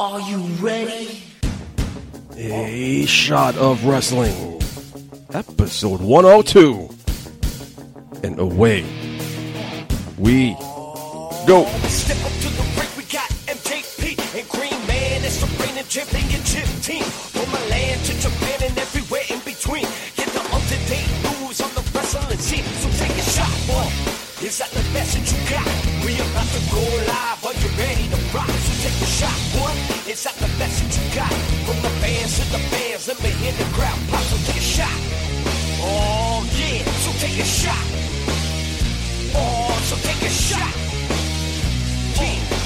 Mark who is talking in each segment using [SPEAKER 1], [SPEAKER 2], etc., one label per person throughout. [SPEAKER 1] Are you ready?
[SPEAKER 2] A Shot of Wrestling, episode 102. And away we go.
[SPEAKER 1] Step up to the break, we got MJP and Green Man. It's the reigning championship team. From Milan to Japan and everywhere in between. Get the up-to-date news on the wrestling scene. So take a shot, boy. Is that the message you got? We about to go live. Are you ready to rock? So take a shot, boy. Is that the message you got? From the fans to the fans, let me hear the crowd pop. So take a shot. Oh yeah, so take a shot. Oh, so take a shot. Yeah.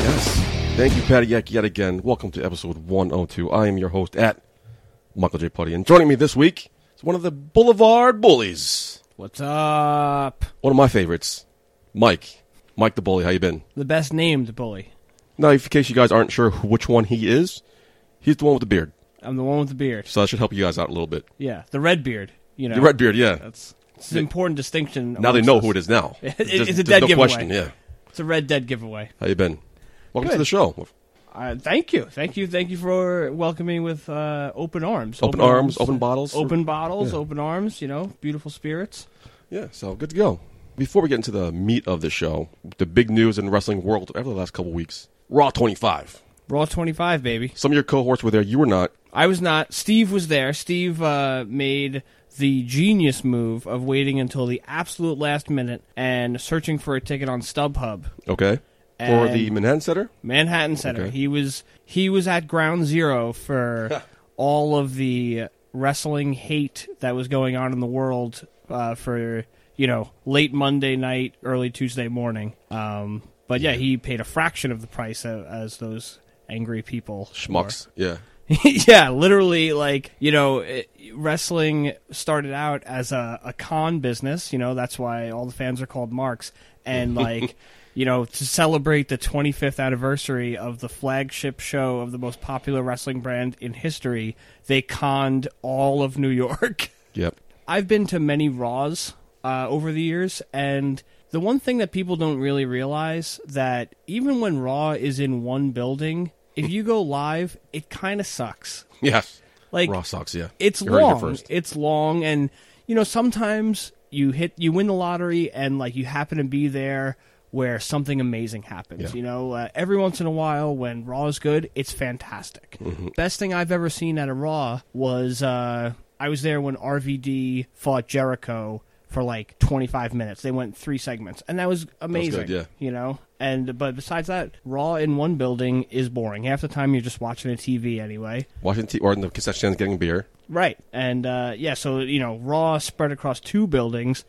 [SPEAKER 2] Yes. Thank you, Patty Yak, yet again. Welcome to episode 102. I am your host at Michael J. Putty. And joining me this week is one of the Boulevard Bullies.
[SPEAKER 3] What's up?
[SPEAKER 2] One of my favorites, Mike. Mike the Bully, how you been?
[SPEAKER 3] The best named bully.
[SPEAKER 2] Now, if in case you guys aren't sure who- which one he is, he's the one with the beard.
[SPEAKER 3] I'm the one with the beard.
[SPEAKER 2] So that should help you guys out a little bit.
[SPEAKER 3] Yeah, the red beard. You know,
[SPEAKER 2] The red beard, yeah.
[SPEAKER 3] That's it's an important distinction.
[SPEAKER 2] Now they
[SPEAKER 3] amongst
[SPEAKER 2] know
[SPEAKER 3] us.
[SPEAKER 2] who it is now.
[SPEAKER 3] It-
[SPEAKER 2] There's-
[SPEAKER 3] it's a
[SPEAKER 2] there's
[SPEAKER 3] dead
[SPEAKER 2] no
[SPEAKER 3] giveaway.
[SPEAKER 2] question, yeah.
[SPEAKER 3] It's a red dead giveaway.
[SPEAKER 2] How you been? Welcome to
[SPEAKER 3] Good.
[SPEAKER 2] the show. Open,
[SPEAKER 3] Uh, thank you, thank you, thank you for welcoming with uh, open arms.
[SPEAKER 2] arms, open bottles.
[SPEAKER 3] open bottles, open arms. You know, beautiful spirits.
[SPEAKER 2] Yeah, so good to go. Before we get into the meat of the show, the big news in the wrestling world over the last couple weeks, Raw 25.
[SPEAKER 3] Raw 25, baby.
[SPEAKER 2] Some of your cohorts were there, you were not.
[SPEAKER 3] I was not. Steve was there. Steve uh, made the genius move of waiting until the absolute last minute and searching for a ticket on StubHub.
[SPEAKER 2] Okay. For
[SPEAKER 3] And-
[SPEAKER 2] the Manhattan Center?
[SPEAKER 3] Manhattan Center.
[SPEAKER 2] Okay.
[SPEAKER 3] He was he was at ground zero for all of the wrestling hate that was going on in the world uh, for you know late Monday night, early Tuesday morning. Um, but yeah, he paid a fraction of the price a- as those angry people.
[SPEAKER 2] Schmucks. Yeah.
[SPEAKER 3] yeah, literally, like you know, it, wrestling started out as a, a con business. You know, that's why all the fans are called marks. And like, you know, to celebrate the 25th anniversary of the flagship show of the most popular wrestling brand in history, they conned all of New York.
[SPEAKER 2] Yep.
[SPEAKER 3] I've been to many Raws uh, over the years, and the one thing that people don't really realize that even when Raw is in one building, if you go live, it kind of sucks.
[SPEAKER 2] Yes.
[SPEAKER 3] Like
[SPEAKER 2] Raw sucks, yeah.
[SPEAKER 3] it's
[SPEAKER 2] You heard it here
[SPEAKER 3] long. It's long, and you know sometimes you hit you win the lottery, and like you happen to be there where something amazing happens.
[SPEAKER 2] Yeah.
[SPEAKER 3] You know, uh, every once in a while when Raw is good, it's fantastic.
[SPEAKER 2] Mm-hmm.
[SPEAKER 3] Best thing I've ever seen at a Raw was uh, I was there when RVD fought Jericho for like 25 minutes. They went three segments, and that was amazing.
[SPEAKER 2] yeah.
[SPEAKER 3] You know, and but besides that, Raw in one building is boring. Half the time you're just watching a TV anyway.
[SPEAKER 2] Watching t- or in the concession stand getting beer.
[SPEAKER 3] Right. And uh, yeah, so you know, Raw spread across two buildings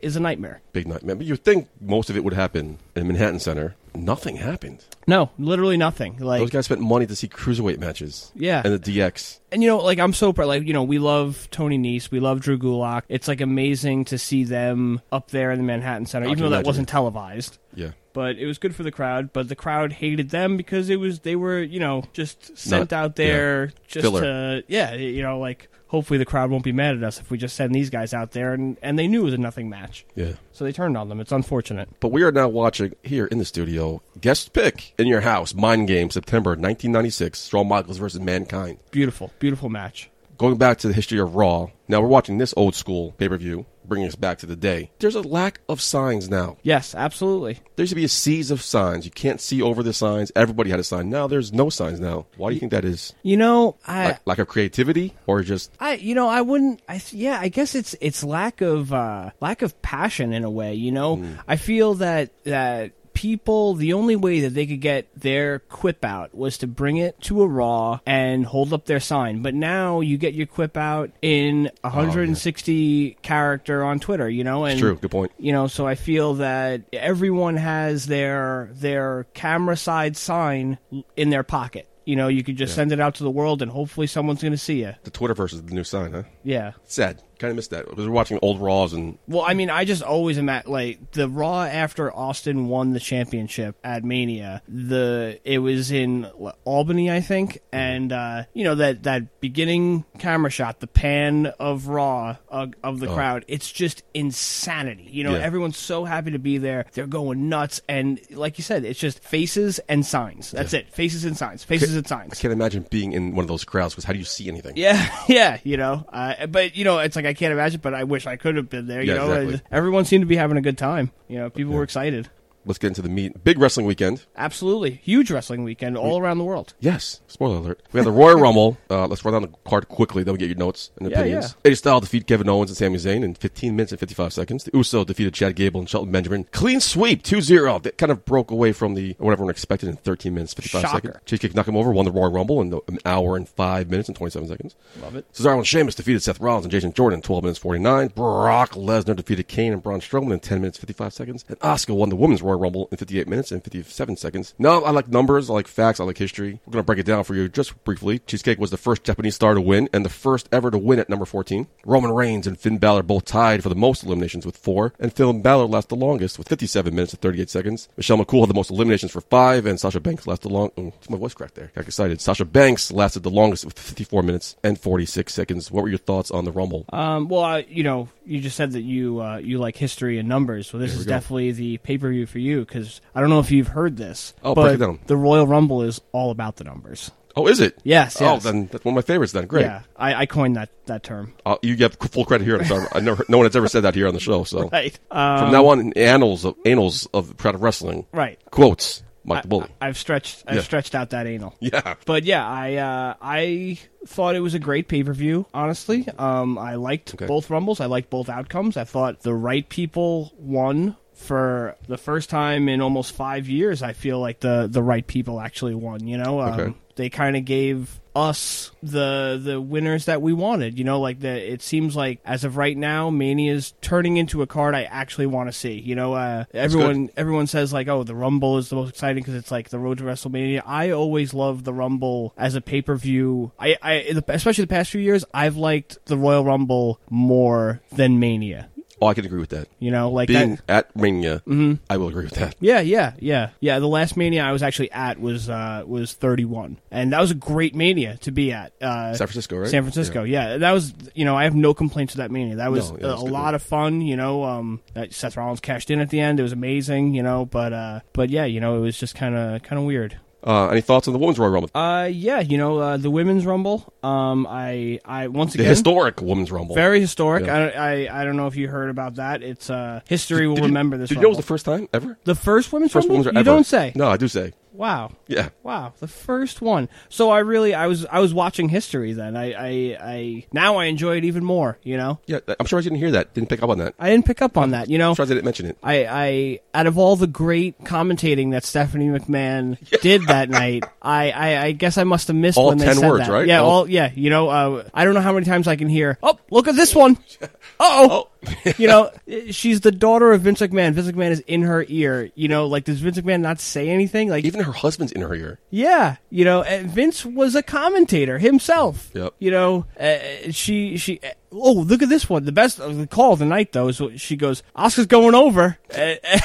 [SPEAKER 3] is a nightmare.
[SPEAKER 2] Big night. Man, but you'd think most of it would happen in Manhattan Center. Nothing happened.
[SPEAKER 3] No, literally nothing.
[SPEAKER 2] Those
[SPEAKER 3] Like
[SPEAKER 2] guys spent money to see cruiserweight matches.
[SPEAKER 3] Yeah.
[SPEAKER 2] And the DX.
[SPEAKER 3] and you know, like I'm so proud. Like you know, we love Tony Nese, we love Drew Gulak. It's like amazing to see them up there in the Manhattan Center,
[SPEAKER 2] I
[SPEAKER 3] even
[SPEAKER 2] can
[SPEAKER 3] though that
[SPEAKER 2] imagine.
[SPEAKER 3] wasn't televised.
[SPEAKER 2] Yeah.
[SPEAKER 3] But it was good for the crowd. But the crowd hated them because it was they were you know just sent
[SPEAKER 2] Not-
[SPEAKER 3] out there just
[SPEAKER 2] Filler.
[SPEAKER 3] to yeah you know like hopefully the crowd won't be mad at us if we just send these guys out there and and they knew it was a nothing match.
[SPEAKER 2] Yeah.
[SPEAKER 3] So they turned on them. It's unfortunate.
[SPEAKER 2] But we are now watching here in the studio guest pick in your house, Mind Game, September 1996, Shawn Michaels versus Mankind.
[SPEAKER 3] Beautiful, beautiful match.
[SPEAKER 2] Going back to the history of Raw, now we're watching this old school pay per view, bringing us back to the day. There's a lack of signs now.
[SPEAKER 3] Yes, absolutely.
[SPEAKER 2] There used to be a seas of signs. You can't see over the signs. Everybody had a sign. Now there's no signs now. Why do you think that is?
[SPEAKER 3] You know, I,
[SPEAKER 2] Like, lack of creativity or just
[SPEAKER 3] I, you know, I wouldn't. I th- yeah, I guess it's it's lack of uh, lack of passion in a way. You know,
[SPEAKER 2] Hmm.
[SPEAKER 3] I feel that that people the only way that they could get their quip out was to bring it to a raw and hold up their sign but now you get your quip out in
[SPEAKER 2] Oh,
[SPEAKER 3] 160 character on twitter you know and
[SPEAKER 2] true. Good point.
[SPEAKER 3] you know so i feel that everyone has their their camera side sign in their pocket you know you could just send it out to the world and hopefully someone's going to see you
[SPEAKER 2] the Twitterverse is the new sign, huh?
[SPEAKER 3] yeah
[SPEAKER 2] Sad. Kind of missed that because we're watching old Raws and
[SPEAKER 3] Well, I mean, I just always imagine like the Raw after Austin won the championship at Mania. The it was in what, Albany, I think, and uh, you know that that beginning camera shot, the pan of Raw uh, of the crowd. It's just insanity. You know,
[SPEAKER 2] Yeah.
[SPEAKER 3] everyone's so happy to be there. They're going nuts, and like you said, it's just faces and signs. That's it. Faces and signs. Faces and
[SPEAKER 2] I
[SPEAKER 3] signs.
[SPEAKER 2] can't imagine being in one of those crowds because how do you see anything?
[SPEAKER 3] Yeah, yeah, you know, uh, but you know, it's like I can't imagine. But I wish I could have been there. You
[SPEAKER 2] Yeah,
[SPEAKER 3] know,
[SPEAKER 2] exactly.
[SPEAKER 3] everyone seemed to be having a good time. You know, people were excited.
[SPEAKER 2] Let's get into the meat. Big wrestling weekend.
[SPEAKER 3] Absolutely, huge wrestling weekend all around the world.
[SPEAKER 2] Yes. Spoiler alert. We had the Royal Rumble. Uh, let's run down the card quickly. Then we get your notes and
[SPEAKER 3] Yeah,
[SPEAKER 2] opinions.
[SPEAKER 3] yeah.
[SPEAKER 2] AJ Styles defeat Kevin Owens and Sami Zayn in 15 minutes and 55 seconds. The Uso defeated Chad Gable and Shelton Benjamin. Clean sweep, 2-0. That kind of broke away from the what everyone expected in 13 minutes 55
[SPEAKER 3] Shocker.
[SPEAKER 2] seconds. Cheesecake Nakamura won the Royal Rumble in the- an hour and five minutes and 27 seconds.
[SPEAKER 3] Love it.
[SPEAKER 2] Cesaro and Sheamus defeated Seth Rollins and Jason Jordan in 12 minutes 49. Brock Lesnar defeated Kane and Braun Strowman in 10 minutes 55 seconds. And Asuka won the Women's Royal Rumble in 58 minutes and 57 seconds. Now, I like numbers, I like facts, I like history. We're going to break it down for you just briefly. Cheesecake was the first Japanese star to win and the first ever to win at number 14. Roman Reigns and Finn Balor both tied for the most eliminations with four. And Finn Balor lasted the longest with 57 minutes and 38 seconds. Michelle McCool had the most eliminations for five. And Sasha Banks lasted long. Oh, my voice cracked there. Got excited. Sasha Banks lasted the longest with 54 minutes and 46 seconds. What were your thoughts on the Rumble?
[SPEAKER 3] Um, well, I, you know, you just said that you uh, you like history and numbers. Well, this is definitely the pay per view for you because I don't know if you've heard this.
[SPEAKER 2] Oh,
[SPEAKER 3] but
[SPEAKER 2] break it down.
[SPEAKER 3] The Royal Rumble is all about the numbers.
[SPEAKER 2] oh, is it?
[SPEAKER 3] Yes,
[SPEAKER 2] Oh,
[SPEAKER 3] yes.
[SPEAKER 2] then that's one of my favorites then. Great.
[SPEAKER 3] Yeah, I, I coined that that term.
[SPEAKER 2] Uh, you get full credit here. I'm sorry. I never, no one has ever said that here on the show. So
[SPEAKER 3] Right. Um,
[SPEAKER 2] from now on, in annals of, annals of the Pride of Wrestling.
[SPEAKER 3] right.
[SPEAKER 2] Quotes. Mike the Bully.
[SPEAKER 3] I've stretched. I've
[SPEAKER 2] Yeah.
[SPEAKER 3] stretched out that anal.
[SPEAKER 2] yeah.
[SPEAKER 3] But yeah, I uh, I thought it was a great pay per view. Honestly, um, I liked
[SPEAKER 2] Okay.
[SPEAKER 3] both rumbles. I liked both outcomes. I thought the right people won for the first time in almost five years. I feel like the the right people actually won. You know, um,
[SPEAKER 2] Okay.
[SPEAKER 3] they kind of gave us the the winners that we wanted. You know, like the it seems like as of right now, Mania's turning into a card I actually want to see. You know, uh, everyone everyone says like, oh, the Rumble is the most exciting because it's like the road to WrestleMania. I always love the Rumble as a pay per view. I, I especially the past few years, I've liked the Royal Rumble more than Mania.
[SPEAKER 2] Oh, I can agree with that.
[SPEAKER 3] You know, like
[SPEAKER 2] Being
[SPEAKER 3] that. Mm-hmm.
[SPEAKER 2] at Mania, I will agree with that.
[SPEAKER 3] Yeah, yeah, yeah, yeah. The last mania I was actually at was uh, was thirty one, and that was a great mania to be at. Uh,
[SPEAKER 2] San Francisco, right?
[SPEAKER 3] San Francisco, yeah. That was, you know, I have no complaints with that mania. That was
[SPEAKER 2] No, yeah, it
[SPEAKER 3] a,
[SPEAKER 2] was
[SPEAKER 3] a
[SPEAKER 2] good.
[SPEAKER 3] lot of fun. You know, um, that Seth Rollins cashed in at the end. It was amazing. You know, but uh, but yeah, you know, it was just kind of kind of weird.
[SPEAKER 2] Uh, any thoughts on the Women's Royal Rumble?
[SPEAKER 3] Uh, yeah, you know, uh, the women's rumble. Um, I I once
[SPEAKER 2] the
[SPEAKER 3] again.
[SPEAKER 2] historic Women's Rumble.
[SPEAKER 3] very historic.
[SPEAKER 2] Yeah.
[SPEAKER 3] I, don't- I I don't know if you heard about that. It's uh history will
[SPEAKER 2] Did you-
[SPEAKER 3] remember this.
[SPEAKER 2] Did you know it was
[SPEAKER 3] Rumble.
[SPEAKER 2] the first time ever?
[SPEAKER 3] the first women's
[SPEAKER 2] First
[SPEAKER 3] rumble.
[SPEAKER 2] Women's
[SPEAKER 3] you
[SPEAKER 2] ever.
[SPEAKER 3] don't say.
[SPEAKER 2] No, I do say.
[SPEAKER 3] Wow.
[SPEAKER 2] Yeah.
[SPEAKER 3] Wow, the first one. So I really, I was, I was watching history then. I, I, I now I enjoy it even more. You know,
[SPEAKER 2] Yeah, I'm sure I didn't hear that. Didn't pick up on that.
[SPEAKER 3] I didn't pick up on that. You know,
[SPEAKER 2] I'm sure I didn't mention it.
[SPEAKER 3] I, I, out of all the great commentating that Stephanie McMahon did that night, I, I, I guess I must have missed
[SPEAKER 2] All
[SPEAKER 3] when they
[SPEAKER 2] 10
[SPEAKER 3] said
[SPEAKER 2] words,
[SPEAKER 3] that.
[SPEAKER 2] right?
[SPEAKER 3] Yeah,
[SPEAKER 2] All-
[SPEAKER 3] all, yeah. You know, uh, I don't know how many times I can hear. Oh, look at this one. Uh-oh.
[SPEAKER 2] Oh.
[SPEAKER 3] you know, she's the daughter of Vince McMahon. Vince McMahon is in her ear. You know, like does Vince McMahon not say anything? Like
[SPEAKER 2] Even her husband's in her ear.
[SPEAKER 3] yeah, you know, and Vince was a commentator himself.
[SPEAKER 2] Yep.
[SPEAKER 3] You know, uh, she she. uh, oh, look at this one. The best uh, the call of the night though is what she goes. Oscar's going over, and,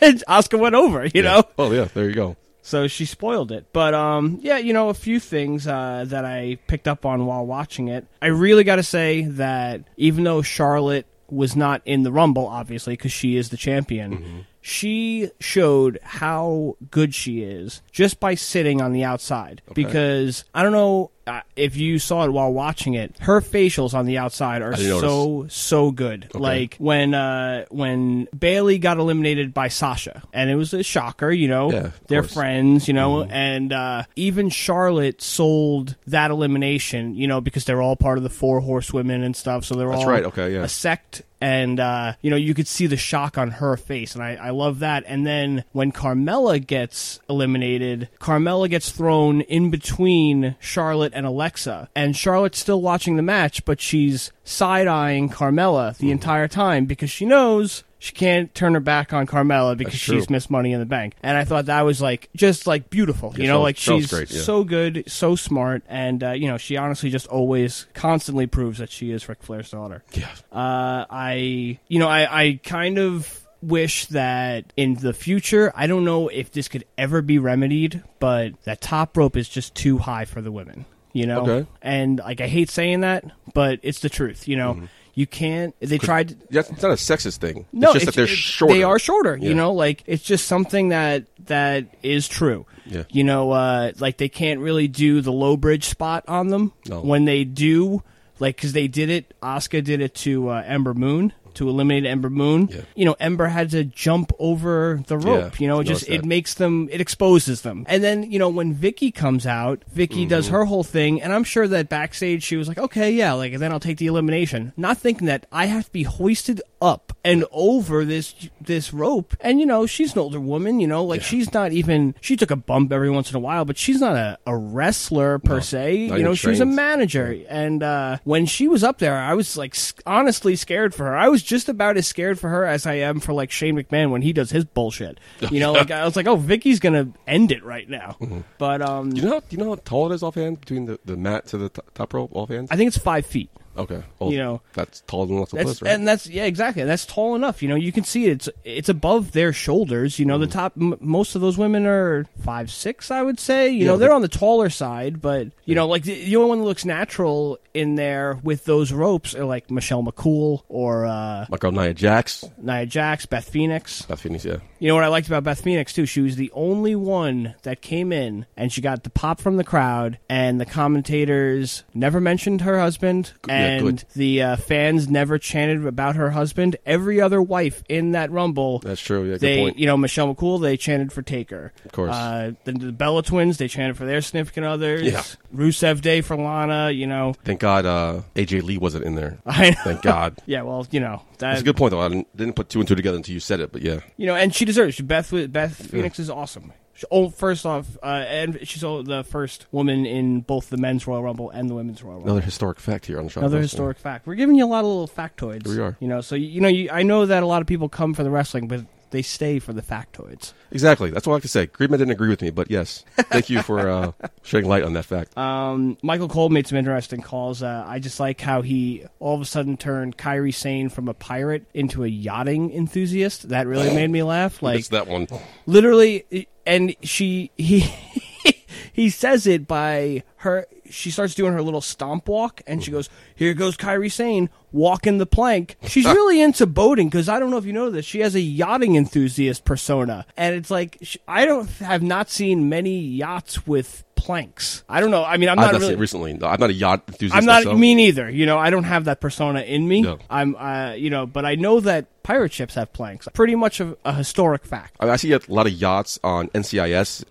[SPEAKER 3] and Oscar went over. You know,
[SPEAKER 2] Oh yeah, there you go.
[SPEAKER 3] so she spoiled it. But um, yeah, you know, a few things uh, that I picked up on while watching it. I really got to say that even though Charlotte was not in the Rumble, obviously, because she is the champion. She showed how good she is just by sitting on the outside. Because I don't know uh, if you saw it while watching it, her facials on the outside are
[SPEAKER 2] didn't
[SPEAKER 3] so so good. Like when uh when Bailey got eliminated by Sasha, and it was a shocker. You know,
[SPEAKER 2] Yeah, of
[SPEAKER 3] they're
[SPEAKER 2] course. Mm-hmm.
[SPEAKER 3] friends. You know, and uh, even Charlotte sold that elimination. You know, because they're all part of the four horsewomen and stuff. So they're all
[SPEAKER 2] right, okay, yeah.
[SPEAKER 3] a sect. And uh, you know you could see the shock on her face, and I, I love that. And then when Carmella gets eliminated, Carmella gets thrown in between Charlotte and and Alexa, and Charlotte's still watching the match, but she's side eyeing Carmella
[SPEAKER 2] Mm-hmm.
[SPEAKER 3] the entire time because she knows she can't turn her back on Carmella because
[SPEAKER 2] That's true.
[SPEAKER 3] she's missed Money in the Bank. And I thought that was like just like beautiful, you know,
[SPEAKER 2] Charlotte's-
[SPEAKER 3] like
[SPEAKER 2] Charlotte's
[SPEAKER 3] she's
[SPEAKER 2] great, yeah.
[SPEAKER 3] so good, so smart, and uh, you know, she honestly just always constantly proves that she is Ric Flair's daughter.
[SPEAKER 2] Yeah.
[SPEAKER 3] Uh, I, you know, I, I kind of wish that in the future, I don't know if this could ever be remedied, but that top rope is just too high for the women, you know?
[SPEAKER 2] Okay.
[SPEAKER 3] And, like, I hate saying that, but it's the truth, you know? You can't, they tried.
[SPEAKER 2] That's it's not a sexist thing.
[SPEAKER 3] No,
[SPEAKER 2] it's just that they're
[SPEAKER 3] it-
[SPEAKER 2] shorter.
[SPEAKER 3] They are shorter.
[SPEAKER 2] Yeah.
[SPEAKER 3] You know, like it's just something that that is true.
[SPEAKER 2] Yeah.
[SPEAKER 3] You know, uh, like they can't really do the low bridge spot on them
[SPEAKER 2] No.
[SPEAKER 3] when they do, like because they did it. Oscar did it to uh, Ember Moon to eliminate Ember Moon.
[SPEAKER 2] Yeah.
[SPEAKER 3] You know, Ember had to jump over the rope. you know, it just
[SPEAKER 2] noticed
[SPEAKER 3] it
[SPEAKER 2] that.
[SPEAKER 3] makes them it exposes them. And then you know when Vicky comes out, Vicky does
[SPEAKER 2] Mm-hmm.
[SPEAKER 3] her whole thing, and I'm sure that backstage she was like, okay, yeah, like then I'll take the elimination, not thinking that I have to be hoisted up and over this this rope. And you know she's an older woman, you know, like she's not even she took a bump every once in a while, but she's not a, a wrestler per se.
[SPEAKER 2] Not
[SPEAKER 3] You know,
[SPEAKER 2] even
[SPEAKER 3] she was a
[SPEAKER 2] trained.
[SPEAKER 3] manager, and uh, when she was up there, I was like s- honestly scared for her. I was just about as scared for her as I am for like Shane McMahon when he does his bullshit. You know, like I was like, oh, Vicky's gonna end it right now. But um,
[SPEAKER 2] Do Mm-hmm. you know? how- Do you know how tall it is offhand between the, the mat to the to- top rope offhand?
[SPEAKER 3] I think it's five feet.
[SPEAKER 2] okay. Well,
[SPEAKER 3] you know,
[SPEAKER 2] that's taller than lots of
[SPEAKER 3] That's
[SPEAKER 2] us, right?
[SPEAKER 3] and that's yeah, exactly. That's tall enough. You know, you can see it's it's above their shoulders. You know,
[SPEAKER 2] Mm-hmm.
[SPEAKER 3] the top m- most of those women are five six, I would say. You know,
[SPEAKER 2] but-
[SPEAKER 3] they're on the taller side, but you know, like the, the only one that looks natural in there with those ropes are like Michelle McCool or uh,
[SPEAKER 2] My girl Nia Jax.
[SPEAKER 3] Nia Jax, Beth Phoenix.
[SPEAKER 2] That's Phoenix. Yeah.
[SPEAKER 3] You know what I liked about Beth Phoenix too? She was the only one that came in and she got the pop from the crowd, and the commentators never mentioned her husband,
[SPEAKER 2] yeah,
[SPEAKER 3] and
[SPEAKER 2] good.
[SPEAKER 3] the uh, fans never chanted about her husband. Every other wife in that Rumble,
[SPEAKER 2] That's true. Yeah. Good
[SPEAKER 3] they,
[SPEAKER 2] point.
[SPEAKER 3] you know, Michelle McCool, they chanted for Taker. Of
[SPEAKER 2] course.
[SPEAKER 3] Uh, then the Bella twins, they chanted for their significant others.
[SPEAKER 2] Yeah.
[SPEAKER 3] Rusev Day for Lana. You know,
[SPEAKER 2] Thank God uh, AJ Lee wasn't in there.
[SPEAKER 3] I know.
[SPEAKER 2] Thank God.
[SPEAKER 3] yeah. Well, you know,
[SPEAKER 2] That's
[SPEAKER 3] that,
[SPEAKER 2] a good point though. I didn't, didn't put two and two together until you said it, but yeah.
[SPEAKER 3] you know, and she deserves. it. Beth Beth Phoenix is awesome. She, oh, first off, uh, and she's all, the first woman in both the men's Royal Rumble and the women's Royal Rumble.
[SPEAKER 2] Another historic fact here on the show.
[SPEAKER 3] Another historic fact. We're giving you a lot of little factoids.
[SPEAKER 2] we are.
[SPEAKER 3] You know, so you, you know, you, I know that a lot of people come for the wrestling, but they stay for the factoids.
[SPEAKER 2] Exactly. That's what I like to say. Greenman didn't agree with me, but yes. Thank you for uh, shedding light on that fact.
[SPEAKER 3] Um, Michael Cole made some interesting calls. Uh, I just like how he all of a sudden turned Kyrie Sane from a pirate into a yachting enthusiast. That really made me laugh. Like
[SPEAKER 2] It's that one.
[SPEAKER 3] literally and she he he says it by her she starts doing her little stomp walk and
[SPEAKER 2] Mm-hmm.
[SPEAKER 3] she goes here goes Kyrie Sane walking the plank she's really into boating because I don't know if you know this she has a yachting enthusiast persona and it's like sh I don't have not seen many yachts with planks I don't know I mean I'm
[SPEAKER 2] I've
[SPEAKER 3] not
[SPEAKER 2] not
[SPEAKER 3] really
[SPEAKER 2] seen it recently. No, I'm not a yacht enthusiast.
[SPEAKER 3] I'm not
[SPEAKER 2] myself.
[SPEAKER 3] me neither. You know, I don't have that persona in me.
[SPEAKER 2] No.
[SPEAKER 3] I'm, uh, you know, but I know that pirate ships have planks. Pretty much a, a historic fact.
[SPEAKER 2] I, mean, I see a lot of yachts on NCIS,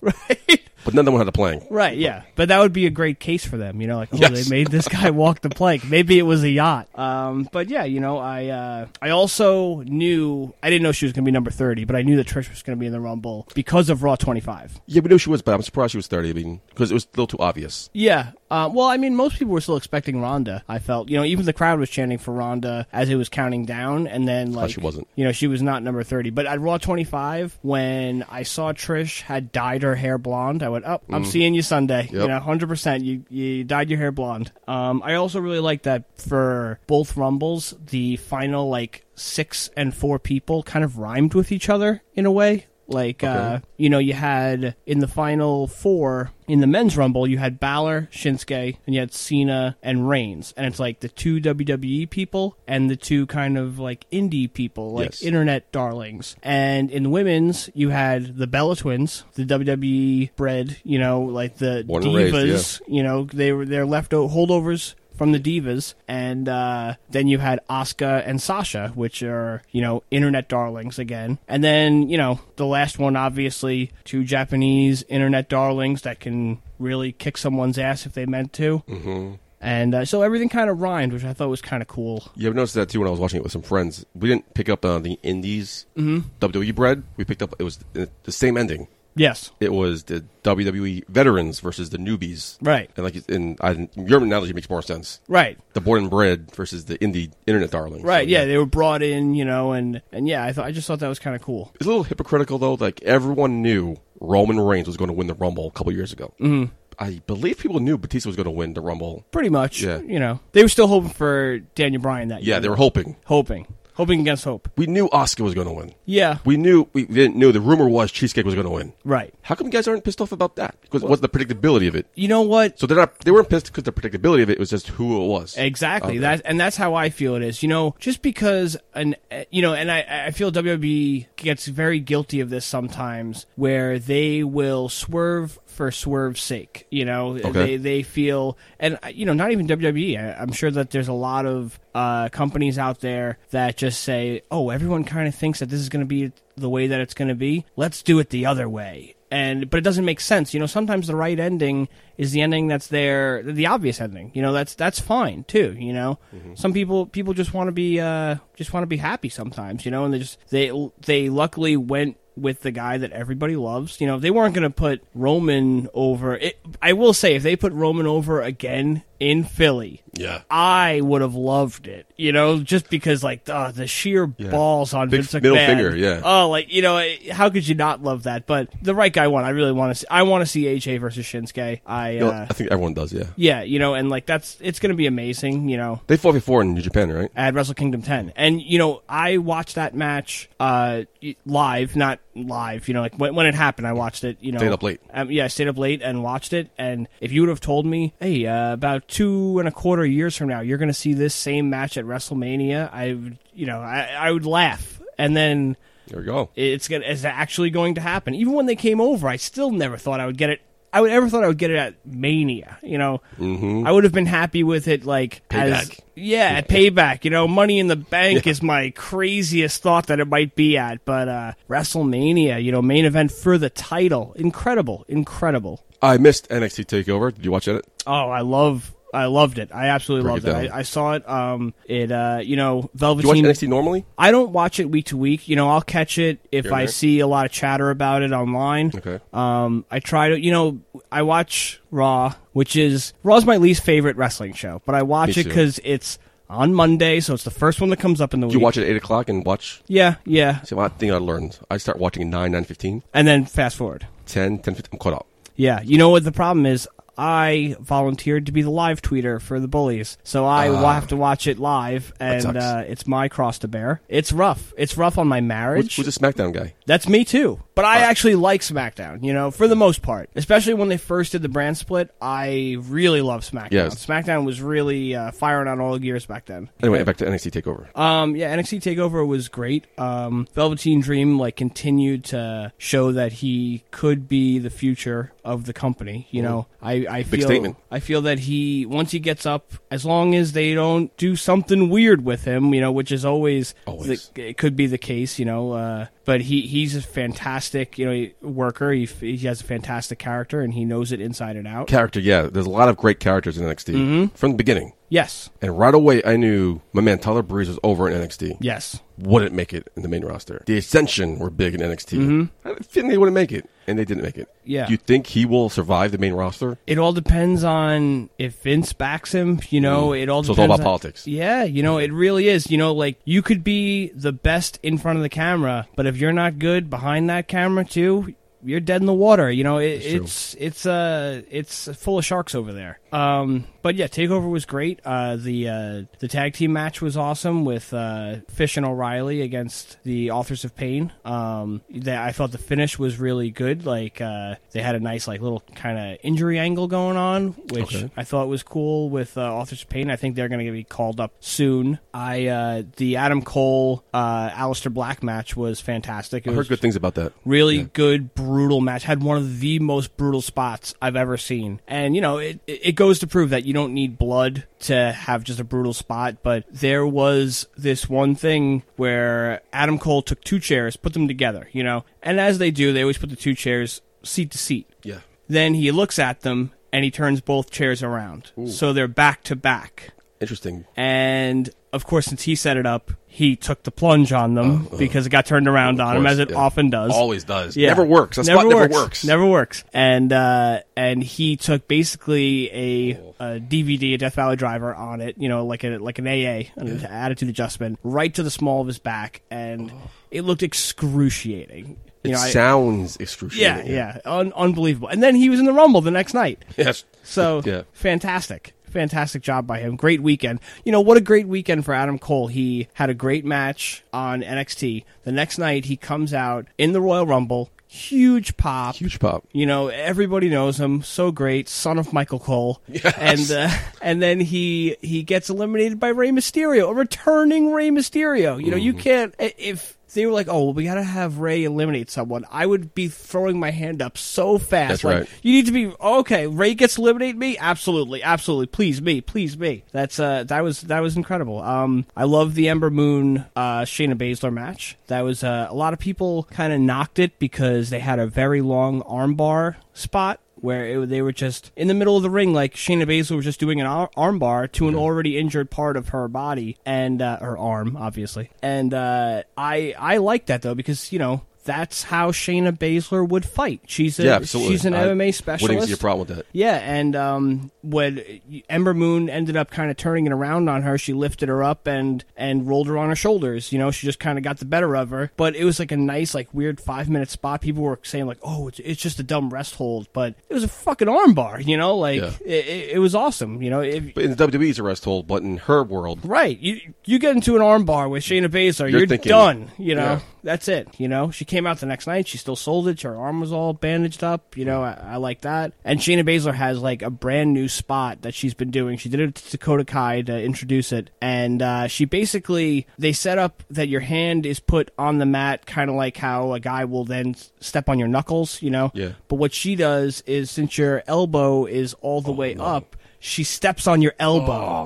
[SPEAKER 2] but none of them had a plane.
[SPEAKER 3] Right, yeah. But that would be a great case for them, you know, like, oh,
[SPEAKER 2] Yes.
[SPEAKER 3] they made this guy walk the plank. Maybe it was a yacht. Um, but yeah, you know, I uh, I also knew I didn't know she was going to be number 30, but I knew that Trish was going to be in the Rumble because of Raw 25.
[SPEAKER 2] Yeah, we knew she was, but I'm surprised she was 30. I mean, because it was a little too obvious.
[SPEAKER 3] Yeah. Uh, well, I mean, most people were still expecting Ronda. I felt, you know, even the crowd was chanting for Ronda as it was counting down, and then like
[SPEAKER 2] she wasn't.
[SPEAKER 3] You know, Oh, she was not number thirty. But at Raw twenty five, when I saw Trish had dyed her hair blonde, I went, "Oh, I'm seeing you Sunday." You
[SPEAKER 2] Yep.
[SPEAKER 3] know, hundred percent. You you dyed your hair blonde. Um, I also really like that for both Rumbles, the final like six and four people kind of rhymed with each other in a way. Like, uh, you know, you had in the final four in the men's rumble, you had Balor, Shinsuke, and you had Cena and Reigns, and it's like the two WWE people and the two kind of like indie people, like
[SPEAKER 2] Yes.
[SPEAKER 3] internet darlings. And in the women's, you had the Bella Twins, the WWE bred, you know, like the
[SPEAKER 2] Born and
[SPEAKER 3] divas.
[SPEAKER 2] raised,
[SPEAKER 3] You know, they were they're left o- holdovers from the divas, and uh, then you had Asuka and Sasha, which are you know internet darlings again. And then you know the last one, obviously, two Japanese internet darlings that can really kick someone's ass if they meant to. Mm-hmm. And uh, so everything kind of rhymed, which I thought was kind of cool.
[SPEAKER 2] Yeah, we noticed that too when I was watching it with some friends.
[SPEAKER 3] Mm-hmm.
[SPEAKER 2] E We didn't pick up uh, the Indies WWE bread. We picked up, it was uh, the same ending.
[SPEAKER 3] Yes.
[SPEAKER 2] It was the WWE veterans versus the newbies.
[SPEAKER 3] Right.
[SPEAKER 2] And like it's- in I, your analogy makes more sense.
[SPEAKER 3] Right.
[SPEAKER 2] The born and bred versus the indie internet darling.
[SPEAKER 3] Right.
[SPEAKER 2] So,
[SPEAKER 3] yeah, they were brought in, you know, and and yeah, I thought I just thought that was kind of cool.
[SPEAKER 2] It's a little hypocritical though. Like everyone knew Roman Reigns was going to win the Rumble a couple years ago.
[SPEAKER 3] Mm-hmm.
[SPEAKER 2] Mm. I believe people knew Batista was going to win the Rumble.
[SPEAKER 3] Pretty much.
[SPEAKER 2] Yeah.
[SPEAKER 3] You know, they were still hoping for Daniel Bryan that year.
[SPEAKER 2] Yeah, they were hoping.
[SPEAKER 3] hoping, hoping against hope.
[SPEAKER 2] We knew Oscar was going to win.
[SPEAKER 3] Yeah.
[SPEAKER 2] We knew we didn't know the rumor was Cheesecake was going to win.
[SPEAKER 3] right.
[SPEAKER 2] How come you guys aren't pissed off about that? Because what's the predictability of it?
[SPEAKER 3] You know what?
[SPEAKER 2] So they're not. They weren't pissed because the predictability of it was just who it was.
[SPEAKER 3] Exactly.
[SPEAKER 2] Okay.
[SPEAKER 3] That and that's how I feel it is. You know, just because an uh, you know, and I I feel WWE gets very guilty of this sometimes, where they will swerve for swerve's sake. You know, they they feel and uh, you know, not even WWE. I, I'm sure that there's a lot of uh, companies out there that just say, "Oh, everyone kind of thinks that this is going to be the way that it's going to be. Let's do it the other way." and but it doesn't make sense. You know, sometimes the right ending is the ending that's there, the obvious ending. You know, that's that's fine too. You know, some people people just want to be uh just want to be happy sometimes. You know, and they just they they luckily went with the guy that everybody loves. You know, if they weren't going to put Roman over, it, I will say if they put Roman over again in Philly,
[SPEAKER 2] Yeah.
[SPEAKER 3] I would have loved it, you know, just because like uh, the sheer balls on
[SPEAKER 2] Big
[SPEAKER 3] Vince McMahon.
[SPEAKER 2] middle finger, yeah.
[SPEAKER 3] Oh, like you know, eh, how could you not love that? But the right guy won. I really want to. See, I want to see AJ versus Shinsuke. I
[SPEAKER 2] You know,
[SPEAKER 3] uh,
[SPEAKER 2] I think everyone does. Yeah.
[SPEAKER 3] yeah, you know, and like that's it's going to be amazing, you know.
[SPEAKER 2] They fought before in New Japan, right?
[SPEAKER 3] At Wrestle Kingdom 10, and you know, I watched that match uh y- live, not live. You know, like when, when it happened, I watched it. You know,
[SPEAKER 2] Stayed up late.
[SPEAKER 3] Um, yeah, I stayed up late and watched it. And if you would have told me, hey, uh, about two and a quarter years from now, you're going to see this same match at WrestleMania, I, would, you know, I, I would laugh. And then
[SPEAKER 2] There we go.
[SPEAKER 3] it's gonna, it's actually going to happen. Even when they came over, I still never thought I would get it. I would ever thought I would get it at Mania. You know, mm-hmm. I would have been happy with it like as
[SPEAKER 2] Payback.
[SPEAKER 3] yeah, at payback. You know, Money in the Bank is my craziest thought that it might be at, but uh, WrestleMania, you know, main event for the title, incredible, incredible.
[SPEAKER 2] I missed NXT Takeover. Did you watch it?
[SPEAKER 3] Oh, I love. I loved it. I absolutely
[SPEAKER 2] Break
[SPEAKER 3] loved
[SPEAKER 2] it
[SPEAKER 3] it.
[SPEAKER 2] down.
[SPEAKER 3] I, I saw it. Um, it. Uh, you know,
[SPEAKER 2] Did you watch
[SPEAKER 3] Velveteen.
[SPEAKER 2] NXT normally?
[SPEAKER 3] I don't watch it week to week. You know, I'll catch it if
[SPEAKER 2] Yeah,
[SPEAKER 3] I
[SPEAKER 2] right.
[SPEAKER 3] see a lot of chatter about it online.
[SPEAKER 2] Okay.
[SPEAKER 3] Um, I try to, you know, I watch Raw, which is Raw's my least favorite wrestling show, but I watch
[SPEAKER 2] Me
[SPEAKER 3] it
[SPEAKER 2] too.
[SPEAKER 3] because it's on Monday, so it's the first one that comes up in the
[SPEAKER 2] You
[SPEAKER 3] week.
[SPEAKER 2] watch it at eight o'clock and watch.
[SPEAKER 3] Yeah, yeah,
[SPEAKER 2] See, one thing I learned. I start watching at nine, nine fifteen,
[SPEAKER 3] and then fast forward.
[SPEAKER 2] ten, ten fifteen. I'm caught up.
[SPEAKER 3] Yeah, you know what the problem is? I volunteered to be the live tweeter for the bullies, so I will have to watch it live, and
[SPEAKER 2] Ah. sucks.
[SPEAKER 3] uh, it's my cross to bear. It's rough. It's rough on my marriage.
[SPEAKER 2] Who's, who's the SmackDown guy?
[SPEAKER 3] That's me too. Uh, But I actually like SmackDown, you know, for the most part. Especially when they first did the brand split, I really love SmackDown.
[SPEAKER 2] Yes.
[SPEAKER 3] SmackDown was really uh, firing on all gears back then.
[SPEAKER 2] Anyway, back to NXT Takeover.
[SPEAKER 3] Um, yeah, NXT Takeover was great. Um, Velveteen Dream like continued to show that he could be the future of the company. You know, I I feel
[SPEAKER 2] Mm-hmm. statement.
[SPEAKER 3] I feel that he once he gets up, as long as they don't do something weird with him, you know, which is always,
[SPEAKER 2] Always.
[SPEAKER 3] the- it could be the case, you know. Uh, but he he's a fantastic you know worker. He he has a fantastic character and he knows it inside and out.
[SPEAKER 2] Character, yeah. There's a lot of great characters in NXT from the beginning,
[SPEAKER 3] yes,
[SPEAKER 2] and right away I knew my man Tyler Breeze was over in NXT.
[SPEAKER 3] yes.
[SPEAKER 2] Wouldn't make it in the main roster. The Ascension were big in NXT. I didn't think they wouldn't make it, and they didn't make it.
[SPEAKER 3] Mm-hmm. Yeah.
[SPEAKER 2] Do you think he will survive the main roster?
[SPEAKER 3] It all depends on if Vince backs him. You know, it all
[SPEAKER 2] Mm. So it's
[SPEAKER 3] depends.
[SPEAKER 2] all about
[SPEAKER 3] on-
[SPEAKER 2] politics.
[SPEAKER 3] Yeah, you know, it really is. You know, like you could be the best in front of the camera, but if you're not good behind that camera too, you're dead in the water. You know, it, it's it's uh it's full of sharks over there. Um, but yeah, Takeover was great. Uh, the uh, the tag team match was awesome with uh, Fish and O'Reilly against the Authors of Pain. Um, that I thought the finish was really good. Like uh, they had a nice like little kind of injury angle going on, which
[SPEAKER 2] Okay.
[SPEAKER 3] I thought was cool with uh, Authors of Pain. I think they're going to be called up soon. I uh, the Adam Cole, uh, Alistair Black match was fantastic. It
[SPEAKER 2] I
[SPEAKER 3] was
[SPEAKER 2] heard good things about that.
[SPEAKER 3] really good, brutal match. Had one of the most brutal spots I've ever seen. And you know, it it goes to prove that you don't need blood to have just a brutal spot. But there was this one thing where Adam Cole took two chairs, put them together. You know, and as they do, they always put the two chairs seat to seat.
[SPEAKER 2] Yeah.
[SPEAKER 3] Then he looks at them and he turns both chairs around. So they're back to back.
[SPEAKER 2] Interesting.
[SPEAKER 3] And of course, since he set it up, he took the plunge on them because it got turned around on him,
[SPEAKER 2] Uh, course,
[SPEAKER 3] as it
[SPEAKER 2] yeah.
[SPEAKER 3] often does.
[SPEAKER 2] Always does.
[SPEAKER 3] Yeah.
[SPEAKER 2] Never works. That spot never works.
[SPEAKER 3] Never works. And uh, and he took basically a, a DVD, a Death Valley Driver, on it. You know, like a like an AA, an attitude adjustment, right to the small of his back, and it looked excruciating.
[SPEAKER 2] Oh. It
[SPEAKER 3] You know, I-
[SPEAKER 2] sounds
[SPEAKER 3] yeah,
[SPEAKER 2] excruciating.
[SPEAKER 3] yeah, Un- unbelievable. And then he was in the Rumble the next night.
[SPEAKER 2] Yes.
[SPEAKER 3] So
[SPEAKER 2] Yeah.
[SPEAKER 3] fantastic. Fantastic job by him. Great weekend. You know, what a great weekend for Adam Cole. He had a great match on NXT. The next night, he comes out in the Royal Rumble. Huge pop.
[SPEAKER 2] Huge pop.
[SPEAKER 3] You know, everybody knows him. So great. Son of Michael Cole.
[SPEAKER 2] Yes.
[SPEAKER 3] And uh, and then he he gets eliminated by Rey Mysterio, a returning Rey Mysterio. You know,
[SPEAKER 2] Mm-hmm.
[SPEAKER 3] you can't i- if they were like, "Oh, well, we got to have Ray eliminate someone." I would be throwing my hand up so fast.
[SPEAKER 2] That's
[SPEAKER 3] like,
[SPEAKER 2] right.
[SPEAKER 3] You need to be okay. Ray gets eliminated. Me, absolutely, absolutely. Please me, please me. That's uh, that was that was incredible. Um, I love the Ember Moon uh, Shayna Baszler match. That was uh, a lot of people kind of knocked it because they had a very long armbar spot where it, they were just in the middle of the ring, like Shayna Baszler was just doing an ar- armbar to an already injured part of her body and uh, her arm, obviously. And uh, I I like that though because you know that's how Shayna Baszler would fight. She's a
[SPEAKER 2] Yeah, absolutely.
[SPEAKER 3] she's an
[SPEAKER 2] I
[SPEAKER 3] MMA
[SPEAKER 2] Wouldn't even
[SPEAKER 3] specialist.
[SPEAKER 2] see a problem with that.
[SPEAKER 3] Yeah, and um, when Ember Moon ended up kind of turning it around on her, she lifted her up and and rolled her on her shoulders. You know, she just kind of got the better of her. But it was like a nice, like weird five minute spot. People were saying like, "Oh, it's, it's just a dumb rest hold," but it was a fucking armbar. You know, like
[SPEAKER 2] Yeah.
[SPEAKER 3] it, it, it was awesome. You know, if,
[SPEAKER 2] But in the WWE, it's a rest hold. But in her world,
[SPEAKER 3] Right. You you get into an armbar with Shayna Baszler, you're,
[SPEAKER 2] You're thinking-
[SPEAKER 3] done. You know,
[SPEAKER 2] Yeah.
[SPEAKER 3] that's it. You know, she came out the next night. She still sold it. Her arm was all bandaged up. You know, I, I like that. And Shayna Baszler has like a brand new spot that she's been doing. She did it to Dakota Kai to introduce it, and uh, she basically they set up that your hand is put on the mat, kind of like how a guy will then s- step on your knuckles. You know.
[SPEAKER 2] Yeah.
[SPEAKER 3] But what she does is since your elbow is all the way up. She steps on your elbow.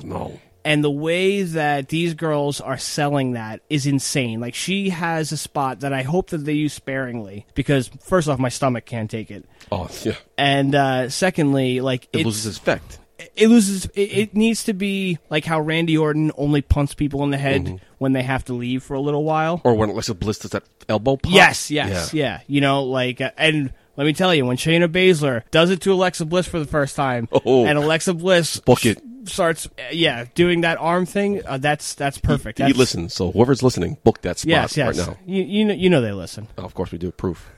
[SPEAKER 2] oh no,
[SPEAKER 3] And the way that these girls are selling that is insane. Like she has a spot that I hope that they use sparingly because first off, my stomach can't take it,
[SPEAKER 2] oh yeah,
[SPEAKER 3] and uh, secondly, like
[SPEAKER 2] it
[SPEAKER 3] it's-
[SPEAKER 2] loses its effect.
[SPEAKER 3] it loses. It, it needs to be like how Randy Orton only punts people in the head when they have to leave for a little while.
[SPEAKER 2] Mm-hmm. Or when Alexa Bliss does that elbow pop.
[SPEAKER 3] Yes, yes, yeah. You know, like, uh, and let me tell you, when Shayna Baszler does it to Alexa Bliss for the first time,
[SPEAKER 2] Oh.
[SPEAKER 3] and Alexa Bliss
[SPEAKER 2] Book it.
[SPEAKER 3] s- starts, uh, yeah, doing that arm thing, uh, that's that's perfect.
[SPEAKER 2] He
[SPEAKER 3] That's-
[SPEAKER 2] listens, so whoever's listening, book that spot
[SPEAKER 3] Yes, yes.
[SPEAKER 2] right now.
[SPEAKER 3] You, you know, you know they listen.
[SPEAKER 2] Oh, of course, we do proof.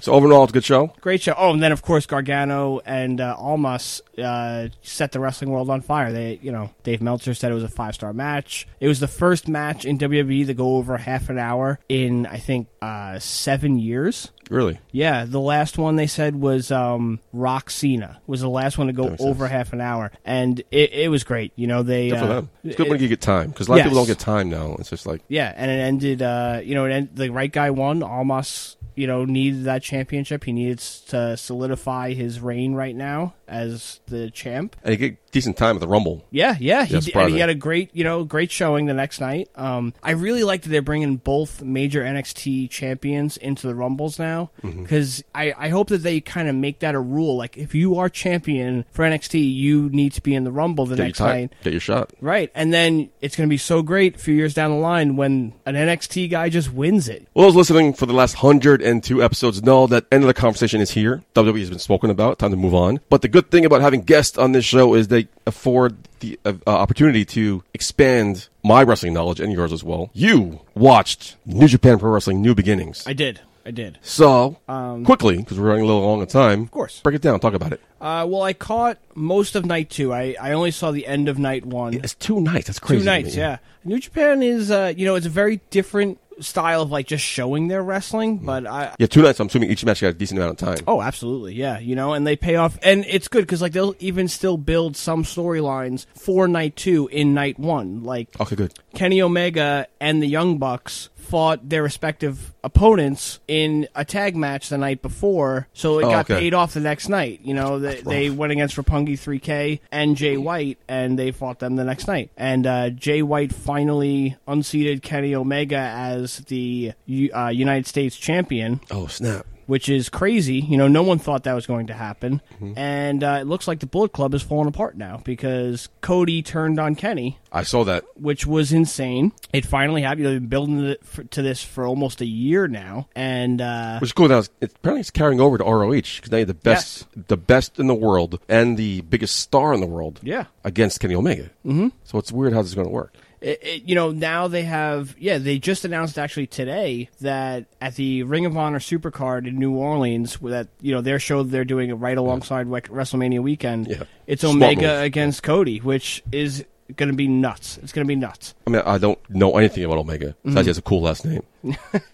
[SPEAKER 2] so overall, it's a good show.
[SPEAKER 3] Great show. Oh, and then of course Gargano and uh, Almas uh, set the wrestling world on fire. They, you know, Dave Meltzer said it was a five star match. It was the first match in WWE to go over half an hour in I think uh, seven years.
[SPEAKER 2] Really,
[SPEAKER 3] Yeah, the last one they said was um, Rock Cena was the last one to go over half an hour, and it, it was great. You know they
[SPEAKER 2] good for
[SPEAKER 3] uh,
[SPEAKER 2] them. It's good
[SPEAKER 3] it-
[SPEAKER 2] when you get time because a lot of people
[SPEAKER 3] Yes.
[SPEAKER 2] don't get time now. It's just like
[SPEAKER 3] yeah, and it ended. Uh, you know, it end, the right guy won. Almas, you know, needed that championship. He needs to solidify his reign right now as the champ.
[SPEAKER 2] and you get decent time at the Rumble.
[SPEAKER 3] Yeah, yeah. He,
[SPEAKER 2] Yes,
[SPEAKER 3] d- and he
[SPEAKER 2] brother.
[SPEAKER 3] had a great, you know, great showing the next night. Um, I really like that they're bringing both major NXT champions into the Rumbles now because I, I hope that they kind of make that a rule. Like, if you are champion for NXT, you need to be in the Rumble the
[SPEAKER 2] Get
[SPEAKER 3] next
[SPEAKER 2] your time.
[SPEAKER 3] night.
[SPEAKER 2] Get your shot.
[SPEAKER 3] Right, and then it's going to be so great a few years down the line when an NXT guy just wins it.
[SPEAKER 2] Well, those listening for the last 102 episodes know that end of the conversation is here. WWE has been spoken about. Time to move on. But the good thing about having guests on this show is they afford the uh, uh, opportunity to expand my wrestling knowledge and yours as well. You watched New Japan Pro Wrestling New Beginnings.
[SPEAKER 3] I did. I did.
[SPEAKER 2] so, quickly, because we're running a little long on time. Of
[SPEAKER 3] Um, course.
[SPEAKER 2] Break it down. Talk about it.
[SPEAKER 3] Uh, well, I caught most of night two. I, I only saw the end of night one.
[SPEAKER 2] It's two nights. That's crazy.
[SPEAKER 3] Um, Two
[SPEAKER 2] to
[SPEAKER 3] nights,
[SPEAKER 2] me.
[SPEAKER 3] yeah. New Japan is, uh, you know, it's a very different style of like just showing their wrestling,
[SPEAKER 2] Mm.
[SPEAKER 3] but I.
[SPEAKER 2] Yeah, two nights. I'm assuming each match got a decent amount of time.
[SPEAKER 3] Oh, absolutely, yeah. You know, and they pay off, and it's good because like they'll even still build some storylines for night two in night one, like
[SPEAKER 2] Okay, good.
[SPEAKER 3] Kenny Omega and the Young Bucks fought their respective opponents in a tag match the night before, so it
[SPEAKER 2] Oh,
[SPEAKER 3] got
[SPEAKER 2] okay.
[SPEAKER 3] paid off the next night. You know, they, they went against Rapungi 3K and Jay White, and they fought them the next night. And uh, Jay White finally unseated Kenny Omega as the U- uh, United States champion.
[SPEAKER 2] Oh, snap.
[SPEAKER 3] which is crazy. You know, no one thought that was going to happen,
[SPEAKER 2] Mm-hmm.
[SPEAKER 3] and uh, it looks like the Bullet Club is falling apart now because Cody turned on Kenny,
[SPEAKER 2] I saw that.
[SPEAKER 3] which was insane. It finally happened. You know, they've been building it for, to this for almost a year now, and uh,
[SPEAKER 2] Which is cool. Now it's, it's- apparently it's carrying over to ROH because now you're the best, the best in the world and the biggest star in the world.
[SPEAKER 3] Yeah.
[SPEAKER 2] against Kenny Omega. Mm-hmm. So it's weird how this is going to work.
[SPEAKER 3] it, it, you know now they have yeah they just announced actually today that at the Ring of Honor Supercard in New Orleans that you know their show they're doing it right alongside Wec- WrestleMania weekend.
[SPEAKER 2] Yeah.
[SPEAKER 3] It's
[SPEAKER 2] Smart
[SPEAKER 3] Omega
[SPEAKER 2] move.
[SPEAKER 3] against Cody, which is going to be nuts. It's going to be nuts.
[SPEAKER 2] I mean, I don't know anything about Omega. Besides, he has a cool last name.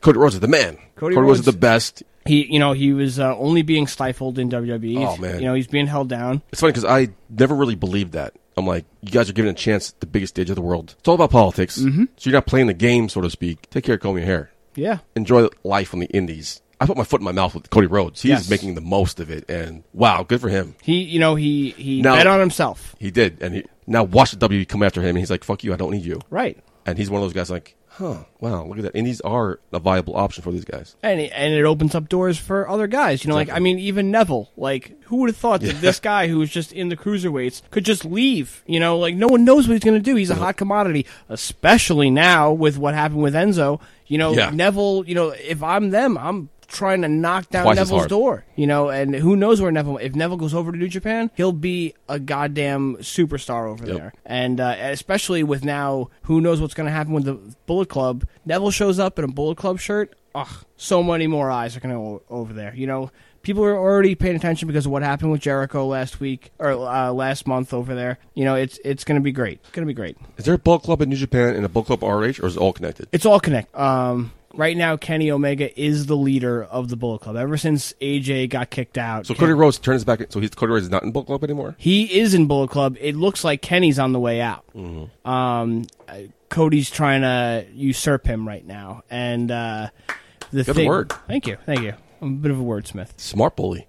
[SPEAKER 2] Cody Rhodes is the man.
[SPEAKER 3] Mm-hmm. Cody
[SPEAKER 2] Rhodes
[SPEAKER 3] Rhodes-
[SPEAKER 2] is the best.
[SPEAKER 3] He you know he was uh, only being stifled in WWE.
[SPEAKER 2] Oh, man.
[SPEAKER 3] You know he's being held down.
[SPEAKER 2] It's funny because I never really believed that. I'm like, you guys are given a chance at the biggest stage of the world. It's all about politics. Mm-hmm. So you're not playing the game, so to speak. Take care of combing your hair.
[SPEAKER 3] Yeah.
[SPEAKER 2] Enjoy life on the indies. I put my foot in my mouth with Cody Rhodes. He's
[SPEAKER 3] Yes.
[SPEAKER 2] making the most of it, and wow, good for him.
[SPEAKER 3] He you know he he
[SPEAKER 2] Now-
[SPEAKER 3] bet on himself.
[SPEAKER 2] He did, and he now watch the WWE come after him, and he's like, "Fuck you, I don't need you."
[SPEAKER 3] Right.
[SPEAKER 2] And he's one of those guys like, "Huh, wow, look at that." Indies are a viable option for these guys.
[SPEAKER 3] and it, and it opens up doors for other guys. You know, like I mean, even Neville. Like, who would have thought that this guy who was just in the cruiserweights could just leave? You know, like no one knows what he's going to do. He's a hot commodity, especially now with what happened with Enzo. You know,
[SPEAKER 2] Yeah.
[SPEAKER 3] Neville. You know, if I'm them, I'm trying to knock down
[SPEAKER 2] Twice as
[SPEAKER 3] Neville's
[SPEAKER 2] hard.
[SPEAKER 3] door. You know, and who knows where Neville? If Neville goes over to New Japan, he'll be a goddamn superstar over
[SPEAKER 2] Yep.
[SPEAKER 3] there. And uh, especially with now, who knows what's going to happen with the Bullet Club? Neville shows up in a Bullet Club shirt. Ugh, so many more eyes are going to go over there. You know, people are already paying attention because of what happened with Jericho last week or uh, last month over there. You know, it's it's going to be great. It's going to be great.
[SPEAKER 2] Is there a bulk club in New Japan and a bulk club RH, or is it all connected?
[SPEAKER 3] It's all connected. Um, right now, Kenny Omega is the leader of the Bullet Club. Ever since AJ got kicked out,
[SPEAKER 2] So
[SPEAKER 3] Ken-
[SPEAKER 2] Cody Rhodes turns back, so he's Cody Rhodes is not in bulk club anymore.
[SPEAKER 3] he is in Bullet Club. It looks like Kenny's on the way out.
[SPEAKER 2] Mm-hmm.
[SPEAKER 3] Um, uh, Cody's trying to usurp him right now, and uh, the
[SPEAKER 2] a
[SPEAKER 3] thing-
[SPEAKER 2] word.
[SPEAKER 3] Thank you, thank you. I'm a bit of a wordsmith.
[SPEAKER 2] Smart bully.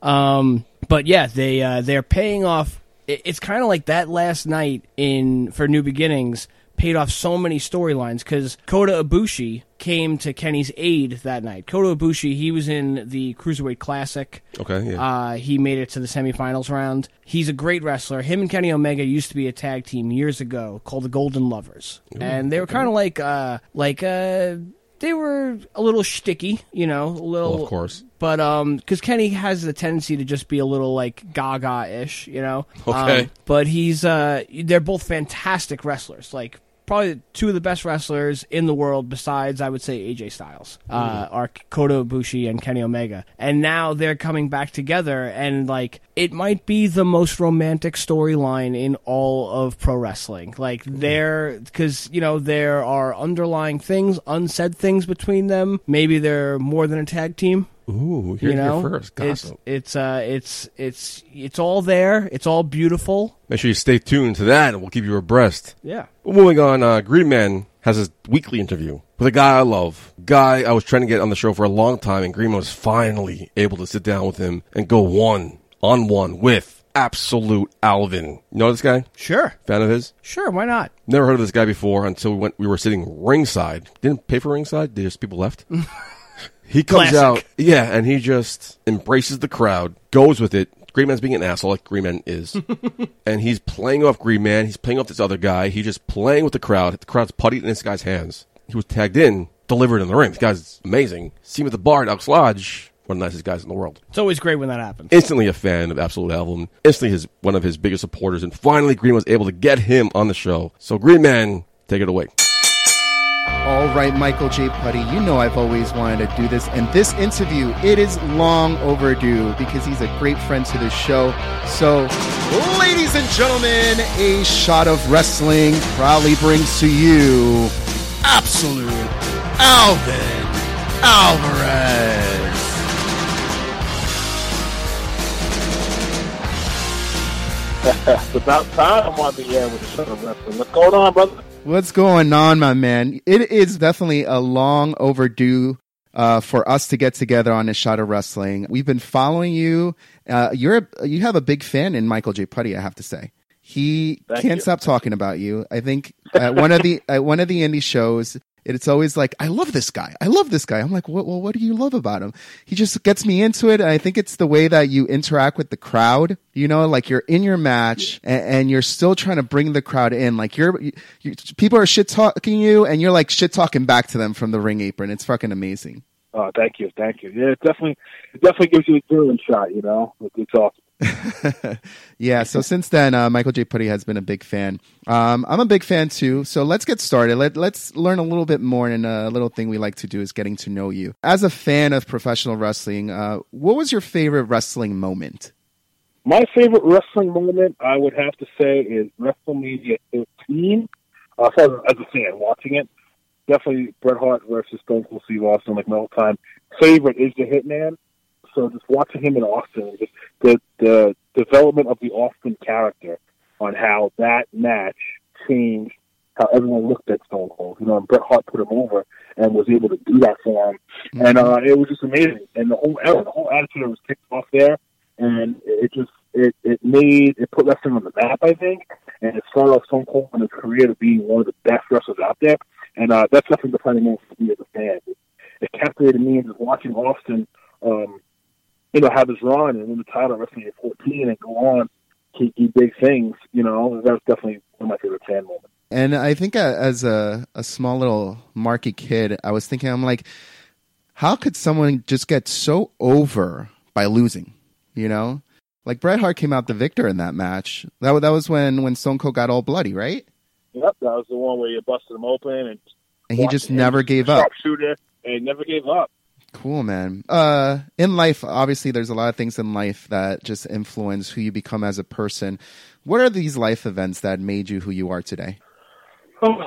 [SPEAKER 3] Um, but yeah, they uh, they're paying off. it- It's kind of like that last night in for New Beginnings paid off so many storylines because Kota Ibushi came to Kenny's aid that night. Kota Ibushi, he was in the Cruiserweight Classic.
[SPEAKER 2] Okay, yeah.
[SPEAKER 3] Uh, he made it to the semifinals round. He's a great wrestler. Him and Kenny Omega used to be a tag team years ago called the Golden Lovers, and they were kind of like uh, like uh, they were a little shticky, you know, a little
[SPEAKER 2] Well, of course.
[SPEAKER 3] but um, because Kenny has the tendency to just be a little like Gaga-ish, you know.
[SPEAKER 2] Okay.
[SPEAKER 3] Um, but he's uh, they're both fantastic wrestlers. Like probably two of the best wrestlers in the world, besides I would say AJ Styles, uh, are Kota Ibushi and Kenny Omega. And now they're coming back together, and like it might be the most romantic storyline in all of pro wrestling. Like they're because you know there are underlying things, unsaid things between them. Maybe they're more than a tag team
[SPEAKER 2] Ooh, here
[SPEAKER 3] you know
[SPEAKER 2] first.
[SPEAKER 3] it's
[SPEAKER 2] Gossip.
[SPEAKER 3] it's uh it's it's it's all there it's all beautiful
[SPEAKER 2] Make sure you stay tuned to that, and we'll keep you abreast.
[SPEAKER 3] yeah
[SPEAKER 2] Well, moving on, uh, Green Man has his weekly interview with a guy I love. Guy I was trying to get on the show for a long time, and Green Man was finally able to sit down with him and go one on one with absolute Alvin. You know this guy?
[SPEAKER 3] sure
[SPEAKER 2] Fan of his?
[SPEAKER 3] sure why not
[SPEAKER 2] Never heard of this guy before until we went. We were sitting ringside. Didn't pay for ringside. There's people left. he comes
[SPEAKER 3] Classic.
[SPEAKER 2] out, yeah, and he just embraces the crowd, goes with it. Green Man's being an asshole, like Green Man is, and he's playing off Green Man. He's playing off this other guy. He's just playing with the crowd. The crowd's putty in this guy's hands. He was tagged in, delivered in the ring. This guy's amazing. See him at the bar at Elks Lodge. One of the nicest guys in the world
[SPEAKER 3] it's always great when that happens
[SPEAKER 2] instantly a fan of Absolute Album, instantly his one of his biggest supporters, and finally Green was able to get him on the show. So Green Man, take it away.
[SPEAKER 4] All right, Michael J. Putty, you know I've always wanted to do this, and this interview, it is long overdue because he's a great friend to the show. So, ladies and gentlemen, a shot of wrestling proudly brings to you Absolute Alvin Alvarez.
[SPEAKER 5] It's about time I'm on the air with a show of wrestling. What's going on, brother?
[SPEAKER 4] What's going on, my man? It is definitely a long overdue uh, for us to get together on a shot of wrestling. We've been following you. Uh, you're a, you have a big fan in Michael J. Putty, I have to say. He
[SPEAKER 5] Thank
[SPEAKER 4] can't
[SPEAKER 5] you.
[SPEAKER 4] stop talking about you. I think at one of the at one of the indie shows, It's always like, I love this guy. I love this guy. I'm like, what, well, what do you love about him? He just gets me into it. And I think it's the way that you interact with the crowd. You know, like you're in your match and, and you're still trying to bring the crowd in. Like you're, you, you, people are shit talking you and you're like shit talking back to them from the ring apron. It's fucking amazing.
[SPEAKER 5] Oh, thank you, thank you. Yeah, it definitely, it definitely gives you a dueling shot. You know, with good talk.
[SPEAKER 4] yeah. So since then, uh, Michael J. Putty has been a big fan. Um, I'm a big fan too. So let's get started. Let, let's learn a little bit more. And a little thing we like to do is getting to know you. As a fan of professional wrestling, uh, what was your favorite wrestling moment?
[SPEAKER 5] My favorite wrestling moment, I would have to say, is WrestleMania 13. Uh, so as, as a fan watching it, definitely Bret Hart versus Stone Cold Steve Austin, like my all-time favorite is the Hitman. So just watching him in Austin, just the the development of the Austin character on how that match changed how everyone looked at Stone Cold. You know, and Bret Hart put him over and was able to do that for him, and uh, it was just amazing. And the whole era, the whole attitude was kicked off there, and it just it it made it put wrestling on the map, I think, and it started off Stone Cold in his career to being one of the best wrestlers out there. And uh, that's definitely the defining moment for me as a fan. It, it captivated me and just watching Austin, um, you know, have his run and win the title at WrestleMania 14 and go on to do big things. You know, that was definitely one of my favorite fan moments.
[SPEAKER 4] And I think uh, as a, a small little marky kid, I was thinking, I'm like, how could someone just get so over by losing? You know, like Bret Hart came out the victor in that match. That wa- that was when when Stone Cold got all bloody, right?
[SPEAKER 5] Yep, that was the one where you busted him open and
[SPEAKER 4] And he
[SPEAKER 5] watched
[SPEAKER 4] just
[SPEAKER 5] him
[SPEAKER 4] never gave up.
[SPEAKER 5] Sharpshooter and never gave up.
[SPEAKER 4] Cool, man. Uh, in life, obviously, there's a lot of things in life that just influence who you become as a person. What are these life events that made you who you are today?
[SPEAKER 5] Oh,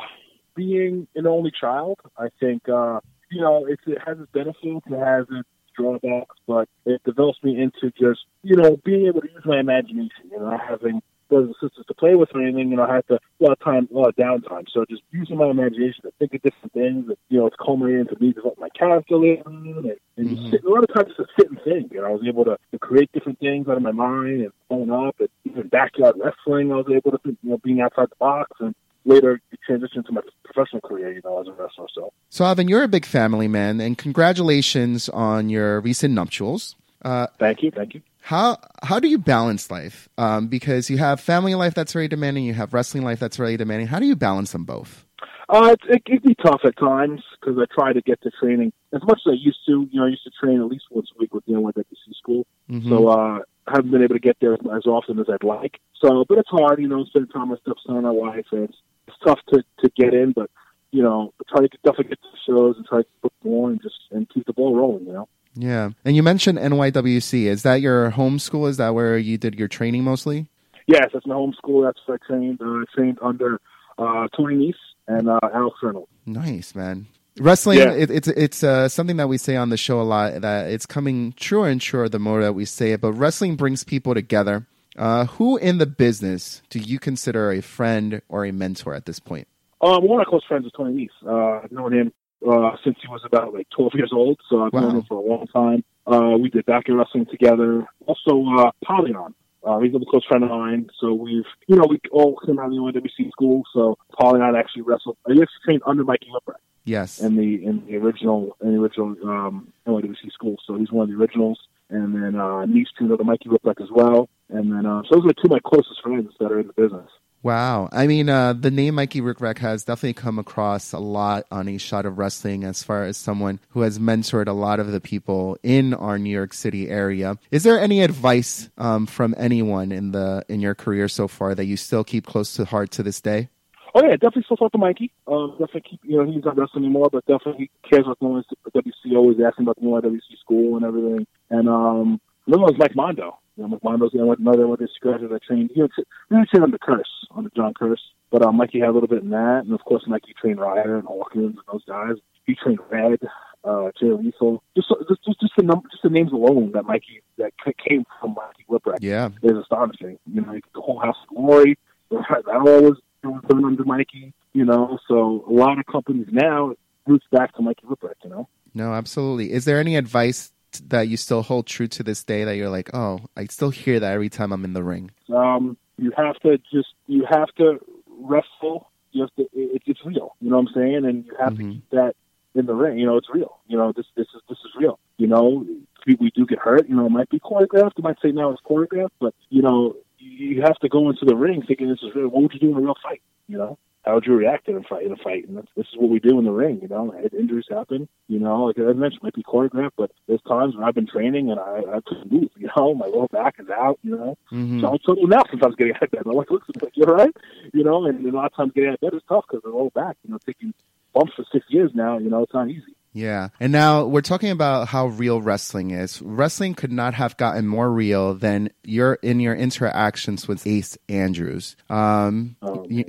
[SPEAKER 5] being an only child, I think uh, you know it's, it has its benefits, it has its drawbacks, but it develops me into just you know being able to use my imagination. You know, not having brothers and sisters to play with or anything, you know, I have to a lot of time, a lot of downtime. So just using my imagination to think of different things. And, you know, it's culminating to me developing my character later on, and, and just sit, a lot of times just sit and think. You know, I was able to, to create different things out of my mind and phone up, and even backyard wrestling. I was able to, think, you know, being outside the box and later transition to my professional career, you know, as a wrestler. So
[SPEAKER 4] So, Avin, you're a big family man, and congratulations on your recent nuptials. Uh,
[SPEAKER 5] thank you, thank you.
[SPEAKER 4] how how do you balance life? Um, because you have family life that's very demanding, you have wrestling life that's very demanding. How do you balance them both?
[SPEAKER 5] Uh, it, it can be tough at times because I try to get to training as much as I used to. You know, I used to train at least once a week with the NYWC school,
[SPEAKER 4] Mm-hmm.
[SPEAKER 5] so uh, I haven't been able to get there as, as often as I'd like. So, but it's hard, you know, spending time with stepson and my wife, and it's, it's tough to to get in. But you know, I try to get, definitely get to the shows and try to book more and just and keep the ball rolling. You know,
[SPEAKER 4] Yeah, and you mentioned NYWC. Is that your home school? Is that where you did your training mostly?
[SPEAKER 5] yes, that's my home school. That's where I trained. Uh, I trained under uh, Tony Nese and uh, Alex Reynolds.
[SPEAKER 4] Nice, man. Wrestling,
[SPEAKER 5] Yeah.
[SPEAKER 4] it, it's it's uh, something that we say on the show a lot that it's coming truer and truer the more that we say it. But wrestling brings people together. Uh, who in the business do you consider a friend or a mentor at this point?
[SPEAKER 5] Um, one of my close friends is Tony Nese. Uh, I've known him uh, since he was about like 12 years old, so I've
[SPEAKER 4] Wow.
[SPEAKER 5] known him for a long time. Uh, we did backyard wrestling together. Also, uh, Polyon. Uh, he's a close friend of mine, so we've, you know, we all came out of the OWC school, so Polyon actually wrestled. He actually trained under Mikey Whipwreck
[SPEAKER 4] Yes.
[SPEAKER 5] in the in the original in the original um, NYWC school. So he's one of the originals. And then uh, Nice trained under Mikey Whipwreck as well. And then uh, so those are two of my closest friends that are in the business.
[SPEAKER 4] Wow. I mean, uh, the name Mikey Rickrack has definitely come across a lot on a shot of wrestling as far as someone who has mentored a lot of the people in our New York City area. Is there any advice um, from anyone in the in your career so far that you still keep close to heart to this day?
[SPEAKER 5] Oh yeah, definitely still talk to Mikey. Um, definitely keep you know he's not wrestling anymore, but definitely he cares about going to WC. Always asking about the NYWC school and everything. And um, another one's Mike Mondo. You know, Mike Mondo's the one- another one of these graduates I trained. He was he was trained under Curse, under John Curse. But um, Mikey had a little bit in that, and of course Mikey trained Ryder and Hawkins and those guys. He trained Red, uh, Jay Lethal. Just just just, just the num- just the names alone that Mikey that c- came from Mikey Whipwreck
[SPEAKER 4] Yeah.
[SPEAKER 5] is astonishing. You know, the whole House of Glory, that all was was done under Mikey. You know, so a lot of companies now roots back to Mikey Whipwreck. You know,
[SPEAKER 4] No, absolutely. Is there any advice t- that you still hold true to this day that you're like, oh, I still hear that every time I'm in the ring?
[SPEAKER 5] um, you have to just you have to wrestle. You have to. It, it's real. You know, know what I'm saying? And you have
[SPEAKER 4] Mm-hmm.
[SPEAKER 5] to keep that in the ring. You know, it's real. You know, this this is this is real. You know, we, we do get hurt. You know, it might be choreographed. You might say now it's choreographed, but you know, you have to go into the ring thinking this is real. What would you do in a real fight? You know, how would you react in a fight? In a fight, and that's, this is what we do in the ring. You know, Had injuries happen. You know, like I mentioned, it might be choreographed, but there's times when I've been training and I, I couldn't move. You know, my lower back is out. You know,
[SPEAKER 4] Hmm. Mm-hmm.
[SPEAKER 5] so I'm totally now sometimes getting out of bed. My wife looks at me like, "You're right," you know. And, and a lot of times getting out of bed is tough because the lower back, you know, taking bumps for six years now. You know, it's not easy.
[SPEAKER 4] Yeah. And now we're talking about how real wrestling is. Wrestling could not have gotten more real than your in your interactions with Ace Andrews. Um,
[SPEAKER 5] Oh,
[SPEAKER 4] you-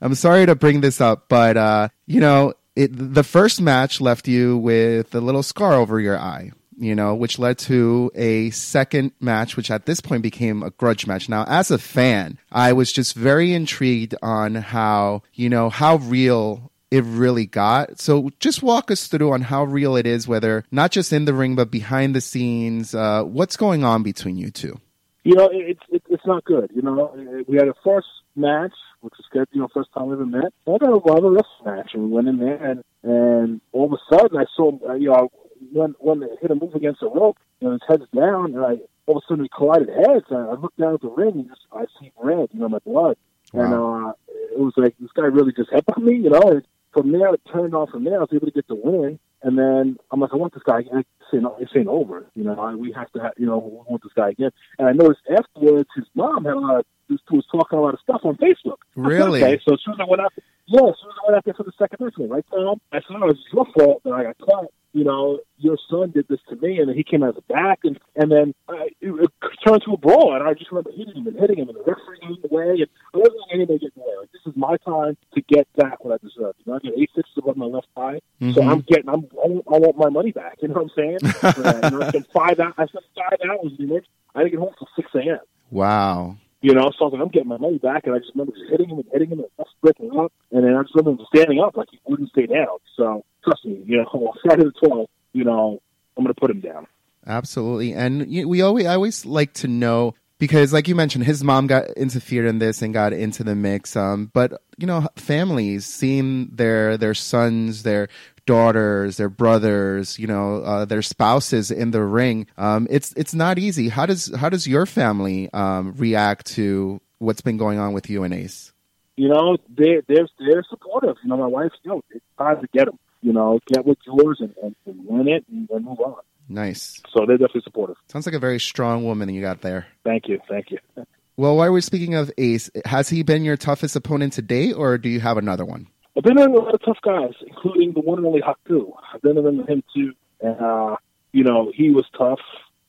[SPEAKER 4] I'm sorry to bring this up, but uh, you know, it, the first match left you with a little scar over your eye. You know, which led to a second match, which at this point became a grudge match. Now, as a fan, I was just very intrigued on how, you know, how real it really got. So just walk us through on how real it is, whether not just in the ring, but behind the scenes, uh, what's going on between you two?
[SPEAKER 5] you know, it, it's it, it's not good. You know, Uh, we had a first match, which was good. You know, first time we ever met. And I got involved in a wrestling match, and we went in there, and and all of a sudden, I saw uh, you know when when they hit a move against the rope, you know, his head's down, and I all of a sudden we collided heads. And I looked down at the ring, and just I see red, you know, my blood, and uh, it was like this guy really just headbutted me, you know. And from there, it turned on. From there, I was able to get the win. And then I'm like, I want this guy. Again. It's ain't, it's ain't over. You know, I, we have to, have, you know, we want this guy again. And I noticed afterwards, his mom had a lot. Of, this was talking a lot of stuff on Facebook.
[SPEAKER 4] Really?
[SPEAKER 5] Okay, so as soon as I went out, yeah, as soon as I went out there for the second match, I went, right, Tom? I said, no, it's your fault that I got caught. You know, your son did this to me, and then he came out of the back, and and then uh, it, it turned to a brawl, and I just remember hitting him and hitting him, and the referee getting in the way, and I wasn't letting anybody get in the way. Like, this is my time to get back what I deserve. You know, I get eight sixes above my left eye, so I'm getting, I'm, I want, I want my money back. You know what I'm saying? uh, you know, I spent five hours, I spent five hours in it. I didn't get home till six a.m.
[SPEAKER 4] Wow.
[SPEAKER 5] You know, so I was like, I'm getting my money back, and I just remember just hitting him and hitting him and just breaking up, and then I just remember him standing up like he wouldn't stay down. So trust me, you know, on Saturday the 12th, you know, I'm going to put him down.
[SPEAKER 4] Absolutely, and you- we always I always like to know because, like you mentioned, his mom got interfered in this and got into the mix. Um, but you know, families seeing their their sons, their daughters, their brothers, you know, uh, their spouses in the ring. Um, it's it's not easy. How does how does your family um, react to what's been going on with you and Ace?
[SPEAKER 5] You know, they they're they're supportive. You know, my wife's you know, it's time to get him. You know, get what's yours and, and, and win it and, and move on.
[SPEAKER 4] Nice.
[SPEAKER 5] So they're definitely supportive.
[SPEAKER 4] Sounds like a very strong woman you got there.
[SPEAKER 5] Thank you, thank you.
[SPEAKER 4] Well, while we're speaking of Ace, has he been your toughest opponent to date, or do you have another one?
[SPEAKER 5] I've been in a lot of tough guys, including the one and only Haku. I've been in with him too, and uh, you know he was tough.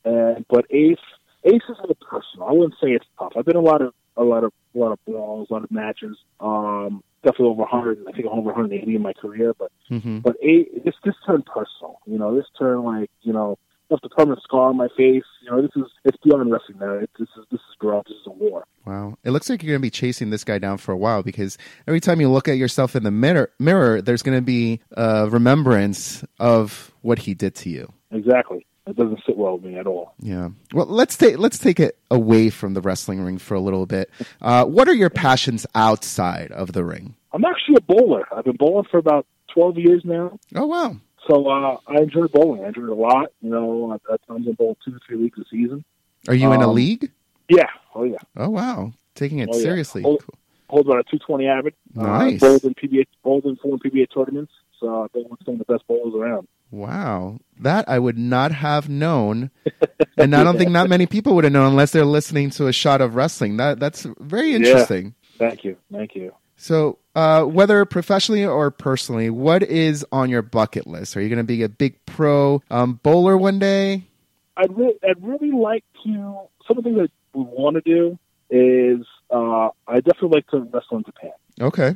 [SPEAKER 5] And but Ace, Ace is a person. I wouldn't say it's tough. I've been in a lot of a lot of a lot of brawls, a lot of matches. Um, definitely over 100. I think over 180 in my career. But
[SPEAKER 4] Mm-hmm.
[SPEAKER 5] but Ace, this this turned personal. You know, this turned like you know left a permanent scar on my face. You know, this is it's beyond wrestling now. It's, this is this is growth. This is a war.
[SPEAKER 4] Wow. It looks like you're going to be chasing this guy down for a while because every time you look at yourself in the mirror, mirror there's going to be a remembrance of what he did to you.
[SPEAKER 5] Exactly. It doesn't sit well with me at all.
[SPEAKER 4] Yeah. Well, let's take let's take it away from the wrestling ring for a little bit. Uh, what are your passions outside of the ring?
[SPEAKER 5] I'm actually a bowler. I've been bowling for about 12 years now.
[SPEAKER 4] Oh wow.
[SPEAKER 5] So uh, I enjoy bowling. I enjoy it a lot. You know, at, at times I bowl two to three weeks a season.
[SPEAKER 4] Are you in a
[SPEAKER 5] Um,
[SPEAKER 4] league?
[SPEAKER 5] Yeah. Oh, yeah.
[SPEAKER 4] Oh wow. Taking it
[SPEAKER 5] oh, yeah.
[SPEAKER 4] seriously.
[SPEAKER 5] Hold, hold about a 220 average.
[SPEAKER 4] Nice.
[SPEAKER 5] Uh, bowled in PBA, bowled in four PBA tournaments. So I've been with some of the best bowlers around.
[SPEAKER 4] Wow. That I would not have known. and I don't think not many people would have known unless they're listening to a shot of wrestling. That that's very
[SPEAKER 5] Yeah.
[SPEAKER 4] interesting.
[SPEAKER 5] Thank you. Thank you.
[SPEAKER 4] So, uh, whether professionally or personally, what is on your bucket list? Are you going to be a big pro um, bowler one day?
[SPEAKER 5] I'd, re- I'd really like to. Some of the things I would want to do is uh, I definitely like to wrestle in Japan.
[SPEAKER 4] Okay.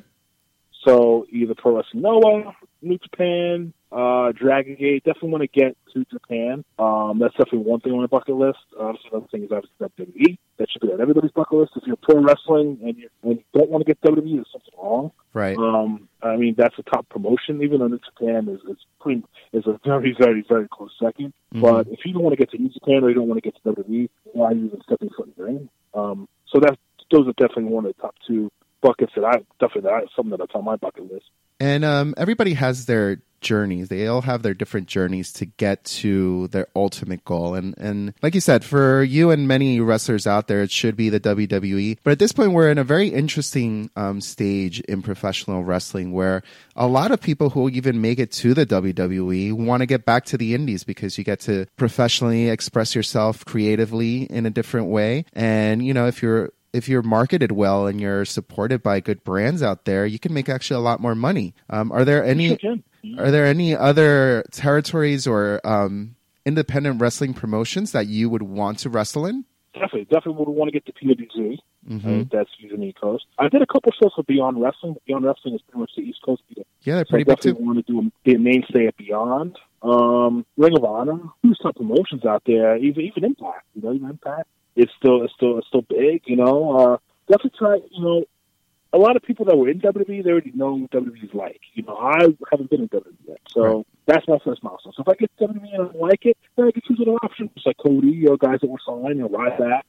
[SPEAKER 5] So either Pro Wrestling Noah, New Japan, uh, Dragon Gate. Definitely want to get to Japan. Um, that's definitely one thing on my bucket list. Obviously, another thing is obviously WWE. That should be on everybody's bucket list. If you're pro wrestling and you, and you don't want to get WWE, there's something wrong.
[SPEAKER 4] Right.
[SPEAKER 5] Um, I mean, that's a top promotion. Even though New Japan is is pretty is a very very very close 2nd
[SPEAKER 4] Mm-hmm.
[SPEAKER 5] But if you don't want to get to New Japan or you don't want to E, get to WWE, why are you even stepping foot in the ring? Um, so that's those are definitely one of the top two buckets that I definitely that I, something that's on my bucket list.
[SPEAKER 4] And um, everybody has their journeys. They all have their different journeys to get to their ultimate goal. And and like you said, for you and many wrestlers out there, it should be the WWE. But at this point, we're in a very interesting um, stage in professional wrestling where a lot of people who even make it to the WWE want to get back to the indies because you get to professionally express yourself creatively in a different way. And you know, if you're if you're marketed well and you're supported by good brands out there, you can make actually a lot more money. Um, are there any
[SPEAKER 5] Jim,
[SPEAKER 4] are there any other territories or um, independent wrestling promotions that you would want to wrestle in?
[SPEAKER 5] definitely, definitely would want to get to PWG.
[SPEAKER 4] Mm-hmm.
[SPEAKER 5] Right? That's using the East Coast. I did a couple shows for Beyond Wrestling. Beyond Wrestling is pretty much the East Coast. Beat
[SPEAKER 4] Yeah, they're
[SPEAKER 5] So I
[SPEAKER 4] pretty big
[SPEAKER 5] definitely
[SPEAKER 4] too.
[SPEAKER 5] want to do a, be a mainstay at Beyond. Um, Ring of Honor, there's some promotions out there, even even Impact. You know, even Impact, it's still it's still it's still big. You know, uh, definitely try. You know, a lot of people that were in WWE, they already know what WWE's like. You know, I haven't been in WWE yet, so
[SPEAKER 4] Right.
[SPEAKER 5] that's my first milestone. So if I get WWE and I don't like it, then I can choose other options like Cody or guys that were signed or Ryback.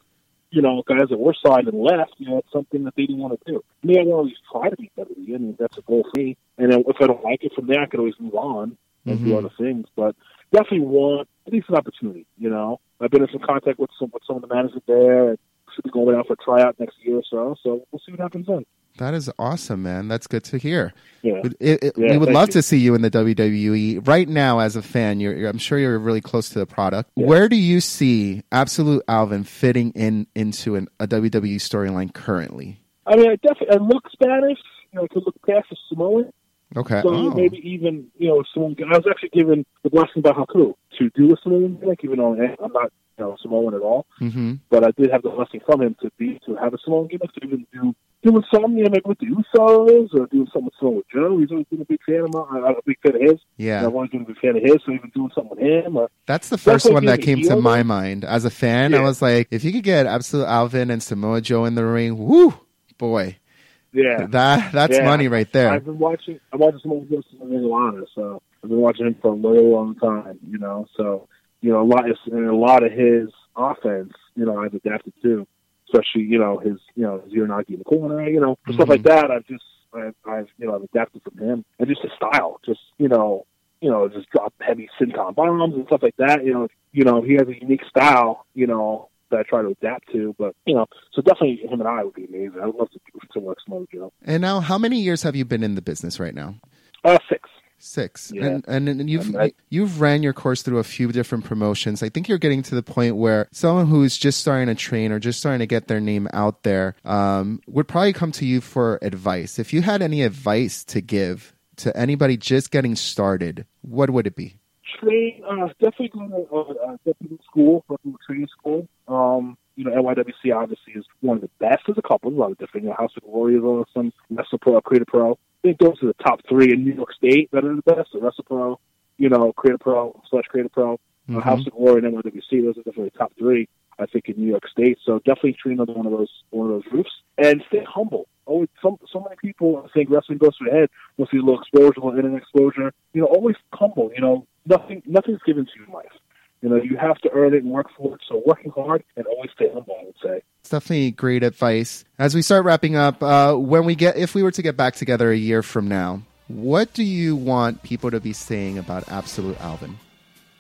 [SPEAKER 5] You know, guys that were signed and left. You know, it's something that they didn't want to do. Me, I want to at least try to be WWE, and that's a goal for me. And then if I don't like it from there, I could always move on and
[SPEAKER 4] Mhm.
[SPEAKER 5] do other things. But definitely want at least an opportunity. You know, I've been in some contact with some with some of the management there, and should be going out for a tryout next year or so. So we'll see what happens then.
[SPEAKER 4] That is awesome, man. That's good to hear.
[SPEAKER 5] Yeah.
[SPEAKER 4] It- it- it-
[SPEAKER 5] Yeah,
[SPEAKER 4] we would
[SPEAKER 5] thank
[SPEAKER 4] love
[SPEAKER 5] you.
[SPEAKER 4] to see you in the WWE right now as a fan. You're, you're- I'm sure you're really close to the product.
[SPEAKER 5] Yeah.
[SPEAKER 4] Where do you see Absolute Alvin fitting in into an, a WWE storyline currently?
[SPEAKER 5] I mean, I definitely I look Spanish. You know, I could look past the Samoan,
[SPEAKER 4] Okay.
[SPEAKER 5] so
[SPEAKER 4] Oh.
[SPEAKER 5] maybe even you know Samoan. guy- I was actually given the blessing by Haku to do a Samoan gimmick, even though eh, I'm not you know Samoan at all.
[SPEAKER 4] hmm
[SPEAKER 5] But I did have the blessing from him to be to have a Samoan gimmick to even do doing something you know, maybe with the Usos or doing something with Samoa Joe. He's always been a big fan of mine. I'm a big fan of his.
[SPEAKER 4] Yeah.
[SPEAKER 5] And I've always been a big fan of his. So even doing something with him or
[SPEAKER 4] That's the first
[SPEAKER 5] what
[SPEAKER 4] one
[SPEAKER 5] made
[SPEAKER 4] that
[SPEAKER 5] me
[SPEAKER 4] came to
[SPEAKER 5] feel
[SPEAKER 4] my mind as a fan. I
[SPEAKER 5] Yeah.
[SPEAKER 4] was like, if you could get Absolute Alvin and Samoa Joe in the ring, woo, boy,
[SPEAKER 5] yeah.
[SPEAKER 4] that that's
[SPEAKER 5] Yeah.
[SPEAKER 4] money right there.
[SPEAKER 5] I've been watching. I watched some old Wilson and Ring of Honor, so I've been watching him for a really long time. You know, so you know a lot is and a lot of his offense. You know, I've adapted to, especially you know his you know his Uranagi in the corner. You know, stuff like that. I've just I've, I've you know I've adapted from him and just his style. Just you know you know just drop heavy senton bombs and stuff like that. You know you know he has a unique style. You know. That I try to adapt to, but you know, so definitely him and I would be amazing. I'd love to do some work smoke, you know.
[SPEAKER 4] And now, how many years have you been in the business right now?
[SPEAKER 5] Uh, six.
[SPEAKER 4] Six.
[SPEAKER 5] Yeah.
[SPEAKER 4] And, and and you've
[SPEAKER 5] I'm- I-
[SPEAKER 4] you've ran your course through a few different promotions. I think you're getting to the point where someone who's just starting to train or just starting to get their name out there um, would probably come to you for advice. If you had any advice to give to anybody just getting started, what would it be?
[SPEAKER 5] train uh, definitely going to uh, uh, definitely school, working with training school. Um, you know, NYWC obviously is one of the best. There's a couple, a lot of different. You know, House of Warriors, awesome. Wrestle Pro, Creator Pro. I think those are the top three in New York State that are the best. The Wrestle Pro, you know, Creator Pro slash Creator Pro, uh,
[SPEAKER 4] Mhm.
[SPEAKER 5] House of Glory, and NYWC. Those are definitely the top three. I think in New York State, so definitely train under one of those one of those roofs and stay humble. Always, some so many people I think wrestling goes to the head once you see a little exposure, a little internet exposure. You know, always humble. You know, nothing nothing's given to you in life. You know, you have to earn it and work for it. So working hard and always stay humble, I would say.
[SPEAKER 4] It's definitely great advice. As we start wrapping up, uh, when we get, if we were to get back together a year from now, what do you want people to be saying about Absolute Alvin?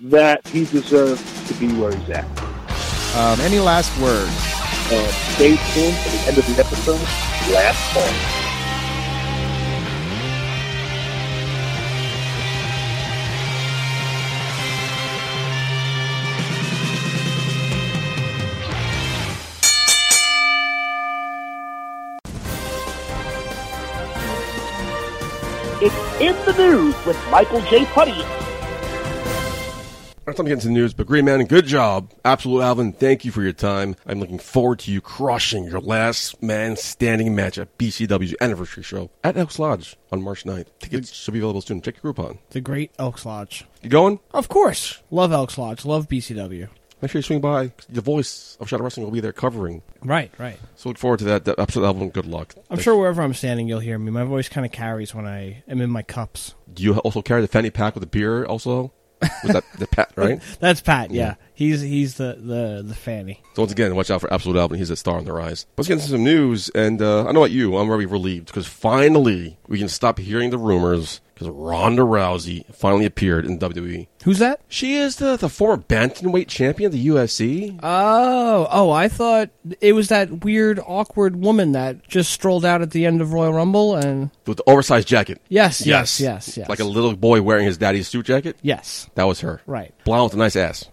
[SPEAKER 5] That he deserves to be where he's at.
[SPEAKER 4] Um, any last words?
[SPEAKER 5] Uh, stay tuned for the end of the episode. Last call. It's in the news with Michael J. Putty.
[SPEAKER 2] It's time to get into the news, but Green Man, good job. Absolute Alvin, thank you for your time. I'm looking forward to you crushing your last man standing match at BCW's anniversary show at Elks Lodge on March 9th. Tickets should be available soon. Check your Groupon.
[SPEAKER 3] The Great Elks Lodge.
[SPEAKER 2] You going?
[SPEAKER 3] Of course. Love Elks Lodge. Love BCW.
[SPEAKER 2] Make sure you swing by. The voice of Shadow Wrestling will be there covering.
[SPEAKER 3] Right, right.
[SPEAKER 2] So look forward to that. that Absolute Alvin, good luck.
[SPEAKER 3] I'm sure wherever I'm standing, you'll hear me. My voice kind of carries when I am in my cups.
[SPEAKER 2] Do you also carry the fanny pack with the beer also? Was that the Pat, right?
[SPEAKER 3] That's Pat. Yeah, he's he's the the the fanny.
[SPEAKER 2] So once again, watch out for Absolute Alvin. He's a star on the rise. Let's get into some news. And uh, I know about you. I'm already relieved because finally we can stop hearing the rumors because Ronda Rousey finally appeared in WWE.
[SPEAKER 3] Who's that?
[SPEAKER 2] She is the, the former bantamweight champion of the UFC.
[SPEAKER 3] Oh, oh, I thought it was that weird, awkward woman that just strolled out at the end of Royal Rumble, and
[SPEAKER 2] with the oversized jacket.
[SPEAKER 3] Yes, yes, yes, yes.
[SPEAKER 2] Like a little boy wearing his daddy's suit jacket.
[SPEAKER 3] yes,
[SPEAKER 2] That was her.
[SPEAKER 3] Right.
[SPEAKER 2] Blonde with a nice ass.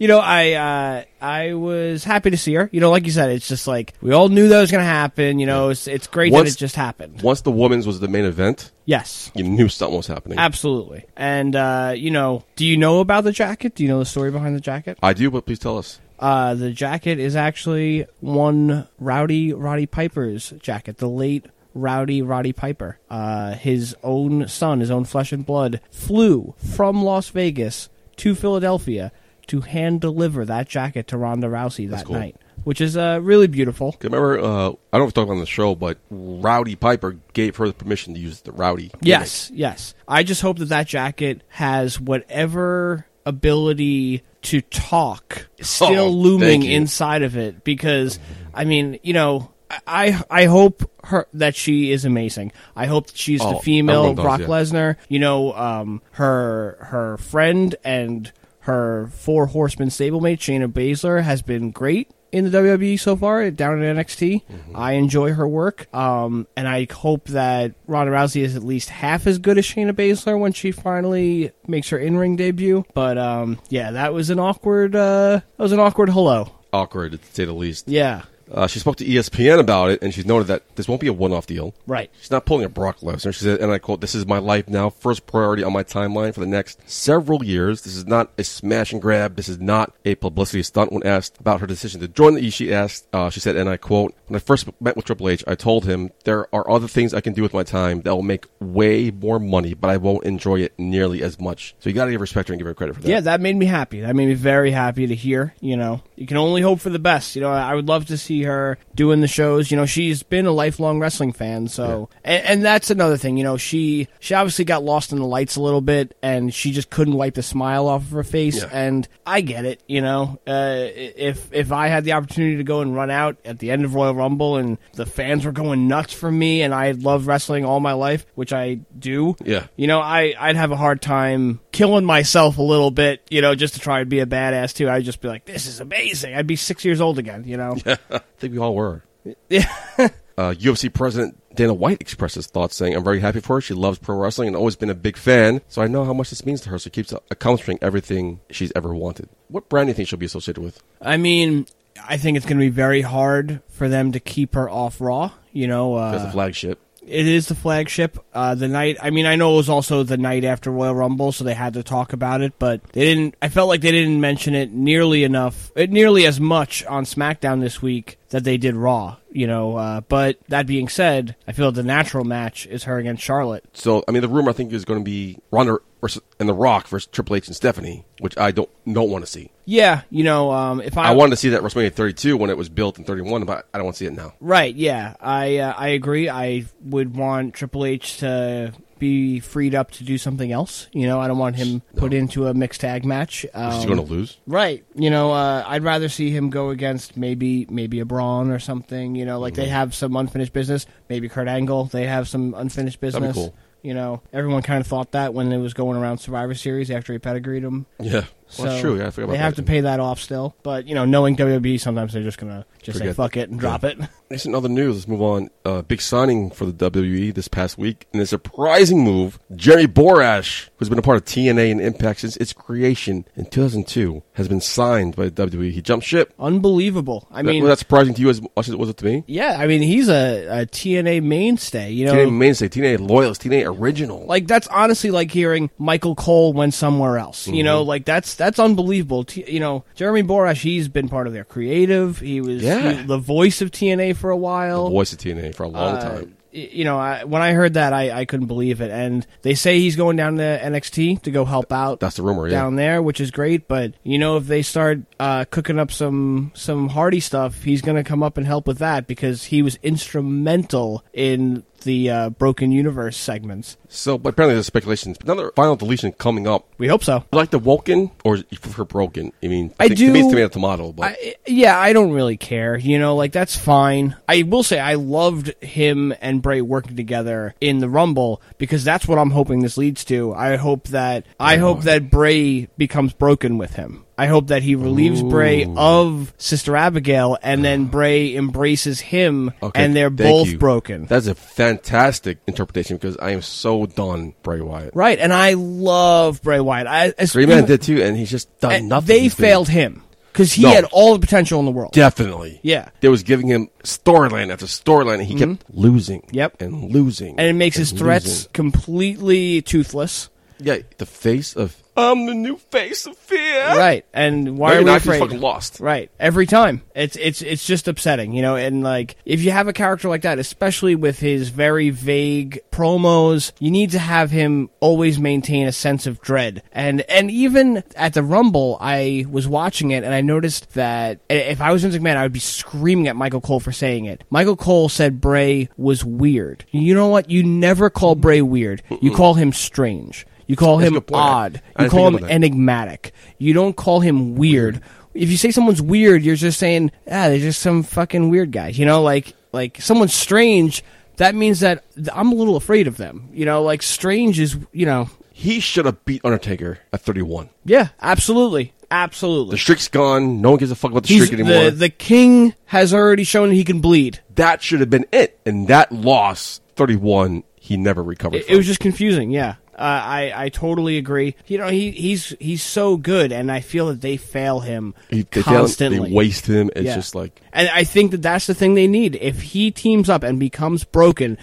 [SPEAKER 3] you know, I uh, I was happy to see her. You know, like you said, it's just like we all knew that was going to happen. You know, it's it's great
[SPEAKER 2] Once-
[SPEAKER 3] that it just happened.
[SPEAKER 2] Once the women's was the main event,
[SPEAKER 3] Yes.
[SPEAKER 2] you knew something was happening.
[SPEAKER 3] Absolutely. And, uh, you know, do you know about the jacket? Do you know the story behind the jacket?
[SPEAKER 2] I do, but please tell us.
[SPEAKER 3] Uh, the jacket is actually one Rowdy Roddy Piper's jacket, the late Rowdy Roddy Piper. Uh, his own son, his own flesh and blood, flew from Las Vegas to Philadelphia to hand deliver that jacket to Ronda Rousey that
[SPEAKER 2] cool.
[SPEAKER 3] night, which is uh, really beautiful.
[SPEAKER 2] 'Cause Remember, uh, I don't know if we talked about it on the show, but Rowdy Piper gave her the permission to use the Rowdy. gimmick.
[SPEAKER 3] Yes, yes. I just hope that that jacket has whatever ability to talk still
[SPEAKER 2] Oh,
[SPEAKER 3] looming
[SPEAKER 2] thank you.
[SPEAKER 3] inside of it because I mean, you know, I I hope her that she is amazing. I hope that she's
[SPEAKER 2] Oh,
[SPEAKER 3] the female
[SPEAKER 2] everyone does,
[SPEAKER 3] Brock
[SPEAKER 2] yeah.
[SPEAKER 3] Lesnar. You know, um, her her friend and her four horsemen stablemate Shayna Baszler has been great in the WWE so far down in NXT.
[SPEAKER 2] Mm-hmm.
[SPEAKER 3] I enjoy her work, um, and I hope that Ronda Rousey is at least half as good as Shayna Baszler when she finally makes her in ring debut. But um, yeah, that was an awkward uh, that was an awkward hello.
[SPEAKER 2] Awkward, to say the least.
[SPEAKER 3] Yeah,
[SPEAKER 2] Uh, she spoke to ESPN about it, and she's noted that this won't be a one-off deal.
[SPEAKER 3] right.
[SPEAKER 2] She's not pulling a Brock Lesnar. She said, and I quote, "This is my life now, first priority on my timeline for the next several years. This is not a smash and grab. This is not a publicity stunt." When asked about her decision to join the E, she asked, uh, she said, and I quote, "When I first met with Triple H, I told him there are other things I can do with my time that will make way more money, but I won't enjoy it nearly as much." So you got to give respect to her and give her credit for that.
[SPEAKER 3] Yeah, that made me happy. That made me very happy to hear. You know, you can only hope for the best. You know, I would love to see her doing the shows. You know, she's been a lifelong wrestling fan, so and, and that's another thing. You know, she she obviously got lost in the lights a little bit, and she just couldn't wipe the smile off of her face.
[SPEAKER 2] Yeah.
[SPEAKER 3] And I get it. You know, uh, i- if if I had the opportunity to go and run out at the end of Royal Rumble, and the fans were going nuts for me, and I loved wrestling all my life, which I do.
[SPEAKER 2] Yeah.
[SPEAKER 3] You know, I, I'd have a hard time killing myself a little bit, you know, just to try and be a badass too. I'd just be like, this is amazing. I'd be six years old again, you know?
[SPEAKER 2] I think we all were. uh, UFC president Dana White expressed his thoughts, saying, I'm very happy for her. She loves pro wrestling and always been a big fan, so I know how much this means to her. So keeps accomplishing everything she's ever wanted. What brand do you think she'll be associated with?
[SPEAKER 3] I mean, I think it's going to be very hard for them to keep her off Raw, you know?
[SPEAKER 2] As the
[SPEAKER 3] Uh,
[SPEAKER 2] flagship.
[SPEAKER 3] it is the flagship. Uh, the night, I mean, I know it was also the night after Royal Rumble, so they had to talk about it, but they didn't, I felt like they didn't mention it nearly enough, it, nearly as much on SmackDown this week that they did Raw, you know? Uh, but that being said, I feel the natural match is her against Charlotte.
[SPEAKER 2] So, I mean, the rumor I think is going to be Ronda versus, and The Rock versus Triple H and Stephanie, which I don't don't want to see.
[SPEAKER 3] Yeah, you know, um, if I,
[SPEAKER 2] I wanted to see that at WrestleMania 32 when it was built in 31, but I don't want to see it now.
[SPEAKER 3] Right, yeah. I uh, I agree. I would want Triple H to be freed up to do something else. You know, I don't want him put into a mixed tag match. Um,
[SPEAKER 2] She's going to lose.
[SPEAKER 3] Right. You know, uh, I'd rather see him go against maybe maybe a Braun or something. You know, like
[SPEAKER 2] Mm-hmm.
[SPEAKER 3] they have some unfinished business. Maybe Kurt Angle. They have some unfinished business.
[SPEAKER 2] cool.
[SPEAKER 3] You know, everyone kind of thought that when it was going around Survivor Series after he pedigreed him.
[SPEAKER 2] Yeah. Well, that's
[SPEAKER 3] So
[SPEAKER 2] true. Yeah, I forgot about
[SPEAKER 3] They have
[SPEAKER 2] that.
[SPEAKER 3] to pay that off still. But, you know, knowing WWE, sometimes they're just going to just
[SPEAKER 2] Forget-
[SPEAKER 3] say fuck it and drop it.
[SPEAKER 2] There's another news. Let's move on. Uh, big signing for the WWE this past week, and a surprising move. Jerry Borash, who's been a part of TNA and Impact since its creation in 2002, has been signed by WWE. He jumped ship.
[SPEAKER 3] Unbelievable. I
[SPEAKER 2] That-
[SPEAKER 3] mean,
[SPEAKER 2] was that surprising to you as much as it was to me?
[SPEAKER 3] yeah, I mean, he's a, a TNA mainstay. You know,
[SPEAKER 2] TNA mainstay, TNA loyalist, TNA original.
[SPEAKER 3] Like that's honestly like hearing Michael Cole went somewhere else. You
[SPEAKER 2] Mm-hmm.
[SPEAKER 3] know, like that's that's unbelievable. T- you know, Jeremy Borash, he's been part of their creative. He was
[SPEAKER 2] Yeah.
[SPEAKER 3] he- the voice of TNA for a while.
[SPEAKER 2] voice of TNA for a long
[SPEAKER 3] Uh,
[SPEAKER 2] time.
[SPEAKER 3] y- you know, I, when I heard that, I, I couldn't believe it. And they say he's going down to NXT to go help out.
[SPEAKER 2] That's the rumor, yeah.
[SPEAKER 3] down there, which is great. But you know, if they start uh, cooking up some some Hardy stuff, he's going to come up and help with that because he was instrumental in the uh, Broken Universe segments.
[SPEAKER 2] So, but apparently there's speculations. Another final deletion coming up.
[SPEAKER 3] We hope so.
[SPEAKER 2] You like the Woken or you prefer Broken? I mean,
[SPEAKER 3] I
[SPEAKER 2] think, To me, it's
[SPEAKER 3] do-
[SPEAKER 2] tomato tomato, but
[SPEAKER 3] I, yeah, I don't really care. You know, like that's fine. I will say I loved him and Bray working together in the Rumble because that's what I'm hoping this leads to. I hope that I hope that Bray becomes broken with him. I hope that he relieves Bray of Sister Abigail and then Bray embraces him
[SPEAKER 2] Okay,
[SPEAKER 3] and they're
[SPEAKER 2] thank
[SPEAKER 3] both
[SPEAKER 2] you.
[SPEAKER 3] broken.
[SPEAKER 2] That's a fantastic interpretation because I am so done Bray Wyatt.
[SPEAKER 3] right, and I love Bray Wyatt. I as-
[SPEAKER 2] Three Man did too, and he's just done
[SPEAKER 3] and
[SPEAKER 2] nothing.
[SPEAKER 3] They
[SPEAKER 2] He's been-
[SPEAKER 3] failed him cuz he
[SPEAKER 2] No.
[SPEAKER 3] had all the potential in the world.
[SPEAKER 2] Definitely.
[SPEAKER 3] Yeah. Mm-hmm.
[SPEAKER 2] They was giving him storyline after storyline, and he kept losing.
[SPEAKER 3] Yep.
[SPEAKER 2] And losing.
[SPEAKER 3] And it makes his threats
[SPEAKER 2] losing.
[SPEAKER 3] completely toothless.
[SPEAKER 2] Yeah, the face of
[SPEAKER 3] Oh,
[SPEAKER 2] I'm the new face of fear.
[SPEAKER 3] right and
[SPEAKER 2] Now
[SPEAKER 3] why
[SPEAKER 2] you're
[SPEAKER 3] are we
[SPEAKER 2] not just
[SPEAKER 3] afraid?
[SPEAKER 2] fucking lost.
[SPEAKER 3] right every time it's it's it's just upsetting you know and like if you have a character like that especially with his very vague promos you need to have him always maintain a sense of dread and and even at the rumble i was watching it and i noticed that i- if i was Vince McMahon, i would be screaming at michael cole for saying it michael cole said bray was weird you know what you never call bray weird you call him strange you call
[SPEAKER 2] That's a
[SPEAKER 3] him
[SPEAKER 2] good point. I-
[SPEAKER 3] odd.
[SPEAKER 2] I
[SPEAKER 3] You
[SPEAKER 2] didn't
[SPEAKER 3] call
[SPEAKER 2] think
[SPEAKER 3] him
[SPEAKER 2] about that.
[SPEAKER 3] enigmatic. You don't call him weird. If you say someone's weird, you're just saying, ah, they're just some fucking weird guy. You know, like like someone's strange. That means that th- I'm a little afraid of them. You know, like strange is, you know,
[SPEAKER 2] He should have beat Undertaker at 31.
[SPEAKER 3] yeah, absolutely,
[SPEAKER 2] The
[SPEAKER 3] absolutely.
[SPEAKER 2] streak's gone. No one gives a fuck about the
[SPEAKER 3] He's-
[SPEAKER 2] streak anymore.
[SPEAKER 3] the the king has already shown he can bleed.
[SPEAKER 2] that should have been it. And that loss, 31, he never recovered.
[SPEAKER 3] It,
[SPEAKER 2] from.
[SPEAKER 3] it was just confusing. Yeah, uh, I I totally agree. You know, he he's he's so good, and I feel that they fail him
[SPEAKER 2] He- they found-
[SPEAKER 3] constantly.
[SPEAKER 2] they waste him. It's
[SPEAKER 3] Yeah.
[SPEAKER 2] just like
[SPEAKER 3] and I think that that's the thing they need. If he teams up and becomes broken,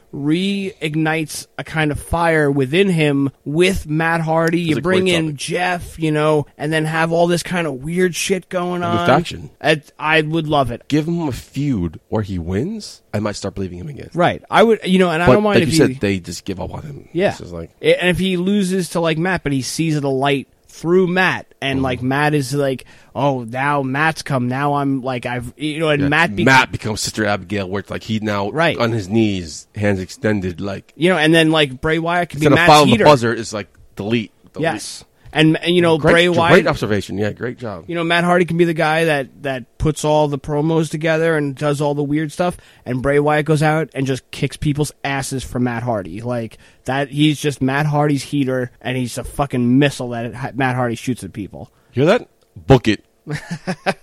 [SPEAKER 3] reignites a kind of fire within him with Matt Hardy.
[SPEAKER 2] a
[SPEAKER 3] You bring
[SPEAKER 2] great
[SPEAKER 3] in
[SPEAKER 2] topic.
[SPEAKER 3] Jeff, you know, and then have all this kind of weird shit going on.
[SPEAKER 2] faction.
[SPEAKER 3] I, I would love it.
[SPEAKER 2] give him a feud where he wins. I might start believing him again.
[SPEAKER 3] Right, I would. You know, and I
[SPEAKER 2] But
[SPEAKER 3] don't mind
[SPEAKER 2] like
[SPEAKER 3] if
[SPEAKER 2] you
[SPEAKER 3] he,
[SPEAKER 2] said, they just give up on him.
[SPEAKER 3] Yeah.
[SPEAKER 2] It's just like
[SPEAKER 3] A- and if he loses to like Matt, but he sees the light through Matt, and
[SPEAKER 2] Mm-hmm.
[SPEAKER 3] like Matt is like, oh, now Matt's come. Now I'm like I've you know, and Matt, be-
[SPEAKER 2] Matt becomes Sister Abigail, where it's like he now
[SPEAKER 3] Right.
[SPEAKER 2] on his knees, hands extended, like
[SPEAKER 3] you know, and then like Bray Wyatt could be
[SPEAKER 2] instead of
[SPEAKER 3] Matt's
[SPEAKER 2] following
[SPEAKER 3] heater.
[SPEAKER 2] the buzzer, it's like delete. delete.
[SPEAKER 3] Yes. And, and, you know
[SPEAKER 2] Great,
[SPEAKER 3] Bray Wyatt,
[SPEAKER 2] Great observation. Yeah, great job.
[SPEAKER 3] you know Matt Hardy can be the guy that that puts all the promos together and does all the weird stuff, and Bray Wyatt goes out and just kicks people's asses for Matt Hardy. Like that, he's just Matt Hardy's heater, and he's a fucking missile that it, Matt Hardy shoots at people.
[SPEAKER 2] Hear that? Book it. All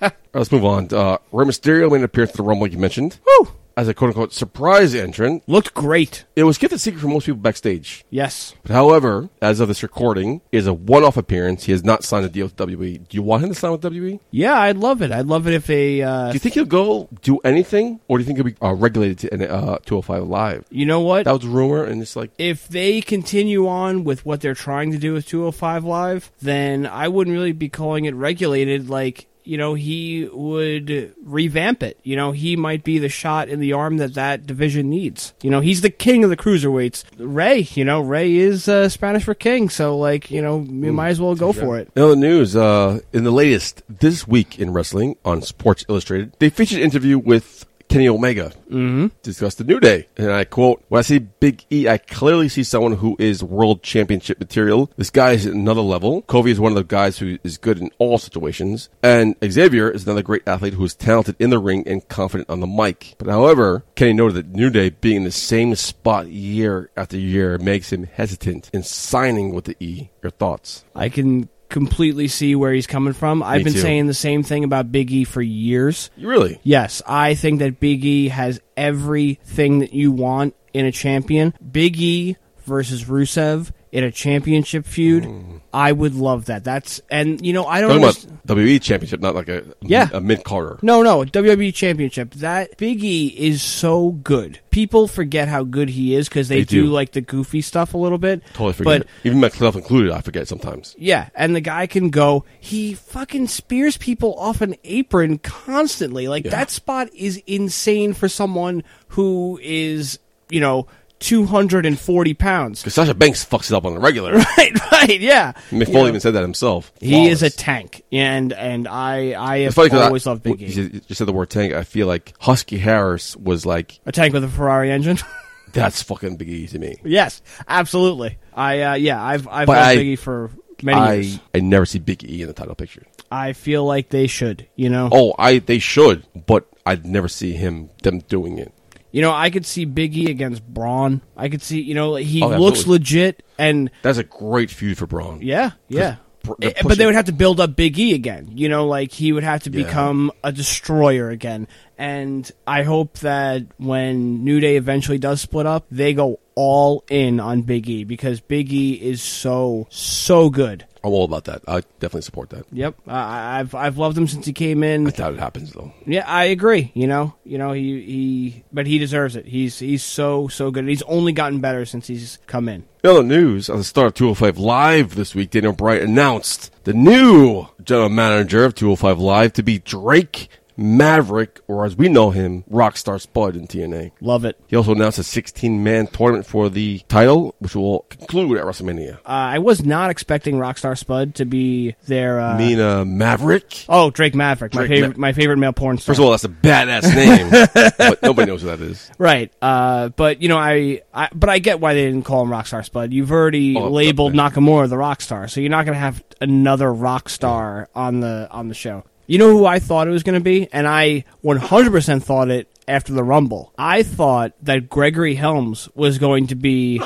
[SPEAKER 2] right, let's move on. Uh, Rey Mysterio made an appearance at the Rumble, like you mentioned,
[SPEAKER 3] Woo!
[SPEAKER 2] as a quote unquote surprise entrant.
[SPEAKER 3] Looked great.
[SPEAKER 2] It was kept a secret from most people backstage.
[SPEAKER 3] Yes.
[SPEAKER 2] But however, as of this recording, it is a one-off appearance. He has not signed a deal with WWE. Do you want him to sign with WWE?
[SPEAKER 3] Yeah, I'd love it. I'd love it if they. Uh,
[SPEAKER 2] Do you think he'll go do anything, or do you think he'll be uh, regulated to uh, 205 Live?
[SPEAKER 3] you know what?
[SPEAKER 2] That was a rumor, and it's like
[SPEAKER 3] if they continue on with what they're trying to do with 205 Live, then I wouldn't really be calling it regulated. Like, you know, he would revamp it. You know, he might be the shot in the arm that that division needs. You know, he's the king of the cruiserweights. Ray, you know, Ray is uh, Spanish for king. So, like, you know,
[SPEAKER 2] Hmm,
[SPEAKER 3] we might as well go for it.
[SPEAKER 2] In other news, uh, in the latest this week in wrestling on Sports Illustrated, they featured an interview with Kenny Omega mm-hmm. discussed the New Day. And I quote, When I see Big E, I clearly see someone who is world championship material. This guy is at another level. Kofi is one of the guys who is good in all situations. And Xavier is another great athlete who is talented in the ring and confident on the mic. But however, Kenny noted that New Day being in the same spot year after year makes him hesitant in signing with the E. Your thoughts?
[SPEAKER 3] I can completely see where he's coming from. I've
[SPEAKER 2] Me
[SPEAKER 3] been
[SPEAKER 2] too.
[SPEAKER 3] saying the same thing about Big E for years.
[SPEAKER 2] You really?
[SPEAKER 3] Yes, I think that Big E has everything that you want in a champion. Big E versus Rusev in a championship feud. I would love that. That's and you know I don't
[SPEAKER 2] Talking
[SPEAKER 3] underst-
[SPEAKER 2] about WWE Championship, not like a
[SPEAKER 3] Yeah.
[SPEAKER 2] a mid carter.
[SPEAKER 3] no, no, WWE Championship. That Big E is so good. People forget how good he is because they,
[SPEAKER 2] They
[SPEAKER 3] do.
[SPEAKER 2] do.
[SPEAKER 3] like the goofy stuff a little bit.
[SPEAKER 2] Totally forget.
[SPEAKER 3] But
[SPEAKER 2] it. Even myself included, I forget sometimes.
[SPEAKER 3] Yeah, and the guy can go. He fucking spears people off an apron constantly. Like that spot is insane for someone who is, you know, two hundred and forty pounds.
[SPEAKER 2] Because Sasha Banks fucks it up on the regular.
[SPEAKER 3] right, right, yeah.
[SPEAKER 2] Mick
[SPEAKER 3] You
[SPEAKER 2] Foley
[SPEAKER 3] know,
[SPEAKER 2] even said that himself.
[SPEAKER 3] he is a
[SPEAKER 2] Flawless.
[SPEAKER 3] tank, and and I I
[SPEAKER 2] It's
[SPEAKER 3] have
[SPEAKER 2] funny 'cause I-
[SPEAKER 3] always loved Big
[SPEAKER 2] you
[SPEAKER 3] E.
[SPEAKER 2] said- You said the word tank. I feel like Husky Harris was like
[SPEAKER 3] A tank with a Ferrari engine.
[SPEAKER 2] That's fucking Big E to me.
[SPEAKER 3] Yes, absolutely. I uh, yeah, I've I've
[SPEAKER 2] But
[SPEAKER 3] loved
[SPEAKER 2] I-
[SPEAKER 3] Big E for many
[SPEAKER 2] I
[SPEAKER 3] years.
[SPEAKER 2] I never see Big E in the title picture.
[SPEAKER 3] I feel like they should, you know.
[SPEAKER 2] Oh, I they should, but I'd never see him them doing it.
[SPEAKER 3] You know, I could see Big E against Braun. I could see, you know, he
[SPEAKER 2] Oh,
[SPEAKER 3] looks
[SPEAKER 2] absolutely.
[SPEAKER 3] legit and
[SPEAKER 2] That's a great feud for Braun.
[SPEAKER 3] yeah, yeah.
[SPEAKER 2] br- they're
[SPEAKER 3] Eh, But they
[SPEAKER 2] pushing-
[SPEAKER 3] would have to build up Big E again. You know, like he would have to
[SPEAKER 2] Yeah.
[SPEAKER 3] become a destroyer again. And I hope that when New Day eventually does split up, they go all in on Big E because Big E is so so good.
[SPEAKER 2] I'm all about that. I definitely support that.
[SPEAKER 3] Yep, I I've I've loved him since he came in.
[SPEAKER 2] I doubt it happens though.
[SPEAKER 3] Yeah, I agree. You know, you know he he, but he deserves it. He's he's so so good. He's only gotten better since he's come in.
[SPEAKER 2] In other news, at the start of 205 Live this week, Daniel Bryan announced the new general manager of 205 Live to be Drake Maverick, or as we know him, Rockstar Spud in TNA.
[SPEAKER 3] Love it.
[SPEAKER 2] He also announced a 16 man tournament for the title, which will conclude at WrestleMania.
[SPEAKER 3] Uh, I was not expecting Rockstar Spud to be their. Uh,
[SPEAKER 2] Mina Maverick?
[SPEAKER 3] Oh, Drake Maverick, my
[SPEAKER 2] Drake
[SPEAKER 3] favorite,
[SPEAKER 2] Ma-
[SPEAKER 3] my favorite male porn star.
[SPEAKER 2] First of all, that's a badass name, but nobody knows who that is.
[SPEAKER 3] right? Uh, but you know, I, I, but I get why they didn't call him Rockstar Spud. You've already
[SPEAKER 2] Oh,
[SPEAKER 3] labeled
[SPEAKER 2] definitely.
[SPEAKER 3] Nakamura the rock star, so you're not going to have another rock star on the on the show. You know who I thought it was going to be, and I 100% thought it after the Rumble. I thought that Gregory Helms was going to be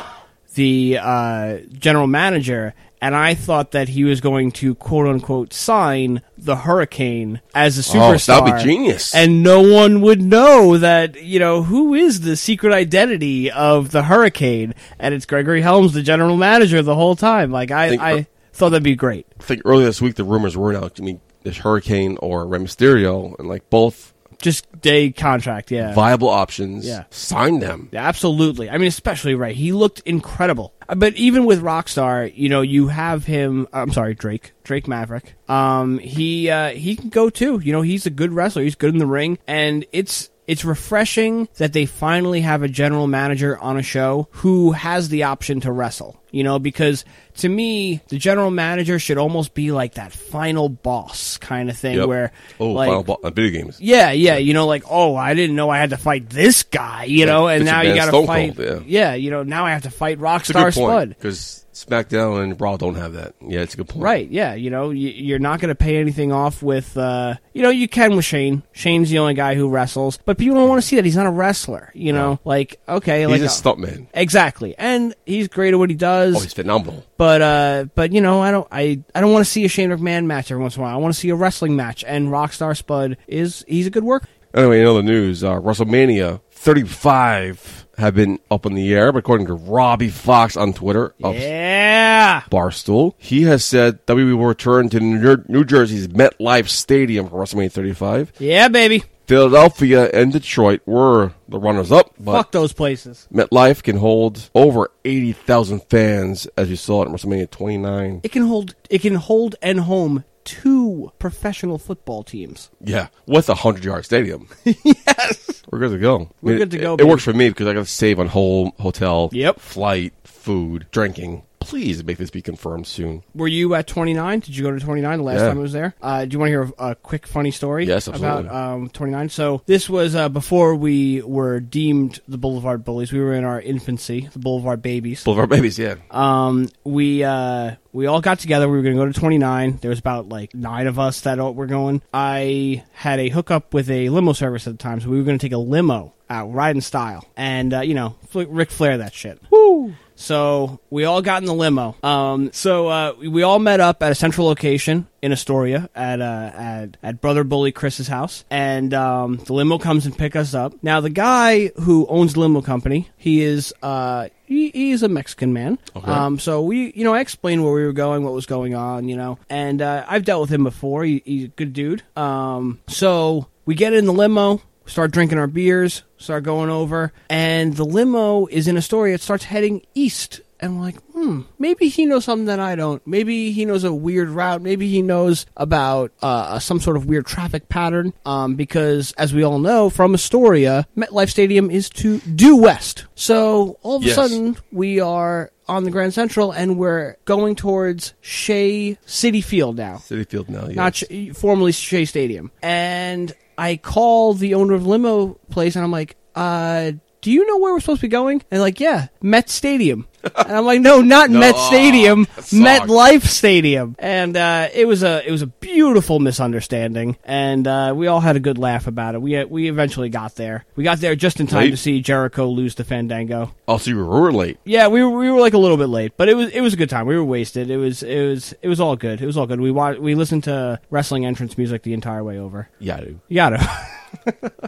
[SPEAKER 3] the uh, general manager, and I thought that he was going to quote unquote sign the Hurricane as a
[SPEAKER 2] Oh,
[SPEAKER 3] superstar.
[SPEAKER 2] that'd be genius.
[SPEAKER 3] And no one would know that, you know, who is the secret identity of the Hurricane? And it's Gregory Helms, the general manager, the whole time. Like, I,
[SPEAKER 2] Think-
[SPEAKER 3] I thought that'd be great.
[SPEAKER 2] I think earlier this week the rumors were out. I mean, there's Hurricane or Rey Mysterio, and like both
[SPEAKER 3] Just day contract, yeah.
[SPEAKER 2] viable options.
[SPEAKER 3] Yeah.
[SPEAKER 2] Sign them.
[SPEAKER 3] Yeah, Absolutely. I mean, especially right. He looked incredible. Uh, But even with Rockstar, you know, you have him. uh, I'm sorry, Drake, Drake Maverick. Um, he uh, he can go too. You know, he's a good wrestler. He's good in the ring, and it's it's refreshing that they finally have a general manager on a show who has the option to wrestle. You know, because to me, the general manager should almost be like that final boss kind of thing,
[SPEAKER 2] Yep.
[SPEAKER 3] where
[SPEAKER 2] oh,
[SPEAKER 3] like,
[SPEAKER 2] final ball, uh, video games.
[SPEAKER 3] yeah, yeah, you know, like oh, I didn't know I had to fight this guy, you know, and
[SPEAKER 2] Vince
[SPEAKER 3] now you
[SPEAKER 2] McMahon's
[SPEAKER 3] got to
[SPEAKER 2] Stone
[SPEAKER 3] fight.
[SPEAKER 2] Cold,
[SPEAKER 3] yeah. you know, now I have to fight
[SPEAKER 2] It's a
[SPEAKER 3] Rockstar
[SPEAKER 2] good point
[SPEAKER 3] Spud.
[SPEAKER 2] because SmackDown and Raw don't have that. Yeah, it's a good point.
[SPEAKER 3] Right, yeah, you know, y- you're not going to pay anything off with, uh, you know, you can with Shane. Shane's the only guy who wrestles, but people don't want to see that he's not a wrestler. You know, like okay,
[SPEAKER 2] He's
[SPEAKER 3] like
[SPEAKER 2] a
[SPEAKER 3] uh,
[SPEAKER 2] stuntman.
[SPEAKER 3] exactly, and he's great at what he does.
[SPEAKER 2] Oh, he's phenomenal.
[SPEAKER 3] But uh, but you know, I don't I, I don't want to see a Shane McMahon match every once in a while. I want to see a wrestling match, and Rockstar Spud is he's a good worker.
[SPEAKER 2] Anyway, in other news, uh, WrestleMania 35 have been up in the air, but according to Robbie Fox on Twitter of
[SPEAKER 3] Yeah.
[SPEAKER 2] Barstool, he has said WWE will return to New New Jersey's MetLife Stadium for WrestleMania 35.
[SPEAKER 3] Yeah, baby.
[SPEAKER 2] Philadelphia and Detroit were the runners-up, but
[SPEAKER 3] Fuck those places.
[SPEAKER 2] MetLife can hold over 80,000 fans, as you saw at WrestleMania 29.
[SPEAKER 3] It can hold it can hold and home two professional football teams.
[SPEAKER 2] Yeah, with a hundred yard stadium. yes, we're good to go. I
[SPEAKER 3] We're
[SPEAKER 2] mean,
[SPEAKER 3] good to go,
[SPEAKER 2] It, it
[SPEAKER 3] baby.
[SPEAKER 2] works for me because I got to save on whole hotel,
[SPEAKER 3] Yep.
[SPEAKER 2] flight, food, drinking. Please make this be confirmed soon.
[SPEAKER 3] Were you at 29? Did you go to 29 the last
[SPEAKER 2] Yeah.
[SPEAKER 3] time I was there? Uh, do you want to hear a, a quick funny story?
[SPEAKER 2] Yes,
[SPEAKER 3] about
[SPEAKER 2] absolutely.
[SPEAKER 3] um, 29. So this was uh, before we were deemed the Boulevard Bullies. We were in our infancy, the Boulevard Babies.
[SPEAKER 2] Boulevard babies, yeah.
[SPEAKER 3] um, we uh, we all got together. We were going to go to 29. There was about like nine of us that all- were going. I had a hookup with a limo service at the time, so we were going to take a limo out, ride in style, and uh, you know, Fl- Ric Flair that shit. Woo! So we all got in the limo. Um, so uh, we- we all met up at a central location in Astoria at uh, at at brother bully Chris's house, and um, the limo comes and pick us up. Now the guy who owns the limo company, he is uh, he, he's a Mexican man. Um, so we, you know, I explained where we were going, what was going on, you know, and uh, I've dealt with him before. He, he's a good dude. Um, so we get in the limo, start drinking our beers, start going over, and the limo is in Astoria. It starts heading east. And we're like, hmm, maybe he knows something that I don't. Maybe he knows a weird route. Maybe he knows about uh, some sort of weird traffic pattern. Um, because, as we all know from Astoria, MetLife Stadium is to due west. So all of
[SPEAKER 2] Yes.
[SPEAKER 3] a sudden, we are on the Grand Central and we're going towards Shea City Field now
[SPEAKER 2] City Field now. Yes.
[SPEAKER 3] not Shea- formerly Shea Stadium. And I call the owner of the limo place, and I'm like, uh, do you know where we're supposed to be going? And like, yeah, Met Stadium. and I'm like, no, not
[SPEAKER 2] No, Ah,
[SPEAKER 3] Met Stadium,
[SPEAKER 2] that sucked.
[SPEAKER 3] Met Life Stadium. And uh, it was a it was a beautiful misunderstanding, and uh, we all had a good laugh about it. We uh, we eventually got there. We got there just in time
[SPEAKER 2] Late.
[SPEAKER 3] to see Jericho lose the Fandango.
[SPEAKER 2] Oh, so you were late.
[SPEAKER 3] Yeah, we were, we were like a little bit late, but it was it was a good time. We were wasted. It was it was it was all good. It was all good. We wa- we listened to wrestling entrance music the entire way over.
[SPEAKER 2] Yeah, dude.
[SPEAKER 3] You gotta.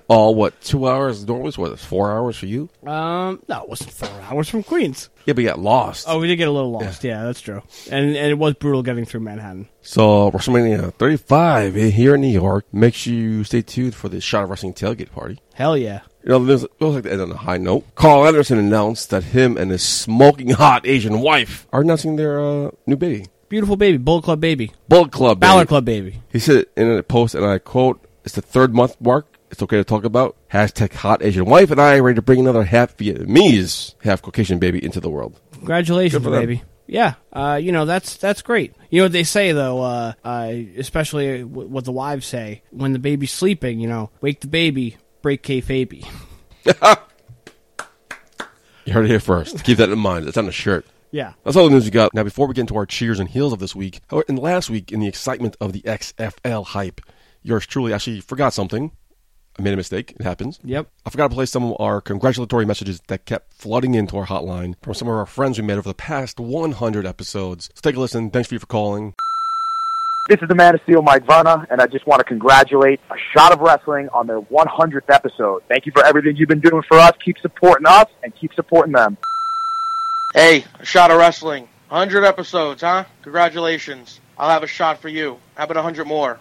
[SPEAKER 2] Oh, what? Two hours? Normally, it's what? Four hours for you?
[SPEAKER 3] Um, no, it wasn't four hours from Queens.
[SPEAKER 2] Yeah, but you got lost.
[SPEAKER 3] Oh, we did get a little lost. Yeah, that's true. And and it was brutal getting through Manhattan.
[SPEAKER 2] So WrestleMania 35 in- here in New York. Make sure you stay tuned for the Shot of Wrestling tailgate party.
[SPEAKER 3] Hell yeah.
[SPEAKER 2] You know, this feels like the end on a high note. Carl Anderson announced that him and his smoking hot Asian wife are announcing their uh, new baby,
[SPEAKER 3] Beautiful baby, Bullet Club baby,
[SPEAKER 2] Bullet Club. Baby.
[SPEAKER 3] Balor Club baby.
[SPEAKER 2] He said in a post, and I quote, "It's the third month mark. It's okay to talk about hashtag hot Asian wife and I are ready to bring another half Vietnamese, half Caucasian baby into the world."
[SPEAKER 3] Congratulations,
[SPEAKER 2] Good for them.
[SPEAKER 3] baby. Yeah, uh, you know that's that's great. You know what they say though, uh, uh, especially w- what the wives say when the baby's sleeping. You know, wake the baby, break kayfabe.
[SPEAKER 2] You heard it here first. Keep that in mind. It's on the shirt.
[SPEAKER 3] Yeah.
[SPEAKER 2] That's all the news we got. Now, before we get into our cheers and heels of this week, or in last week, in the excitement of the XFL hype, yours truly actually forgot something. I made a mistake. It happens.
[SPEAKER 3] Yep.
[SPEAKER 2] I forgot to play some of our congratulatory messages that kept flooding into our hotline from some of our friends we made over the past 100 episodes. So take a listen. Thanks for you for calling.
[SPEAKER 6] This is the Man of Steel, Mike Vanna, and I just want to congratulate A Shot of Wrestling on their 100th episode. Thank you for everything you've been doing for us. Keep supporting us and keep supporting them.
[SPEAKER 7] Hey, a shot of wrestling. 100 episodes, huh? Congratulations. I'll have a shot for you. How about 100 more?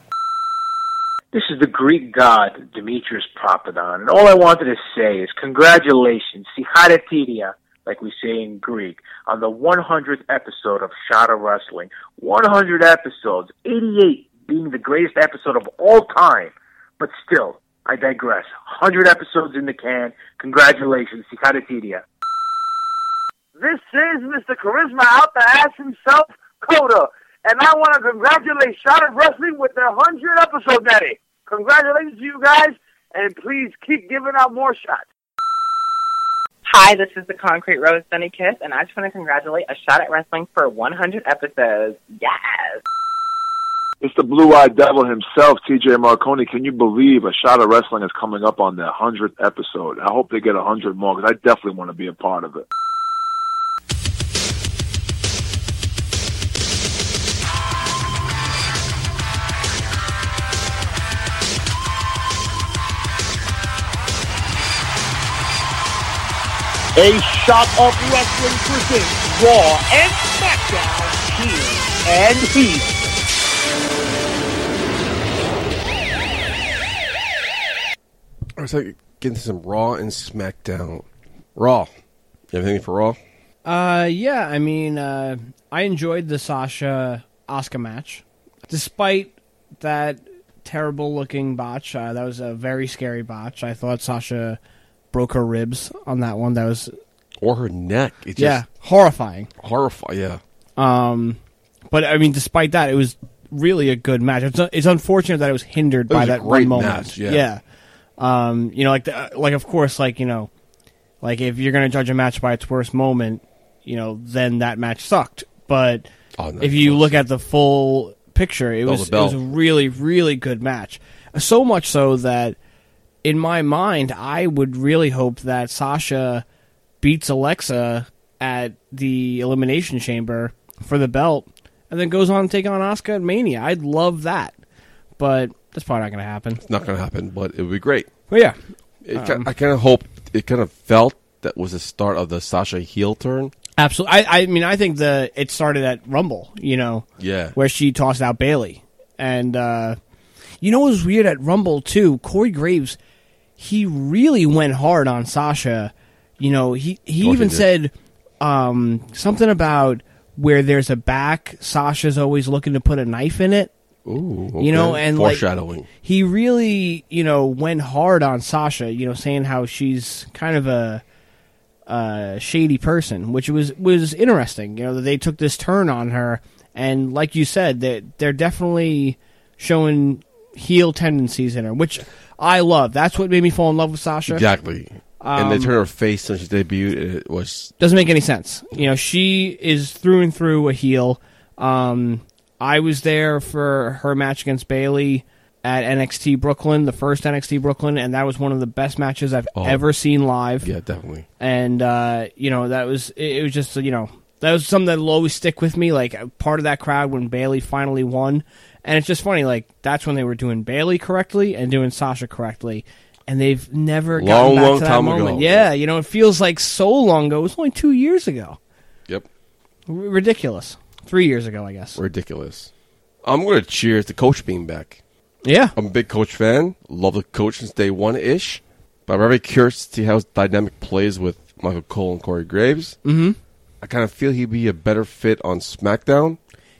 [SPEAKER 8] This is the Greek god Demetrius Papadon, and all I wanted to say is congratulations, Sihadatidia, like we say in Greek, on the 100th episode of Shada Wrestling. 100 episodes, 88 being the greatest episode of all time, but still, I digress. 100 episodes in the can. Congratulations, Sihadatidia.
[SPEAKER 6] This is Mr. Charisma out the ass himself, Coda, and I want to congratulate Shot of Wrestling with their 100th episode, Daddy. Congratulations to you guys, and please keep giving out more shots.
[SPEAKER 9] Hi, this is the Concrete Rose Sunny Kiss, and I just want to congratulate A Shot at Wrestling for 100 episodes. Yes!
[SPEAKER 10] It's the blue eyed devil himself, TJ Marconi. Can you believe a shot of wrestling is coming up on their 100th episode? I hope they get 100 more because I definitely want to be a part of it.
[SPEAKER 1] A shot of wrestling presents Raw and SmackDown here and heat.
[SPEAKER 2] I was like, getting to some Raw and SmackDown. Raw. You have anything for Raw?
[SPEAKER 3] Uh, yeah, I mean, uh, I enjoyed the Sasha Oscar match, despite that terrible looking botch. Uh, that was a very scary botch. I thought Sasha broke her ribs on that one. That was
[SPEAKER 2] Or her neck. It's
[SPEAKER 3] yeah
[SPEAKER 2] just
[SPEAKER 3] horrifying.
[SPEAKER 2] horrifying. Yeah.
[SPEAKER 3] Um, but I mean, despite that, it was really a good match. It's, it's unfortunate that it was hindered by
[SPEAKER 2] was a
[SPEAKER 3] that
[SPEAKER 2] great
[SPEAKER 3] one moment.
[SPEAKER 2] match, yeah.
[SPEAKER 3] Um, you know, like the, like of course, like you know, like if you're gonna judge a match by its worst moment, you know, then that match sucked. But
[SPEAKER 2] Oh, no,
[SPEAKER 3] if you
[SPEAKER 2] close.
[SPEAKER 3] look at the full picture, it
[SPEAKER 2] Bell
[SPEAKER 3] was
[SPEAKER 2] to bell.
[SPEAKER 3] it was a really really good match. So much so that in my mind, I would really hope that Sasha beats Alexa at the Elimination Chamber for the belt, and then goes on to take on Asuka at Mania. I'd love that, but that's probably not going to happen.
[SPEAKER 2] Not going to happen, but it would be great.
[SPEAKER 3] But yeah,
[SPEAKER 2] It ki- I kind of hope it kind of felt that was the start of the Sasha heel turn.
[SPEAKER 3] absolutely. I, I mean, I think the it started at Rumble, you know,
[SPEAKER 2] Yeah.
[SPEAKER 3] where she tossed out Bailey, and uh, you know what was weird at Rumble too? Corey Graves, he really went hard on Sasha. You know, he he
[SPEAKER 2] course
[SPEAKER 3] even
[SPEAKER 2] he did.
[SPEAKER 3] said um, something about where there's a back, Sasha's always looking to put a knife in it.
[SPEAKER 2] Ooh,
[SPEAKER 3] you know,
[SPEAKER 2] okay.
[SPEAKER 3] and like,
[SPEAKER 2] foreshadowing.
[SPEAKER 3] he really, you know, went hard on Sasha. You know, saying how she's kind of a, a shady person, which was was interesting. You know, that they took this turn on her, and like you said, they they're definitely showing heel tendencies in her, which I love. That's what made me fall in love with Sasha.
[SPEAKER 2] exactly. and they
[SPEAKER 3] Um,
[SPEAKER 2] turned her face since she debuted. and It was
[SPEAKER 3] Doesn't make any sense. You know, she is through and through a heel. Um, I was there for her match against Bailey at NXT Brooklyn, the first NXT Brooklyn, and that was one of the best matches I've
[SPEAKER 2] Oh.
[SPEAKER 3] ever seen live.
[SPEAKER 2] yeah, definitely.
[SPEAKER 3] And uh, you know, that was it, it was just you know that was something that'll always stick with me. Like a part of that crowd when Bailey finally won, and it's just funny. Like that's when they were doing Bailey correctly and doing Sasha correctly. And they've never gotten
[SPEAKER 2] Long,
[SPEAKER 3] back
[SPEAKER 2] long
[SPEAKER 3] to that
[SPEAKER 2] time ago.
[SPEAKER 3] moment. Yeah, you know, it feels like so long ago. It was only two years ago.
[SPEAKER 2] Yep,
[SPEAKER 3] R- ridiculous. Three years ago, I guess.
[SPEAKER 2] ridiculous. I'm gonna cheers to Coach being back.
[SPEAKER 3] Yeah.
[SPEAKER 2] I'm a big Coach fan. Love the Coach since day one ish. But I'm very curious to see how his dynamic plays with Michael Cole and Corey Graves. Mm-hmm. I kind of feel he'd be a better fit on SmackDown.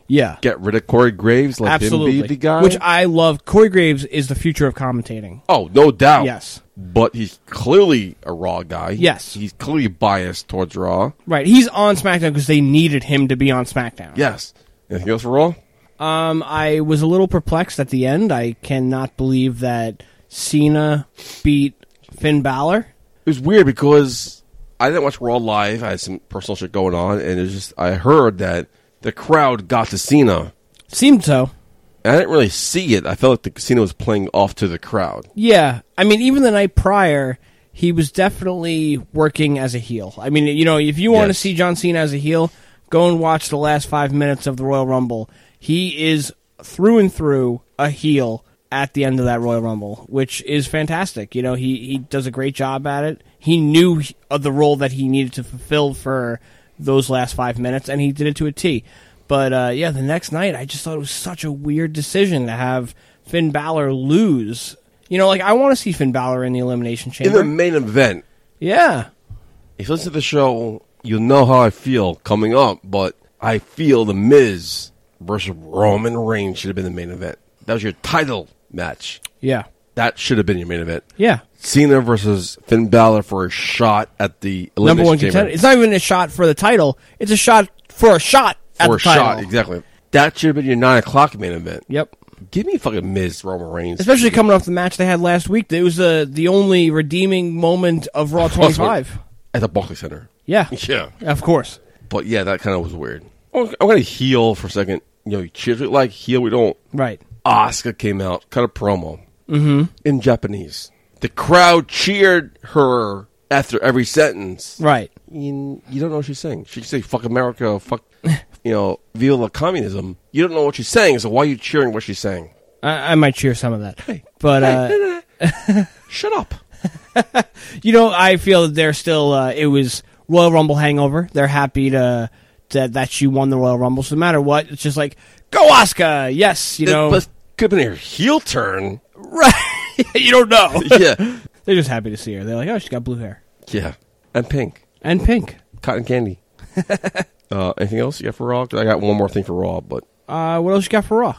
[SPEAKER 3] Yeah.
[SPEAKER 2] Get rid of Corey Graves, let
[SPEAKER 3] Absolutely.
[SPEAKER 2] him be the guy.
[SPEAKER 3] Which I love. Corey Graves is the future of commentating.
[SPEAKER 2] Oh, no doubt.
[SPEAKER 3] Yes.
[SPEAKER 2] But he's clearly a Raw guy.
[SPEAKER 3] Yes.
[SPEAKER 2] He's clearly biased towards Raw.
[SPEAKER 3] Right. He's on SmackDown because they needed him to be on SmackDown.
[SPEAKER 2] Yes. Anything else for Raw?
[SPEAKER 3] Um, I was a little perplexed at the end. I cannot believe that Cena beat Finn Balor.
[SPEAKER 2] It was weird because I didn't watch Raw live. I had some personal shit going on, and it was just, I heard that the crowd got to Cena.
[SPEAKER 3] Seemed so.
[SPEAKER 2] And I didn't really see it. I felt like the casino was playing off to the crowd.
[SPEAKER 3] Yeah. I mean, even the night prior, he was definitely working as a heel. I mean, you know, if you want to
[SPEAKER 2] Yes.
[SPEAKER 3] see John Cena as a heel, go and watch the last five minutes of the Royal Rumble. He is through and through a heel at the end of that Royal Rumble, which is fantastic. You know, he, he does a great job at it. He knew he- of the role that he needed to fulfill for those last five minutes, and he did it to a T. But uh, yeah, the next night, I just thought it was such a weird decision to have Finn Balor lose. You know, like I want to see Finn Balor in the Elimination
[SPEAKER 2] In the
[SPEAKER 3] Chamber.
[SPEAKER 2] main event,
[SPEAKER 3] yeah,
[SPEAKER 2] if you listen to the show, you'll know how I feel coming up, but I feel The Miz versus Roman Reigns should have been the main event. That was your title match.
[SPEAKER 3] yeah,
[SPEAKER 2] That should have been your main event.
[SPEAKER 3] yeah.
[SPEAKER 2] Cena versus Finn Balor for a shot at the Elimination
[SPEAKER 3] Number one
[SPEAKER 2] Chamber.
[SPEAKER 3] contender. It's not even a shot for the title. It's a shot for a shot at
[SPEAKER 2] for
[SPEAKER 3] the
[SPEAKER 2] a shot,
[SPEAKER 3] title.
[SPEAKER 2] exactly. That should have been your 9 o'clock main event.
[SPEAKER 3] Yep.
[SPEAKER 2] Give me fucking Miz Roman Reigns.
[SPEAKER 3] Especially coming off the match they had last week. It was the the only redeeming moment of Raw
[SPEAKER 2] Plus,
[SPEAKER 3] 25.
[SPEAKER 2] At the Barclays Center.
[SPEAKER 3] Yeah,
[SPEAKER 2] Yeah.
[SPEAKER 3] of course.
[SPEAKER 2] But yeah, that kind of was weird. I'm going to heal for a second. You know, you cheers we like, heal we don't.
[SPEAKER 3] Right.
[SPEAKER 2] Asuka came out, cut a promo
[SPEAKER 3] Mm-hmm.
[SPEAKER 2] in Japanese. The crowd cheered her after every sentence.
[SPEAKER 3] Right.
[SPEAKER 2] You, you don't know what she's saying. She could say, fuck America, fuck, you know, viva la communism. You don't know what she's saying, so why are you cheering what she's saying?
[SPEAKER 3] I, I might cheer some of that. But uh,
[SPEAKER 2] Shut up.
[SPEAKER 3] you know, I feel that they're still. Uh, it was Royal Rumble hangover. They're happy to that that she won the Royal Rumble. So no matter what, it's just like go Oscar. Yes, you know,
[SPEAKER 2] But could have been her heel turn.
[SPEAKER 3] right? you don't know.
[SPEAKER 2] yeah.
[SPEAKER 3] they're just happy to see her. They're like, oh, she's got blue hair
[SPEAKER 2] Yeah. And pink.
[SPEAKER 3] and pink.
[SPEAKER 2] Cotton candy. uh, anything else you got for Raw? 'Cause I got one more thing for Raw, but
[SPEAKER 3] Uh, what else you got for Raw?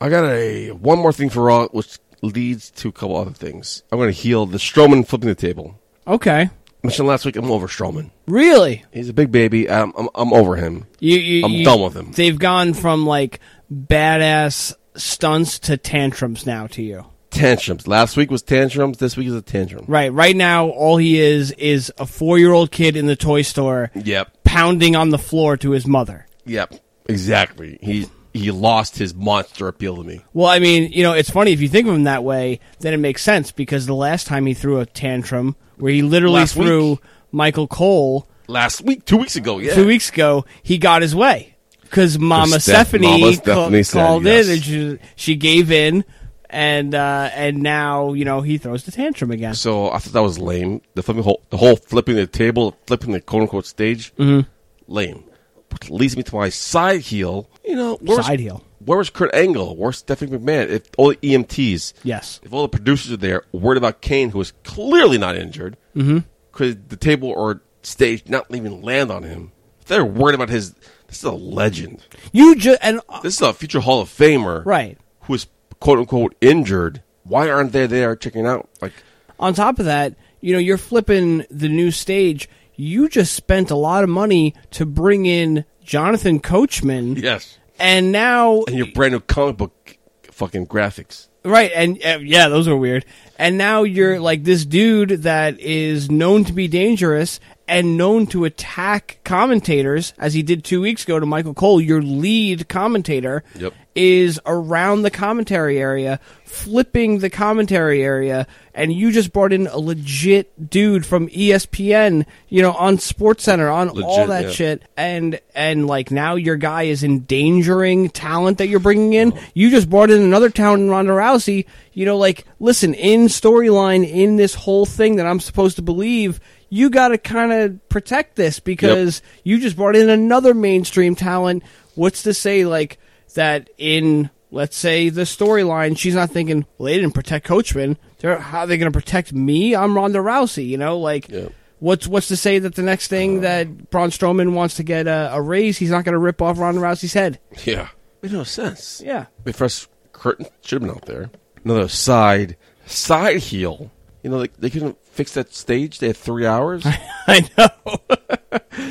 [SPEAKER 2] I got a one more thing for Raw, which leads to a couple other things. I'm going to heal the Strowman flipping the table.
[SPEAKER 3] Okay,
[SPEAKER 2] I mentioned last week, I'm over Strowman.
[SPEAKER 3] really?
[SPEAKER 2] He's a big baby. I'm, I'm, I'm over him.
[SPEAKER 3] You, you,
[SPEAKER 2] I'm
[SPEAKER 3] you-
[SPEAKER 2] done with him.
[SPEAKER 3] They've gone from like badass stunts to tantrums now to you.
[SPEAKER 2] Tantrums. Last week was tantrums. This week is a tantrum.
[SPEAKER 3] Right, right now, all he is is a four-year-old kid in the toy store
[SPEAKER 2] Yep.
[SPEAKER 3] pounding on the floor to his mother.
[SPEAKER 2] Yep. Exactly. He he lost his monster appeal to me.
[SPEAKER 3] Well, I mean, you know, it's funny if you think of him that way, then it makes sense because the last time he threw a tantrum, where he literally
[SPEAKER 2] Last week.
[SPEAKER 3] threw Michael Cole
[SPEAKER 2] Last week, two weeks ago. Yeah.
[SPEAKER 3] two weeks ago, he got his way because Mama
[SPEAKER 2] Steph-
[SPEAKER 3] Stephanie,
[SPEAKER 2] Mama
[SPEAKER 3] ca-
[SPEAKER 2] Stephanie said
[SPEAKER 3] called
[SPEAKER 2] yes.
[SPEAKER 3] in and she, she gave in, and uh, and now you know he throws the tantrum again.
[SPEAKER 2] So I thought that was lame. The flipping whole, the whole flipping the table, flipping the quote unquote stage,
[SPEAKER 3] Mm-hmm.
[SPEAKER 2] lame. Which leads me to my side heel. You know, where's,
[SPEAKER 3] Side heel.
[SPEAKER 2] Where was Kurt Angle? Where's Stephanie McMahon? If all the EMTs,
[SPEAKER 3] Yes.
[SPEAKER 2] if all the producers are there, worried about Kane, who is clearly not injured,
[SPEAKER 3] Mm-hmm.
[SPEAKER 2] because the table or stage not even land on him. If they're worried about his, this is a legend.
[SPEAKER 3] You just and uh,
[SPEAKER 2] This is a future Hall of Famer,
[SPEAKER 3] Right.
[SPEAKER 2] Who is quote unquote injured? Why aren't they there checking out? Like,
[SPEAKER 3] on top of that, you know, you're flipping the new stage. You just spent a lot of money to bring in Jonathan Coachman,
[SPEAKER 2] yes.
[SPEAKER 3] and now
[SPEAKER 2] and your brand new comic book fucking graphics.
[SPEAKER 3] Right, and uh, yeah, those were weird. And now you're like this dude that is known to be dangerous and known to attack commentators, as he did two weeks ago to Michael Cole, your lead commentator,
[SPEAKER 2] Yep.
[SPEAKER 3] is around the commentary area, flipping the commentary area, and you just brought in a legit dude from E ESPN, you know, on SportsCenter, on all
[SPEAKER 2] Legit,
[SPEAKER 3] that
[SPEAKER 2] yeah.
[SPEAKER 3] shit, and and like now your guy is endangering talent that you're bringing in. You just brought in another talent, in Ronda Rousey. You know, like listen, in storyline, in this whole thing that I'm supposed to believe, you got to kind of protect this because you just brought in another mainstream talent. What's to say, like that in let's say the storyline, she's not thinking, well, they didn't protect Coachman. They're, how are they going to protect me? I'm Ronda Rousey. You know, like what's what's to say that the next
[SPEAKER 2] Uh-huh.
[SPEAKER 3] thing that Braun Strowman wants to get a, a raise, he's not going to rip off Ronda Rousey's head.
[SPEAKER 2] Yeah. Made no sense.
[SPEAKER 3] Yeah.
[SPEAKER 2] The first curtain should have been out there. Another side side heel. You know, they, they couldn't fix that stage. They had three hours.
[SPEAKER 3] I know.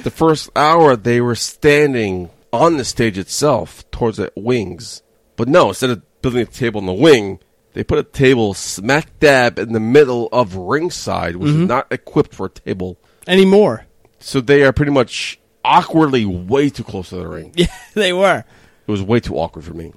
[SPEAKER 2] the first hour, they were standing on the stage itself towards the wings. But no, instead of building a table in the wing, they put a table smack dab in the middle of ringside, which is not equipped for a table.
[SPEAKER 3] Anymore.
[SPEAKER 2] So they are pretty much awkwardly way too close to the ring.
[SPEAKER 3] Yeah, they were.
[SPEAKER 2] It was way too awkward for me.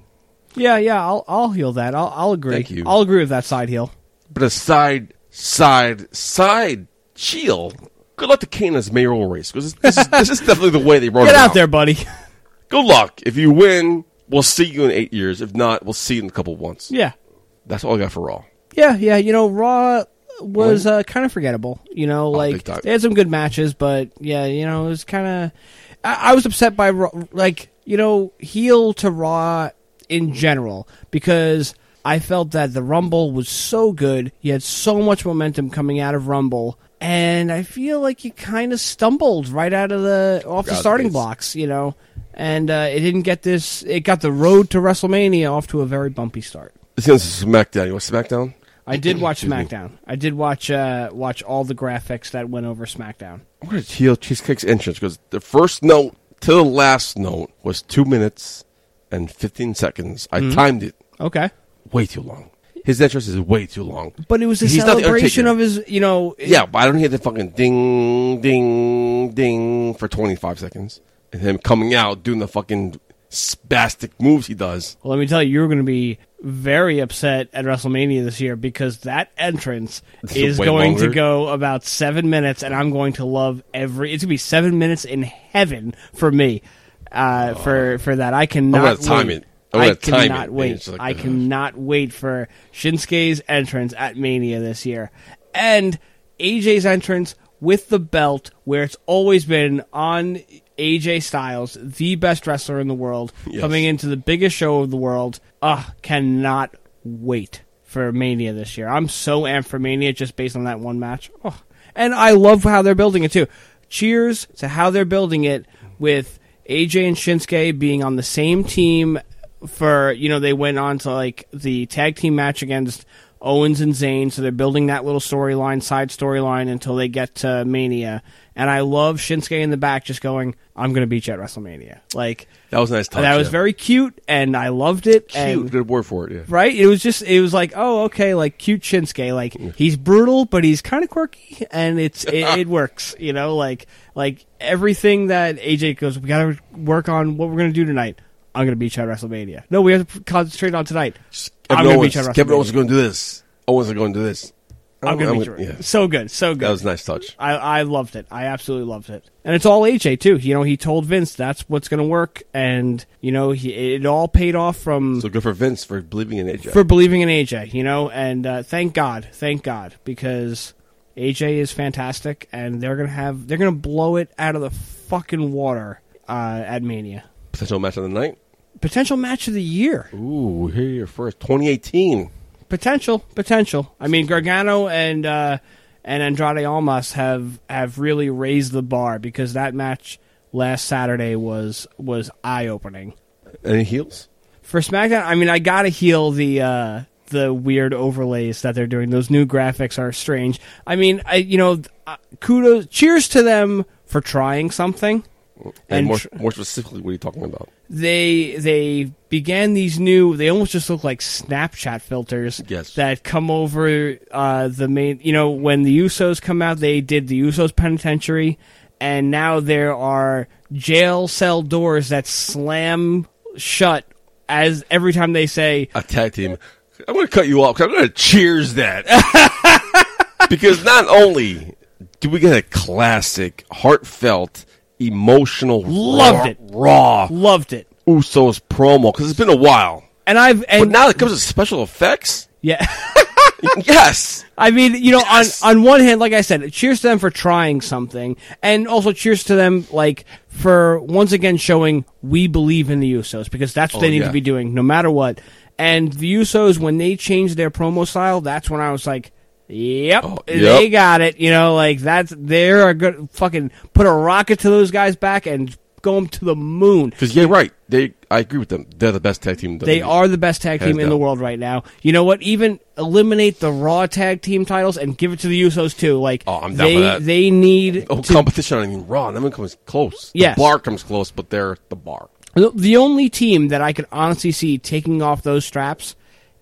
[SPEAKER 3] Yeah, yeah, I'll I'll heal that. I'll I'll agree.
[SPEAKER 2] Thank you.
[SPEAKER 3] I'll agree with that side heel.
[SPEAKER 2] But a side, side, side chill. Good luck to Kane as mayoral race because this, is- this is definitely the way they wrote
[SPEAKER 3] Get
[SPEAKER 2] it
[SPEAKER 3] out there, buddy.
[SPEAKER 2] Good luck. If you win, we'll see you in eight years. If not, we'll see you in a couple months.
[SPEAKER 3] yeah.
[SPEAKER 2] That's all I got for Raw.
[SPEAKER 3] Yeah, yeah, you know Raw was uh, kind of forgettable. You know,
[SPEAKER 2] Oh, big
[SPEAKER 3] like
[SPEAKER 2] time.
[SPEAKER 3] they had some good matches, but yeah, you know, it was kind of I, I was upset by Raw, like, you know, heel to Raw in general because I felt that the Rumble was so good. You had so much momentum coming out of Rumble. And I feel like you kind of stumbled right out of the off the
[SPEAKER 2] God,
[SPEAKER 3] starting
[SPEAKER 2] it's-
[SPEAKER 3] blocks, you know, and uh, it didn't get this. It got the road to WrestleMania off to a very bumpy start.
[SPEAKER 2] This is SmackDown. You want SmackDown?
[SPEAKER 3] I did watch
[SPEAKER 2] Excuse me.
[SPEAKER 3] SmackDown. I did watch uh, watch all the graphics that went over SmackDown.
[SPEAKER 2] What did heel Cheesecake's entrance? Because the first note to the last note was two minutes and 15 seconds.
[SPEAKER 3] Mm-hmm.
[SPEAKER 2] I timed it
[SPEAKER 3] Okay,
[SPEAKER 2] way too long. His entrance is way too long.
[SPEAKER 3] but it was a
[SPEAKER 2] He's not the
[SPEAKER 3] celebration
[SPEAKER 2] Undertaker.
[SPEAKER 3] of his, you know. it-
[SPEAKER 2] Yeah, but I don't hear the fucking ding, ding, ding for 25 seconds. And him coming out doing the fucking spastic moves he does.
[SPEAKER 3] Well, let me tell you, you're going to be very upset at WrestleMania this year because that entrance is
[SPEAKER 2] way
[SPEAKER 3] going
[SPEAKER 2] longer.
[SPEAKER 3] to go about seven minutes, and I'm going to love every. It's going to be seven minutes in heaven for me. Uh, for for that, I
[SPEAKER 2] gonna
[SPEAKER 3] cannot
[SPEAKER 2] time
[SPEAKER 3] wait.
[SPEAKER 2] it. I'm gonna
[SPEAKER 3] I
[SPEAKER 2] time it.
[SPEAKER 3] cannot
[SPEAKER 2] And
[SPEAKER 3] wait.
[SPEAKER 2] it's like, uh-huh.
[SPEAKER 3] I
[SPEAKER 2] ugh.
[SPEAKER 3] cannot wait for Shinsuke's entrance at Mania this year, and AJ's entrance with the belt, where it's always been on AJ Styles, the best wrestler in the world, coming into the biggest show of the world. Ugh, cannot wait for Mania this year. I'm so amped for Mania just based on that one match. Oh. And I love how they're building it too. Cheers to how they're building it with AJ and Shinsuke being on the same team for, you know, they went on to like the tag team match against Owens and Zayn, so they're building that little storyline, side storyline until they get to Mania. And I love Shinsuke in the back just going, I'm going to beat you at WrestleMania. Like,
[SPEAKER 2] That was a nice touch.
[SPEAKER 3] that was
[SPEAKER 2] yeah.
[SPEAKER 3] very cute, and I loved it.
[SPEAKER 2] cute.
[SPEAKER 3] and-
[SPEAKER 2] Good word for it, yeah.
[SPEAKER 3] right? It was just it was like, oh, okay, like cute Shinsuke, like he's brutal, but he's kind of quirky, and it's it, it works, you know, like like everything that AJ goes, we got to work on what we're gonna do tonight. I'm gonna beat you at WrestleMania. No, we have to concentrate on tonight. I'm
[SPEAKER 2] Kevin
[SPEAKER 3] gonna
[SPEAKER 2] Owens,
[SPEAKER 3] beat you at
[SPEAKER 2] Kevin
[SPEAKER 3] WrestleMania.
[SPEAKER 2] Owens is going to do this. Owens is going to do this.
[SPEAKER 3] I'm gonna beat you.
[SPEAKER 2] Yeah.
[SPEAKER 3] So good, so good.
[SPEAKER 2] That was a nice touch.
[SPEAKER 3] I, I loved it. I absolutely loved it. And it's all AJ too. You know, he told Vince that's what's going to work, and you know, he, it all paid off from
[SPEAKER 2] So good for Vince for believing in AJ.
[SPEAKER 3] for believing in AJ, you know, and uh, thank God, thank God, because AJ is fantastic, and they're gonna have they're gonna blow it out of the fucking water uh, at Mania.
[SPEAKER 2] Potential match of the night.
[SPEAKER 3] Potential match of the year.
[SPEAKER 2] Ooh, here you're first. 2018.
[SPEAKER 3] Potential, potential. I mean, Gargano and uh, and Andrade Almas have have really raised the bar because that match last Saturday was was eye opening.
[SPEAKER 2] Any heels?
[SPEAKER 3] for SmackDown, I mean, I gotta heal the uh, the weird overlays that they're doing. Those new graphics are strange. I mean, I you know, uh, kudos, cheers to them for trying something.
[SPEAKER 2] And,
[SPEAKER 3] And
[SPEAKER 2] more,
[SPEAKER 3] tr-
[SPEAKER 2] more specifically, what are you talking about?
[SPEAKER 3] they they began these new they almost just look like snapchat filters
[SPEAKER 2] Yes.
[SPEAKER 3] that come over uh, the main you know when the usos come out they did the usos penitentiary and now there are jail cell doors that slam shut as every time they say
[SPEAKER 2] A tag team. I'm going to cut you off 'cause I'm going to cheers that. because not only do we get a classic, heartfelt, emotional,
[SPEAKER 3] Loved it.
[SPEAKER 2] raw, raw
[SPEAKER 3] loved it
[SPEAKER 2] Usos promo because it's been a while.
[SPEAKER 3] and i've
[SPEAKER 2] But
[SPEAKER 3] and
[SPEAKER 2] now it comes with special effects.
[SPEAKER 3] yeah
[SPEAKER 2] yes.
[SPEAKER 3] I mean, you know, on on one hand, like I said, cheers to them for trying something, and also cheers to them like for once again showing we believe in the Usos because that's what
[SPEAKER 2] Oh,
[SPEAKER 3] they need
[SPEAKER 2] yeah.
[SPEAKER 3] to be doing no matter what. And the Usos, when they changed their promo style, that's when I was like, "Yep, they
[SPEAKER 2] Oh, yep.
[SPEAKER 3] got it." You know, like that's they're a good fucking put a rocket to those guys back and go 'em to the moon.
[SPEAKER 2] Because yeah, right. They, I agree with them. They're the best tag team. in E.
[SPEAKER 3] They
[SPEAKER 2] WWE.
[SPEAKER 3] are the best tag
[SPEAKER 2] Hands
[SPEAKER 3] team in the
[SPEAKER 2] down.
[SPEAKER 3] world right now. You know what? Even eliminate the Raw tag team titles and give it to the Usos too. Like,
[SPEAKER 2] Oh, I'm down
[SPEAKER 3] they
[SPEAKER 2] for that.
[SPEAKER 3] they need
[SPEAKER 2] Oh, competition. I mean, Raw. No one comes close.
[SPEAKER 3] Yes.
[SPEAKER 2] The bar comes close, but they're the bar.
[SPEAKER 3] the- the only team that I could honestly see taking off those straps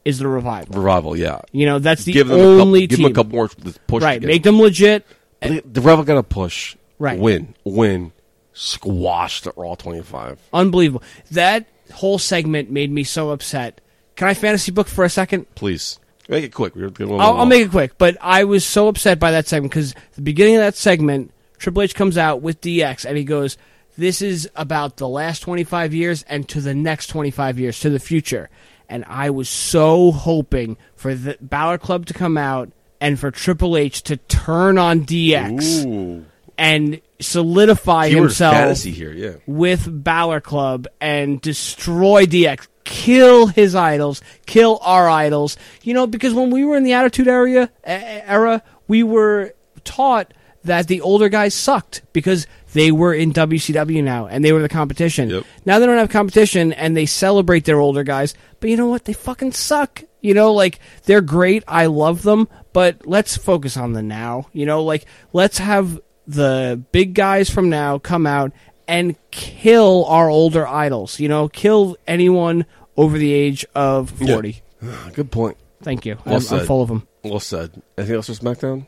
[SPEAKER 3] is the Revival.
[SPEAKER 2] Revival. Yeah.
[SPEAKER 3] You know, that's the
[SPEAKER 2] give them
[SPEAKER 3] only
[SPEAKER 2] a couple, give
[SPEAKER 3] team.
[SPEAKER 2] them a couple more push.
[SPEAKER 3] right,
[SPEAKER 2] to get-
[SPEAKER 3] make them legit.
[SPEAKER 2] But they- the Revival got to push.
[SPEAKER 3] Right.
[SPEAKER 2] Win. Win. Squash the Raw 25.
[SPEAKER 3] Unbelievable. That whole segment made me so upset. Can I fantasy book for a second?
[SPEAKER 2] Please make it quick. We're gonna
[SPEAKER 3] I'll, I'll make it quick, but I was so upset by that segment because the beginning of that segment, Triple H comes out with DX and he goes, "This is about the last 25 years and to the next 25 years to the future." And I was so hoping for the Balor Club to come out and for Triple H to turn on DX
[SPEAKER 2] Ooh.
[SPEAKER 3] and solidify
[SPEAKER 2] Keyword
[SPEAKER 3] himself
[SPEAKER 2] fantasy here. Yeah.
[SPEAKER 3] with Balor Club and destroy DX. Kill his idols. Kill our idols. You know, because when we were in the Attitude Area eh, era, we were taught that the older guys sucked because they were in WCW now and they were the competition.
[SPEAKER 2] Yep.
[SPEAKER 3] Now they don't have competition and they celebrate their older guys, but you know what? They fucking suck. You know, like they're great. I love them, but let's focus on the now. You know, like let's have the big guys from now come out and kill our older idols. You know, kill anyone over the age of 40.
[SPEAKER 2] Good point.
[SPEAKER 3] Thank you.
[SPEAKER 2] Well
[SPEAKER 3] I'm, I'm
[SPEAKER 2] said.
[SPEAKER 3] full of them.
[SPEAKER 2] Well said. Anything else for SmackDown?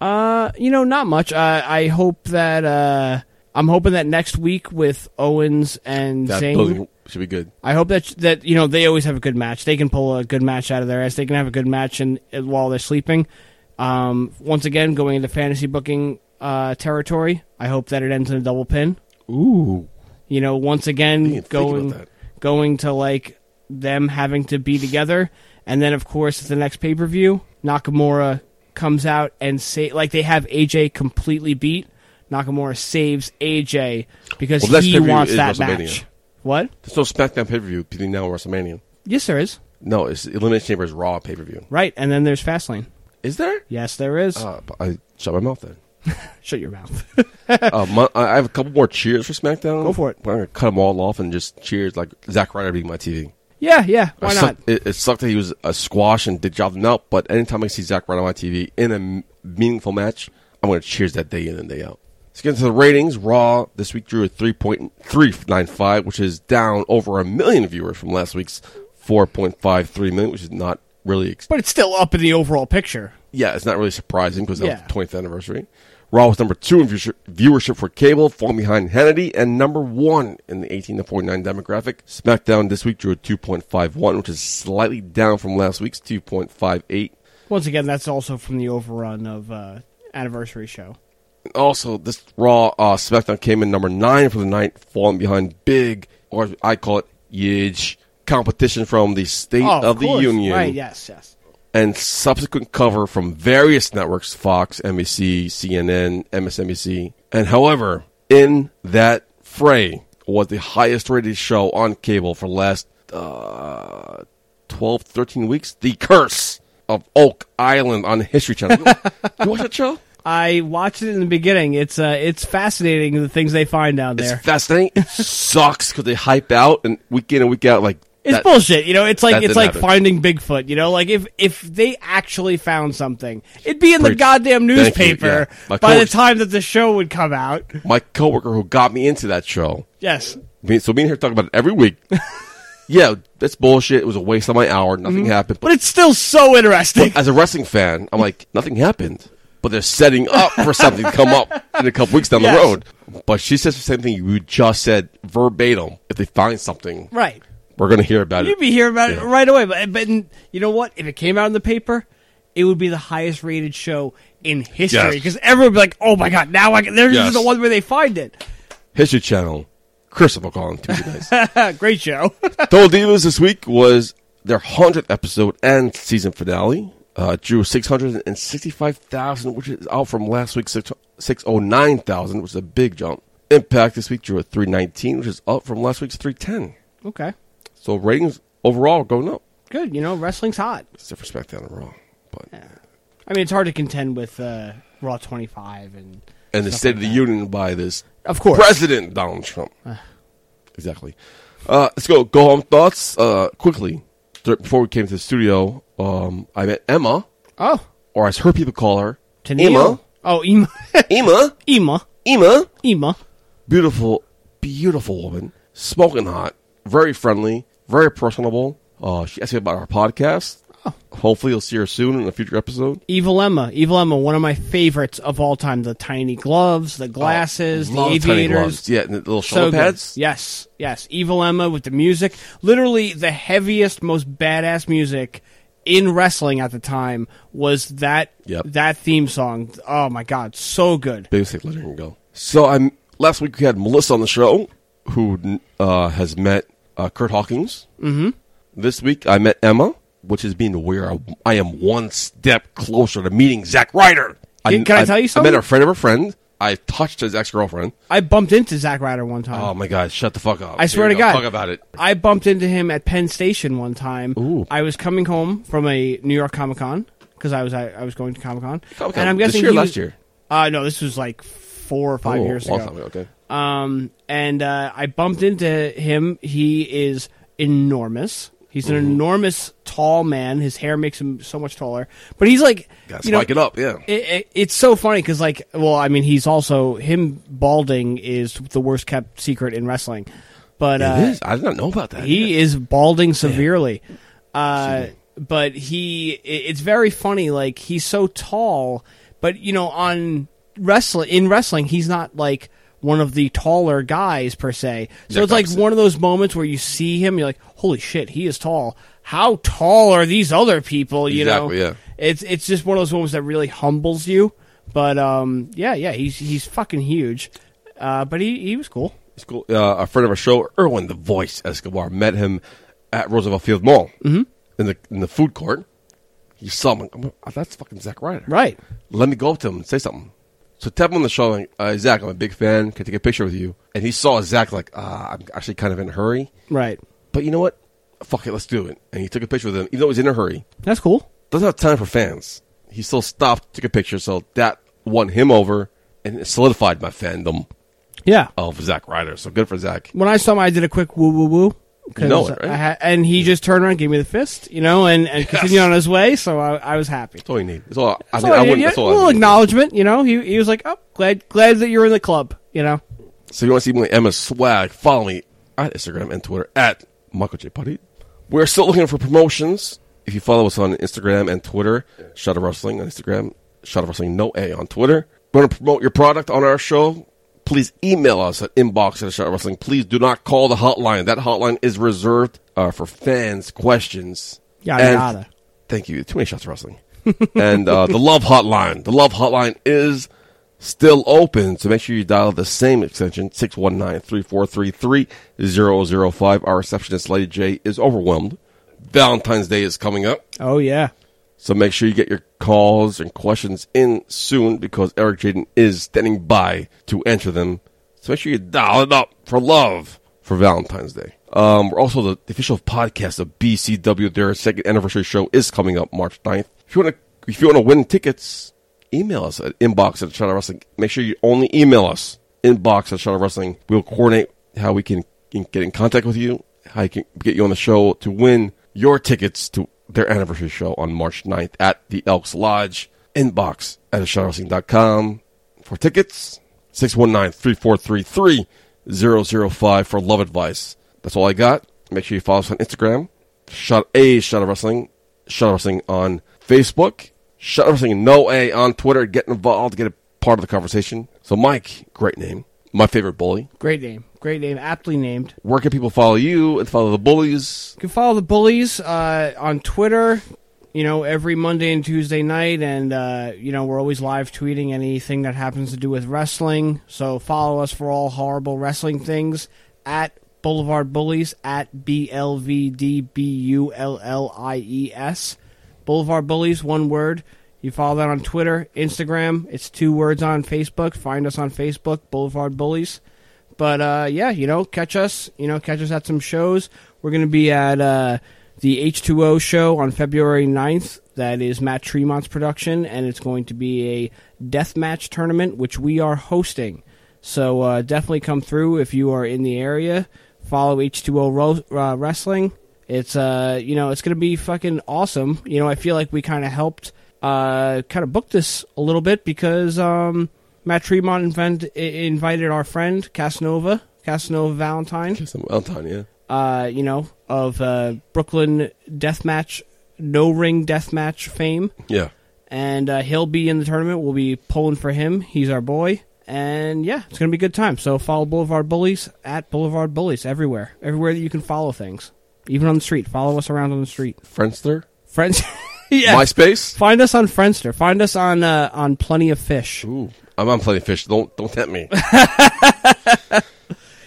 [SPEAKER 3] Uh, you know, not much. Uh, I hope that, uh, I'm hoping that next week with Owens and
[SPEAKER 2] That
[SPEAKER 3] Zayn.
[SPEAKER 2] building should be good.
[SPEAKER 3] I hope that that you know they always have a good match. They can pull a good match out of their ass. They can have a good match and while they're sleeping. Um, once again, going into fantasy booking uh, territory, I hope that it ends in a double pin.
[SPEAKER 2] Ooh.
[SPEAKER 3] You know, once
[SPEAKER 2] didn't
[SPEAKER 3] again,
[SPEAKER 2] think about
[SPEAKER 3] going
[SPEAKER 2] that.
[SPEAKER 3] going to like them having to be together, and then of course at the next pay per view, Nakamura comes out and say like they have AJ completely beat. Nakamura saves AJ because
[SPEAKER 2] Well, the next
[SPEAKER 3] he
[SPEAKER 2] pay-per-view
[SPEAKER 3] wants
[SPEAKER 2] is
[SPEAKER 3] that
[SPEAKER 2] WrestleMania.
[SPEAKER 3] match. What?
[SPEAKER 2] There's no SmackDown pay per view between now and WrestleMania.
[SPEAKER 3] Yes, there is.
[SPEAKER 2] No, it's Elimination Chamber is Raw pay per view.
[SPEAKER 3] Right, and then there's Fastlane.
[SPEAKER 2] Is there?
[SPEAKER 3] Yes, there is.
[SPEAKER 2] Uh, but I shut my mouth then.
[SPEAKER 3] Shut your mouth.
[SPEAKER 2] uh, my, I have a couple more cheers for SmackDown.
[SPEAKER 3] Go for it.
[SPEAKER 2] But I'm gonna cut them all off and just cheers like Zack Ryder being my TV.
[SPEAKER 3] yeah, yeah.
[SPEAKER 2] I
[SPEAKER 3] Why not?
[SPEAKER 2] sucked- It, it sucked that he was a squash and did job them out. But anytime I see Zack Ryder on my TV in a m- meaningful match, I'm gonna cheers that day in and day out. Let's get into the ratings. Raw this week drew a 3.395, which is down over a million viewers from last week's 4.53 million, which is not really ex-
[SPEAKER 3] But it's still up in the overall picture.
[SPEAKER 2] yeah, it's not really surprising because that
[SPEAKER 3] Yeah.
[SPEAKER 2] was the 20th anniversary. Raw was number two in viewership, viewership for cable, falling behind Hannity, and number one in the 18 to 49 demographic. SmackDown this week drew a 2.51, which is slightly down from last week's 2.58.
[SPEAKER 3] Once again, that's also from the overrun of uh, anniversary show.
[SPEAKER 2] Also, this Raw uh, SmackDown came in number nine for the night, falling behind big, or I call it huge, competition from the State
[SPEAKER 3] Oh,
[SPEAKER 2] of, the
[SPEAKER 3] course.
[SPEAKER 2] Union.
[SPEAKER 3] Right? Yes, yes.
[SPEAKER 2] and subsequent cover from various networks Fox, NBC, CNN, MSNBC. And however, in that fray was the highest rated show on cable for last uh, 12, 13 weeks The Curse of Oak Island on History Channel. you, you watch that show?
[SPEAKER 3] I watched it in the beginning. It's uh, it's fascinating the things they find down
[SPEAKER 2] It's
[SPEAKER 3] there.
[SPEAKER 2] fascinating. It sucks because they hype out and week in and week out, like
[SPEAKER 3] It's
[SPEAKER 2] That-
[SPEAKER 3] bullshit. You know, it's like
[SPEAKER 2] that
[SPEAKER 3] it's
[SPEAKER 2] didn't
[SPEAKER 3] like
[SPEAKER 2] happen.
[SPEAKER 3] finding Bigfoot. You know, like if if they actually found something, it'd be in the
[SPEAKER 2] Preach.
[SPEAKER 3] goddamn
[SPEAKER 2] Thank you,
[SPEAKER 3] newspaper
[SPEAKER 2] yeah. My
[SPEAKER 3] by the
[SPEAKER 2] coach-
[SPEAKER 3] time that the show would come out.
[SPEAKER 2] My coworker who got me into that show.
[SPEAKER 3] Yes.
[SPEAKER 2] Me- So me and her talk about it every week. yeah, that's bullshit. It was a waste of my hour. Nothing happened.
[SPEAKER 3] But it's still so interesting.
[SPEAKER 2] as a wrestling fan, I'm like, nothing happened. But they're setting up for something to come up in a couple weeks down
[SPEAKER 3] Yes.
[SPEAKER 2] the road. But she says the same thing you just said verbatim. If they find something,
[SPEAKER 3] Right.
[SPEAKER 2] we're going to hear about
[SPEAKER 3] You'd
[SPEAKER 2] it.
[SPEAKER 3] be hearing about it
[SPEAKER 2] Yeah.
[SPEAKER 3] right away. But, but you know what? If it came out in the paper, it would be the highest rated show in history
[SPEAKER 2] Yes.
[SPEAKER 3] because everyone would be like, oh my God, now I can. There's
[SPEAKER 2] Yes.
[SPEAKER 3] the one where they find it.
[SPEAKER 2] History Channel, Christopher Collin, Tuesday nights.
[SPEAKER 3] Great show.
[SPEAKER 2] Total Divas this week was their 100th episode and season finale. Uh, it drew 665,000, which is out from last week's six- 609,000, which is a big jump. Impact this week drew a 319, which is up from last week's 310.
[SPEAKER 3] okay.
[SPEAKER 2] So ratings overall are going up.
[SPEAKER 3] Good. You know, wrestling's hot.
[SPEAKER 2] Except for SmackDown and Raw. But,
[SPEAKER 3] I mean, it's hard to contend with uh, Raw 25 and.
[SPEAKER 2] and the State of the Union by this
[SPEAKER 3] Of course.
[SPEAKER 2] President Donald Trump. exactly. Uh, let's go. Go home thoughts uh, quickly. Dur- Before we came to the studio, um, I met Emma,
[SPEAKER 3] Oh.
[SPEAKER 2] or as her people call her,
[SPEAKER 3] Tennille. Oh, Ema.
[SPEAKER 2] Emma.
[SPEAKER 3] Ema.
[SPEAKER 2] Emma.
[SPEAKER 3] Ema.
[SPEAKER 2] Beautiful, beautiful woman. Smoking hot. Very friendly. Very personable. Uh, she asked me about our podcast.
[SPEAKER 3] Oh.
[SPEAKER 2] Hopefully, you'll see her soon in a future episode.
[SPEAKER 3] Evil Emma. Evil Emma, one of my favorites of all time. The tiny gloves, the glasses, the
[SPEAKER 2] Love tiny
[SPEAKER 3] aviators.
[SPEAKER 2] gloves. Yeah, and the little shoulder
[SPEAKER 3] so good.
[SPEAKER 2] pads.
[SPEAKER 3] Yes, yes. Evil Emma with the music, literally the heaviest, most badass music in wrestling at the time was that
[SPEAKER 2] Yep.
[SPEAKER 3] that theme song. Oh my god, so good.
[SPEAKER 2] Basic let her go. So I'm last week we had Melissa on the show, who uh, has met uh, Kurt Hawkins. Mm-hmm. This week I met Emma, which is being aware I, I am one step closer to meeting Zack Ryder.
[SPEAKER 3] Can- can I tell you
[SPEAKER 2] I
[SPEAKER 3] something?
[SPEAKER 2] met a friend of a friend. I touched his ex girlfriend.
[SPEAKER 3] I bumped into Zack Ryder one time.
[SPEAKER 2] Oh my god! Shut the fuck up!
[SPEAKER 3] I
[SPEAKER 2] Here
[SPEAKER 3] swear
[SPEAKER 2] we
[SPEAKER 3] to
[SPEAKER 2] go.
[SPEAKER 3] God,
[SPEAKER 2] talk about it.
[SPEAKER 3] I bumped into him at Penn Station one time.
[SPEAKER 2] Ooh.
[SPEAKER 3] I was coming home from a New York Comic Con because I was I, I was going to Comic Con,
[SPEAKER 2] Comic-Con
[SPEAKER 3] and I'm
[SPEAKER 2] this
[SPEAKER 3] guessing
[SPEAKER 2] year or
[SPEAKER 3] he
[SPEAKER 2] last
[SPEAKER 3] was-
[SPEAKER 2] year?
[SPEAKER 3] Uh, no, this was like four or five
[SPEAKER 2] Oh,
[SPEAKER 3] years
[SPEAKER 2] long
[SPEAKER 3] ago.
[SPEAKER 2] time ago, okay.
[SPEAKER 3] Um, and uh, I bumped into him. He is enormous. He's
[SPEAKER 2] Mm-hmm.
[SPEAKER 3] an enormous tall man. His hair makes him so much taller, but he's like
[SPEAKER 2] Gotta
[SPEAKER 3] you know,
[SPEAKER 2] spike it up, yeah.
[SPEAKER 3] it, it, it's so funny because like well i mean he's also him balding is the worst kept secret in wrestling but uh,
[SPEAKER 2] it is. I did not know about that.
[SPEAKER 3] he is balding severely uh, but he i- it's very funny like he's so tall but you know on wrestling in wrestling he's not like one of the taller guys per se
[SPEAKER 2] Exact
[SPEAKER 3] so it's like
[SPEAKER 2] opposite.
[SPEAKER 3] one of those moments where you see him you're like holy shit he is tall how tall are these other people you
[SPEAKER 2] Exactly,
[SPEAKER 3] know
[SPEAKER 2] yeah.
[SPEAKER 3] it's it's just one of those moments that really humbles you but um yeah yeah he's he's fucking huge uh but he he was cool
[SPEAKER 2] It's cool. Uh, a friend of our show, Erwin the Voice Escobar, met him at Roosevelt Field Mall mm-hmm. in the in the food court. He saw him. I'm like, "Oh, that's fucking Zach Ryder.
[SPEAKER 3] right
[SPEAKER 2] Let me go up to him and say something. So tap him on the shoulder. Like, uh, Zach, I'm a big fan. Can I take a picture with you? And he saw Zach like, ah, I'm actually kind of in a hurry.
[SPEAKER 3] right
[SPEAKER 2] But you know what? Fuck it, let's do it. And he took a picture with him, even though he's in a hurry.
[SPEAKER 3] that's cool
[SPEAKER 2] Doesn't have time for fans. He still stopped, took a picture. So that won him over and it solidified my fandom
[SPEAKER 3] yeah
[SPEAKER 2] of Zach Ryder. So good for Zach.
[SPEAKER 3] when I saw him, I did a quick woo woo woo. 'cause
[SPEAKER 2] You know it, right?
[SPEAKER 3] I ha- and he just turned around, gave me the fist, you know, and, and continued on his way. So I, I was happy.
[SPEAKER 2] That's all you need. That's all. I,
[SPEAKER 3] That's
[SPEAKER 2] mean,
[SPEAKER 3] all
[SPEAKER 2] I
[SPEAKER 3] I
[SPEAKER 2] wouldn't.
[SPEAKER 3] did.
[SPEAKER 2] That's
[SPEAKER 3] Yeah,
[SPEAKER 2] all.
[SPEAKER 3] a little
[SPEAKER 2] I need.
[SPEAKER 3] acknowledgement, you know. He he was like, "Oh, glad glad that you're in the club," you know.
[SPEAKER 2] So if you want to see me Emma's swag? Follow me at Instagram and Twitter at Michael J Putty. We're still looking for promotions. If you follow us on Instagram and Twitter, Shot of Wrestling on Instagram, Shot of Wrestling No A on Twitter. Want to promote your product on our show? Please email us at inbox at Shot of Wrestling. Please do not call the hotline. That hotline is reserved uh, for fans, questions.
[SPEAKER 3] Yada,
[SPEAKER 2] and-
[SPEAKER 3] yada.
[SPEAKER 2] Thank you. Too many shots of wrestling. and uh, the Love Hotline. The Love Hotline is still open, so make sure you dial the same extension, 619-343-3005. Our receptionist, Lady J, is overwhelmed. Valentine's Day is coming up,
[SPEAKER 3] Oh yeah,
[SPEAKER 2] so make sure you get your calls and questions in soon because Eric Jaden is standing by to answer them. So make sure you dial it up for love for Valentine's Day. Um, we're also the official podcast of BCW. Their second anniversary show is coming up March 9th. If you want to, if you want to win tickets, email us at inbox at Shadow Wrestling. Make sure you only email us inbox at Shadow Wrestling. We'll coordinate how we can, can get in contact with you I can get you on the show to win your tickets to their anniversary show on March 9th at the Elks Lodge. Inbox at ashotwrestling.com for tickets. 619-343-3005 for love advice. That's all I got. Make sure you follow us on Instagram. Shot A Shot of Wrestling. Shot of Wrestling on Facebook. Shot of Wrestling No A on Twitter. Get involved. Get a part of the conversation. So Mike, great name. My favorite bully.
[SPEAKER 3] Great name. Great name. Aptly named.
[SPEAKER 2] Where can people follow you and follow the bullies?
[SPEAKER 3] You can follow the bullies uh, on Twitter. You know, every Monday and Tuesday night, and uh, you know we're always live tweeting anything that happens to do with wrestling. So follow us for all horrible wrestling things at Boulevard Bullies at B L V D B U L L I E S. Boulevard Bullies, one word. You follow that on Twitter, Instagram. It's two words on Facebook. Find us on Facebook, Boulevard Bullies. But uh, yeah, you know, catch us. You know, catch us at some shows. We're going to be at uh, the H2O show on February 9th. That is Matt Tremont's production, and it's going to be a death match tournament, which we are hosting. So uh, definitely come through if you are in the area. Follow H2O Ro- uh, Wrestling. It's uh, you know, it's gonna be fucking awesome. You know, I feel like we kind of helped uh, kind of book this a little bit because um, Matt Tremont invent- i- invited our friend Casanova, Casanova Valentine.
[SPEAKER 2] Well done, yeah.
[SPEAKER 3] uh, you know, of uh, Brooklyn deathmatch, no ring deathmatch fame.
[SPEAKER 2] Yeah.
[SPEAKER 3] And uh, he'll be in the tournament. We'll be pulling for him. He's our boy. And yeah, it's going to be a good time. So follow Boulevard Bullies at Boulevard Bullies everywhere. Everywhere that you can follow things. Even on the street. Follow us around on the street.
[SPEAKER 2] Friendster?
[SPEAKER 3] Friends. yeah.
[SPEAKER 2] MySpace?
[SPEAKER 3] Find us on Friendster. Find us on uh, on Plenty of Fish.
[SPEAKER 2] Ooh. I'm on Plenty of Fish. Don't don't tempt me.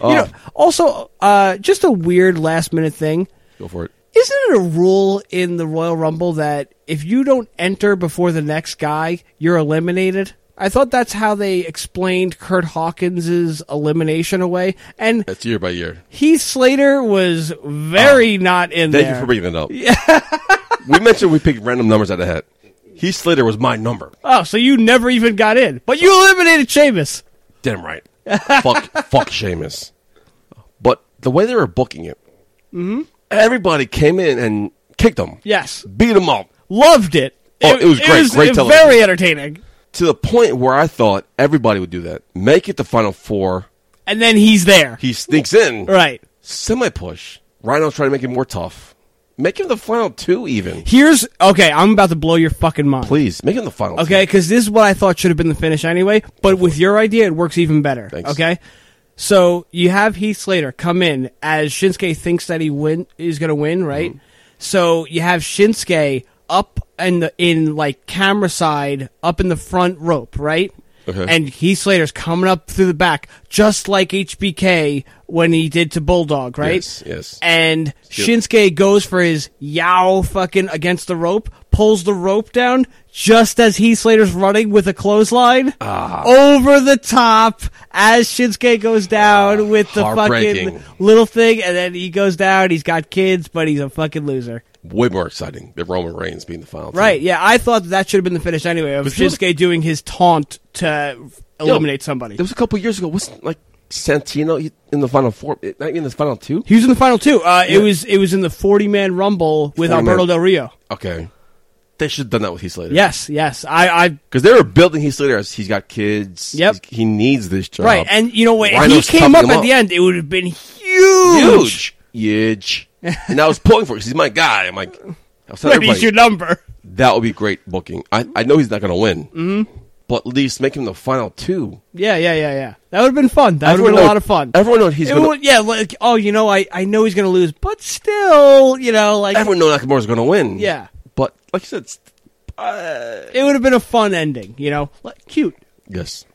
[SPEAKER 3] You know,
[SPEAKER 2] Oh.
[SPEAKER 3] also, uh, just a weird last minute thing.
[SPEAKER 2] Go for it.
[SPEAKER 3] Isn't it a rule in the Royal Rumble that if you don't enter before the next guy, you're eliminated? I thought that's how they explained Kurt Hawkins's elimination away, and
[SPEAKER 2] That's year by year.
[SPEAKER 3] Heath Slater was very not
[SPEAKER 2] Oh,
[SPEAKER 3] in
[SPEAKER 2] Thank
[SPEAKER 3] there.
[SPEAKER 2] you for bringing that up. Yeah. we mentioned we picked random numbers out of the hat. Heath Slater was my number.
[SPEAKER 3] oh, so you never even got in, but you eliminated Sheamus.
[SPEAKER 2] Damn right. fuck, fuck Sheamus. But the way they were booking it, everybody came in and kicked them,
[SPEAKER 3] Yes,
[SPEAKER 2] beat them up
[SPEAKER 3] loved it.
[SPEAKER 2] Oh, it was great. Great television.
[SPEAKER 3] very entertaining.
[SPEAKER 2] to the point where I thought everybody would do that. Make it the final four.
[SPEAKER 3] And then he's there,
[SPEAKER 2] He sneaks in,
[SPEAKER 3] right?
[SPEAKER 2] semi push. Rhino's trying to make him more tough. Make him the final two, even.
[SPEAKER 3] Here's okay. I'm about to blow your fucking mind.
[SPEAKER 2] Please make him the final.
[SPEAKER 3] Okay,
[SPEAKER 2] two.
[SPEAKER 3] because this is what I thought should have been the finish anyway. But with your idea, it works even better.
[SPEAKER 2] Thanks.
[SPEAKER 3] Okay, so you have Heath Slater come in as Shinsuke thinks that he win is going to win, right?
[SPEAKER 2] Mm-hmm.
[SPEAKER 3] So you have Shinsuke up in the in like camera side, up in the front rope, right?
[SPEAKER 2] Okay.
[SPEAKER 3] And Heath Slater's coming up through the back, just like HBK when he did to Bulldog, right?
[SPEAKER 2] Yes, yes.
[SPEAKER 3] And Shinsuke goes for his yow fucking against the rope, pulls the rope down just as Heath Slater's running with a clothesline
[SPEAKER 2] Ah.
[SPEAKER 3] over the top as Shinsuke goes down with the
[SPEAKER 2] Ah, heartbreaking.
[SPEAKER 3] fucking little thing, and then he goes down. He's got kids, but he's a fucking loser.
[SPEAKER 2] Way more exciting than Roman Reigns being the final. two.
[SPEAKER 3] Right? Yeah, I thought that, that should have been the finish anyway of
[SPEAKER 2] he was-
[SPEAKER 3] Shinsuke doing his taunt to eliminate somebody.
[SPEAKER 2] There was a couple years ago. Wasn't like Santino he- in the final four? I mean, the final two.
[SPEAKER 3] He was in the final two. Uh,
[SPEAKER 2] Yeah.
[SPEAKER 3] It was it was in the forty man rumble
[SPEAKER 2] 40
[SPEAKER 3] with
[SPEAKER 2] man.
[SPEAKER 3] Alberto Del Rio.
[SPEAKER 2] Okay, they should have done that with Heath Slater.
[SPEAKER 3] Yes, yes. I, I
[SPEAKER 2] because they were building Heath Slater as he's got kids.
[SPEAKER 3] Yep.
[SPEAKER 2] He's- he needs this job.
[SPEAKER 3] Right, and you know what? If he
[SPEAKER 2] Rhino's
[SPEAKER 3] came up
[SPEAKER 2] toughening
[SPEAKER 3] at
[SPEAKER 2] him up.
[SPEAKER 3] the end, it would have been huge.
[SPEAKER 2] huge, huge. and I was pulling for it 'cause he's my guy. I'm like, I was telling
[SPEAKER 3] But
[SPEAKER 2] everybody,
[SPEAKER 3] he's your number.
[SPEAKER 2] that would be great booking. I, I know he's not going to win, mm-hmm. but at least make him the final two.
[SPEAKER 3] Yeah, yeah, yeah, yeah. That would have been fun. That would have been a
[SPEAKER 2] know-
[SPEAKER 3] lot of fun.
[SPEAKER 2] Everyone knows he's
[SPEAKER 3] It
[SPEAKER 2] going. to
[SPEAKER 3] would- yeah, like oh, you know, I, I know he's gonna lose, but still, you know, like
[SPEAKER 2] Everyone knows Nakamura's going to win.
[SPEAKER 3] Yeah.
[SPEAKER 2] but like you said, it's-
[SPEAKER 3] it would have been a fun ending. You know, like cute.
[SPEAKER 2] Yes.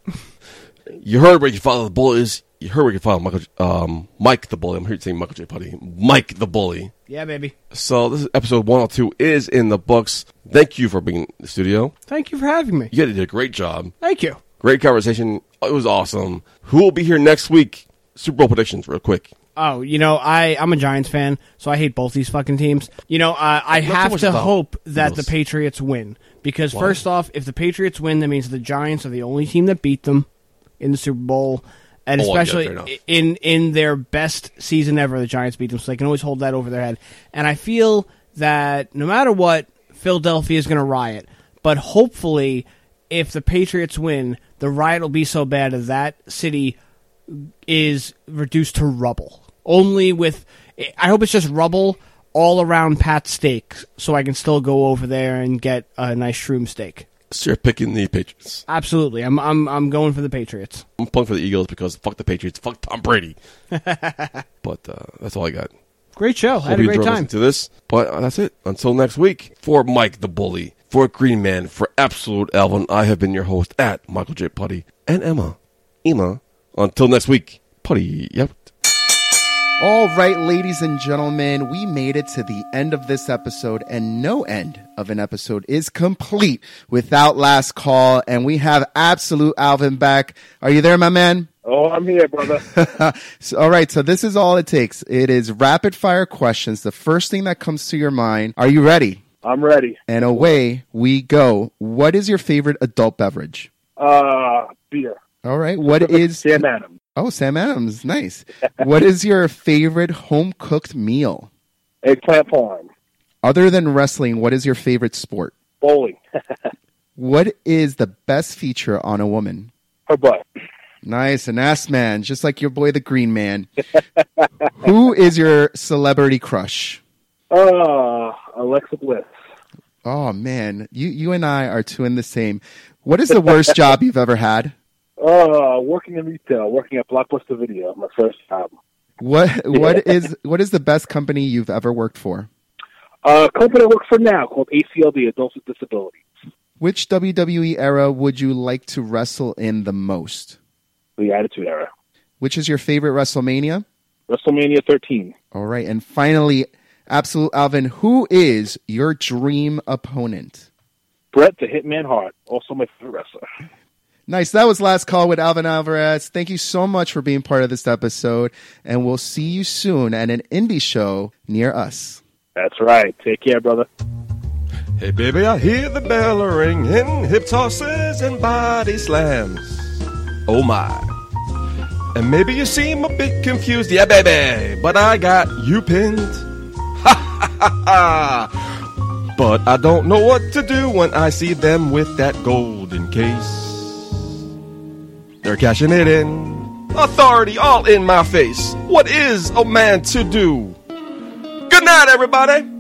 [SPEAKER 2] you heard where you follow the bullies. You heard where you follow Michael, um, Mike the bully. I'm here saying Michael J. Putty. Mike the bully.
[SPEAKER 3] Yeah, baby.
[SPEAKER 2] So this is episode 102 is in the books. Thank you for being in the studio.
[SPEAKER 3] Thank you for having me.
[SPEAKER 2] You guys did a great job.
[SPEAKER 3] Thank you.
[SPEAKER 2] Great conversation. It was awesome. Who will be here next week? Super Bowl predictions, real quick.
[SPEAKER 3] Oh, you know, I I'm a Giants fan, so I hate both these fucking teams. You know, uh, I
[SPEAKER 2] Not so
[SPEAKER 3] have
[SPEAKER 2] much
[SPEAKER 3] to
[SPEAKER 2] about
[SPEAKER 3] hope that the
[SPEAKER 2] Eagles.
[SPEAKER 3] Patriots win because first off, if the Patriots win, that means the Giants are the only team that beat them in the Super Bowl, and
[SPEAKER 2] Oh, yeah,
[SPEAKER 3] especially
[SPEAKER 2] fair enough.
[SPEAKER 3] in in their best season ever, the Giants beat them, so they can always hold that over their head. And I feel that no matter what, Philadelphia is going to riot. But hopefully, if the Patriots win, the riot will be so bad that that city is reduced to rubble. Only with, I hope it's just rubble all around Pat's steak, so I can still go over there and get a nice shroom steak.
[SPEAKER 2] So you're picking the Patriots.
[SPEAKER 3] Absolutely, I'm I'm I'm going for the Patriots.
[SPEAKER 2] I'm pulling for the Eagles because fuck the Patriots, fuck Tom Brady. but uh, that's all I got.
[SPEAKER 3] Great show,
[SPEAKER 2] Hope
[SPEAKER 3] had a
[SPEAKER 2] you
[SPEAKER 3] great
[SPEAKER 2] enjoyed
[SPEAKER 3] time.
[SPEAKER 2] listening to this. But uh, that's it. Until next week, for Mike the Bully, for Green Man, for Absolute Alvin, I have been your host at Michael J. Putty and Emma. Emma. Until next week, Putty. Yep.
[SPEAKER 4] All right, ladies and gentlemen, we made it to the end of this episode, and no end of an episode is complete without Last Call. And we have Absolute Alvin back. Are you there, my man?
[SPEAKER 5] Oh, I'm here, brother.
[SPEAKER 4] So, all right, so this is all it takes. It is rapid fire questions. The first thing that comes to your mind. Are you ready?
[SPEAKER 5] I'm ready.
[SPEAKER 4] And away we go. What is your favorite adult beverage?
[SPEAKER 5] Uh, beer.
[SPEAKER 4] All right. What is
[SPEAKER 5] Sam Adams.
[SPEAKER 4] Oh, Sam Adams. Nice. what is your favorite home cooked meal?
[SPEAKER 5] Eggplant Farm.
[SPEAKER 4] Other than wrestling, what is your favorite sport?
[SPEAKER 5] Bowling.
[SPEAKER 4] What is the best feature on a woman?
[SPEAKER 5] Her butt.
[SPEAKER 4] Nice, an ass man, just like your boy the Green Man. Who is your celebrity crush?
[SPEAKER 5] Uh, Alexa Bliss.
[SPEAKER 4] Oh man, you you and I are two in the same. What is the worst job you've ever had?
[SPEAKER 5] Uh, working in retail, working at Blockbuster Video, my first job.
[SPEAKER 4] What what is what is the best company you've ever worked for?
[SPEAKER 5] Uh, company I work for now called ACLD, Adults with Disabilities.
[SPEAKER 4] Which WWE era would you like to wrestle in the most?
[SPEAKER 5] The Attitude Era.
[SPEAKER 4] Which is your favorite WrestleMania?
[SPEAKER 5] WrestleMania 13.
[SPEAKER 4] All right, and finally, Absolute Alvin, who is your dream opponent?
[SPEAKER 5] Brett the Hitman Hart, also my favorite wrestler.
[SPEAKER 4] Nice. That was last call with Alvin Alvarez. Thank you so much for being part of this episode, and we'll see you soon at an indie show near us.
[SPEAKER 5] That's right. Take care, brother.
[SPEAKER 2] Hey, baby, I hear the bell ringing, hip tosses and body slams. Oh my. And maybe you seem a bit confused, yeah, baby, but I got you pinned. Ha ha ha ha! But I don't know what to do when I see them with that golden case. They're cashing it in. Authority all in my face. What is a man to do? Good night, everybody!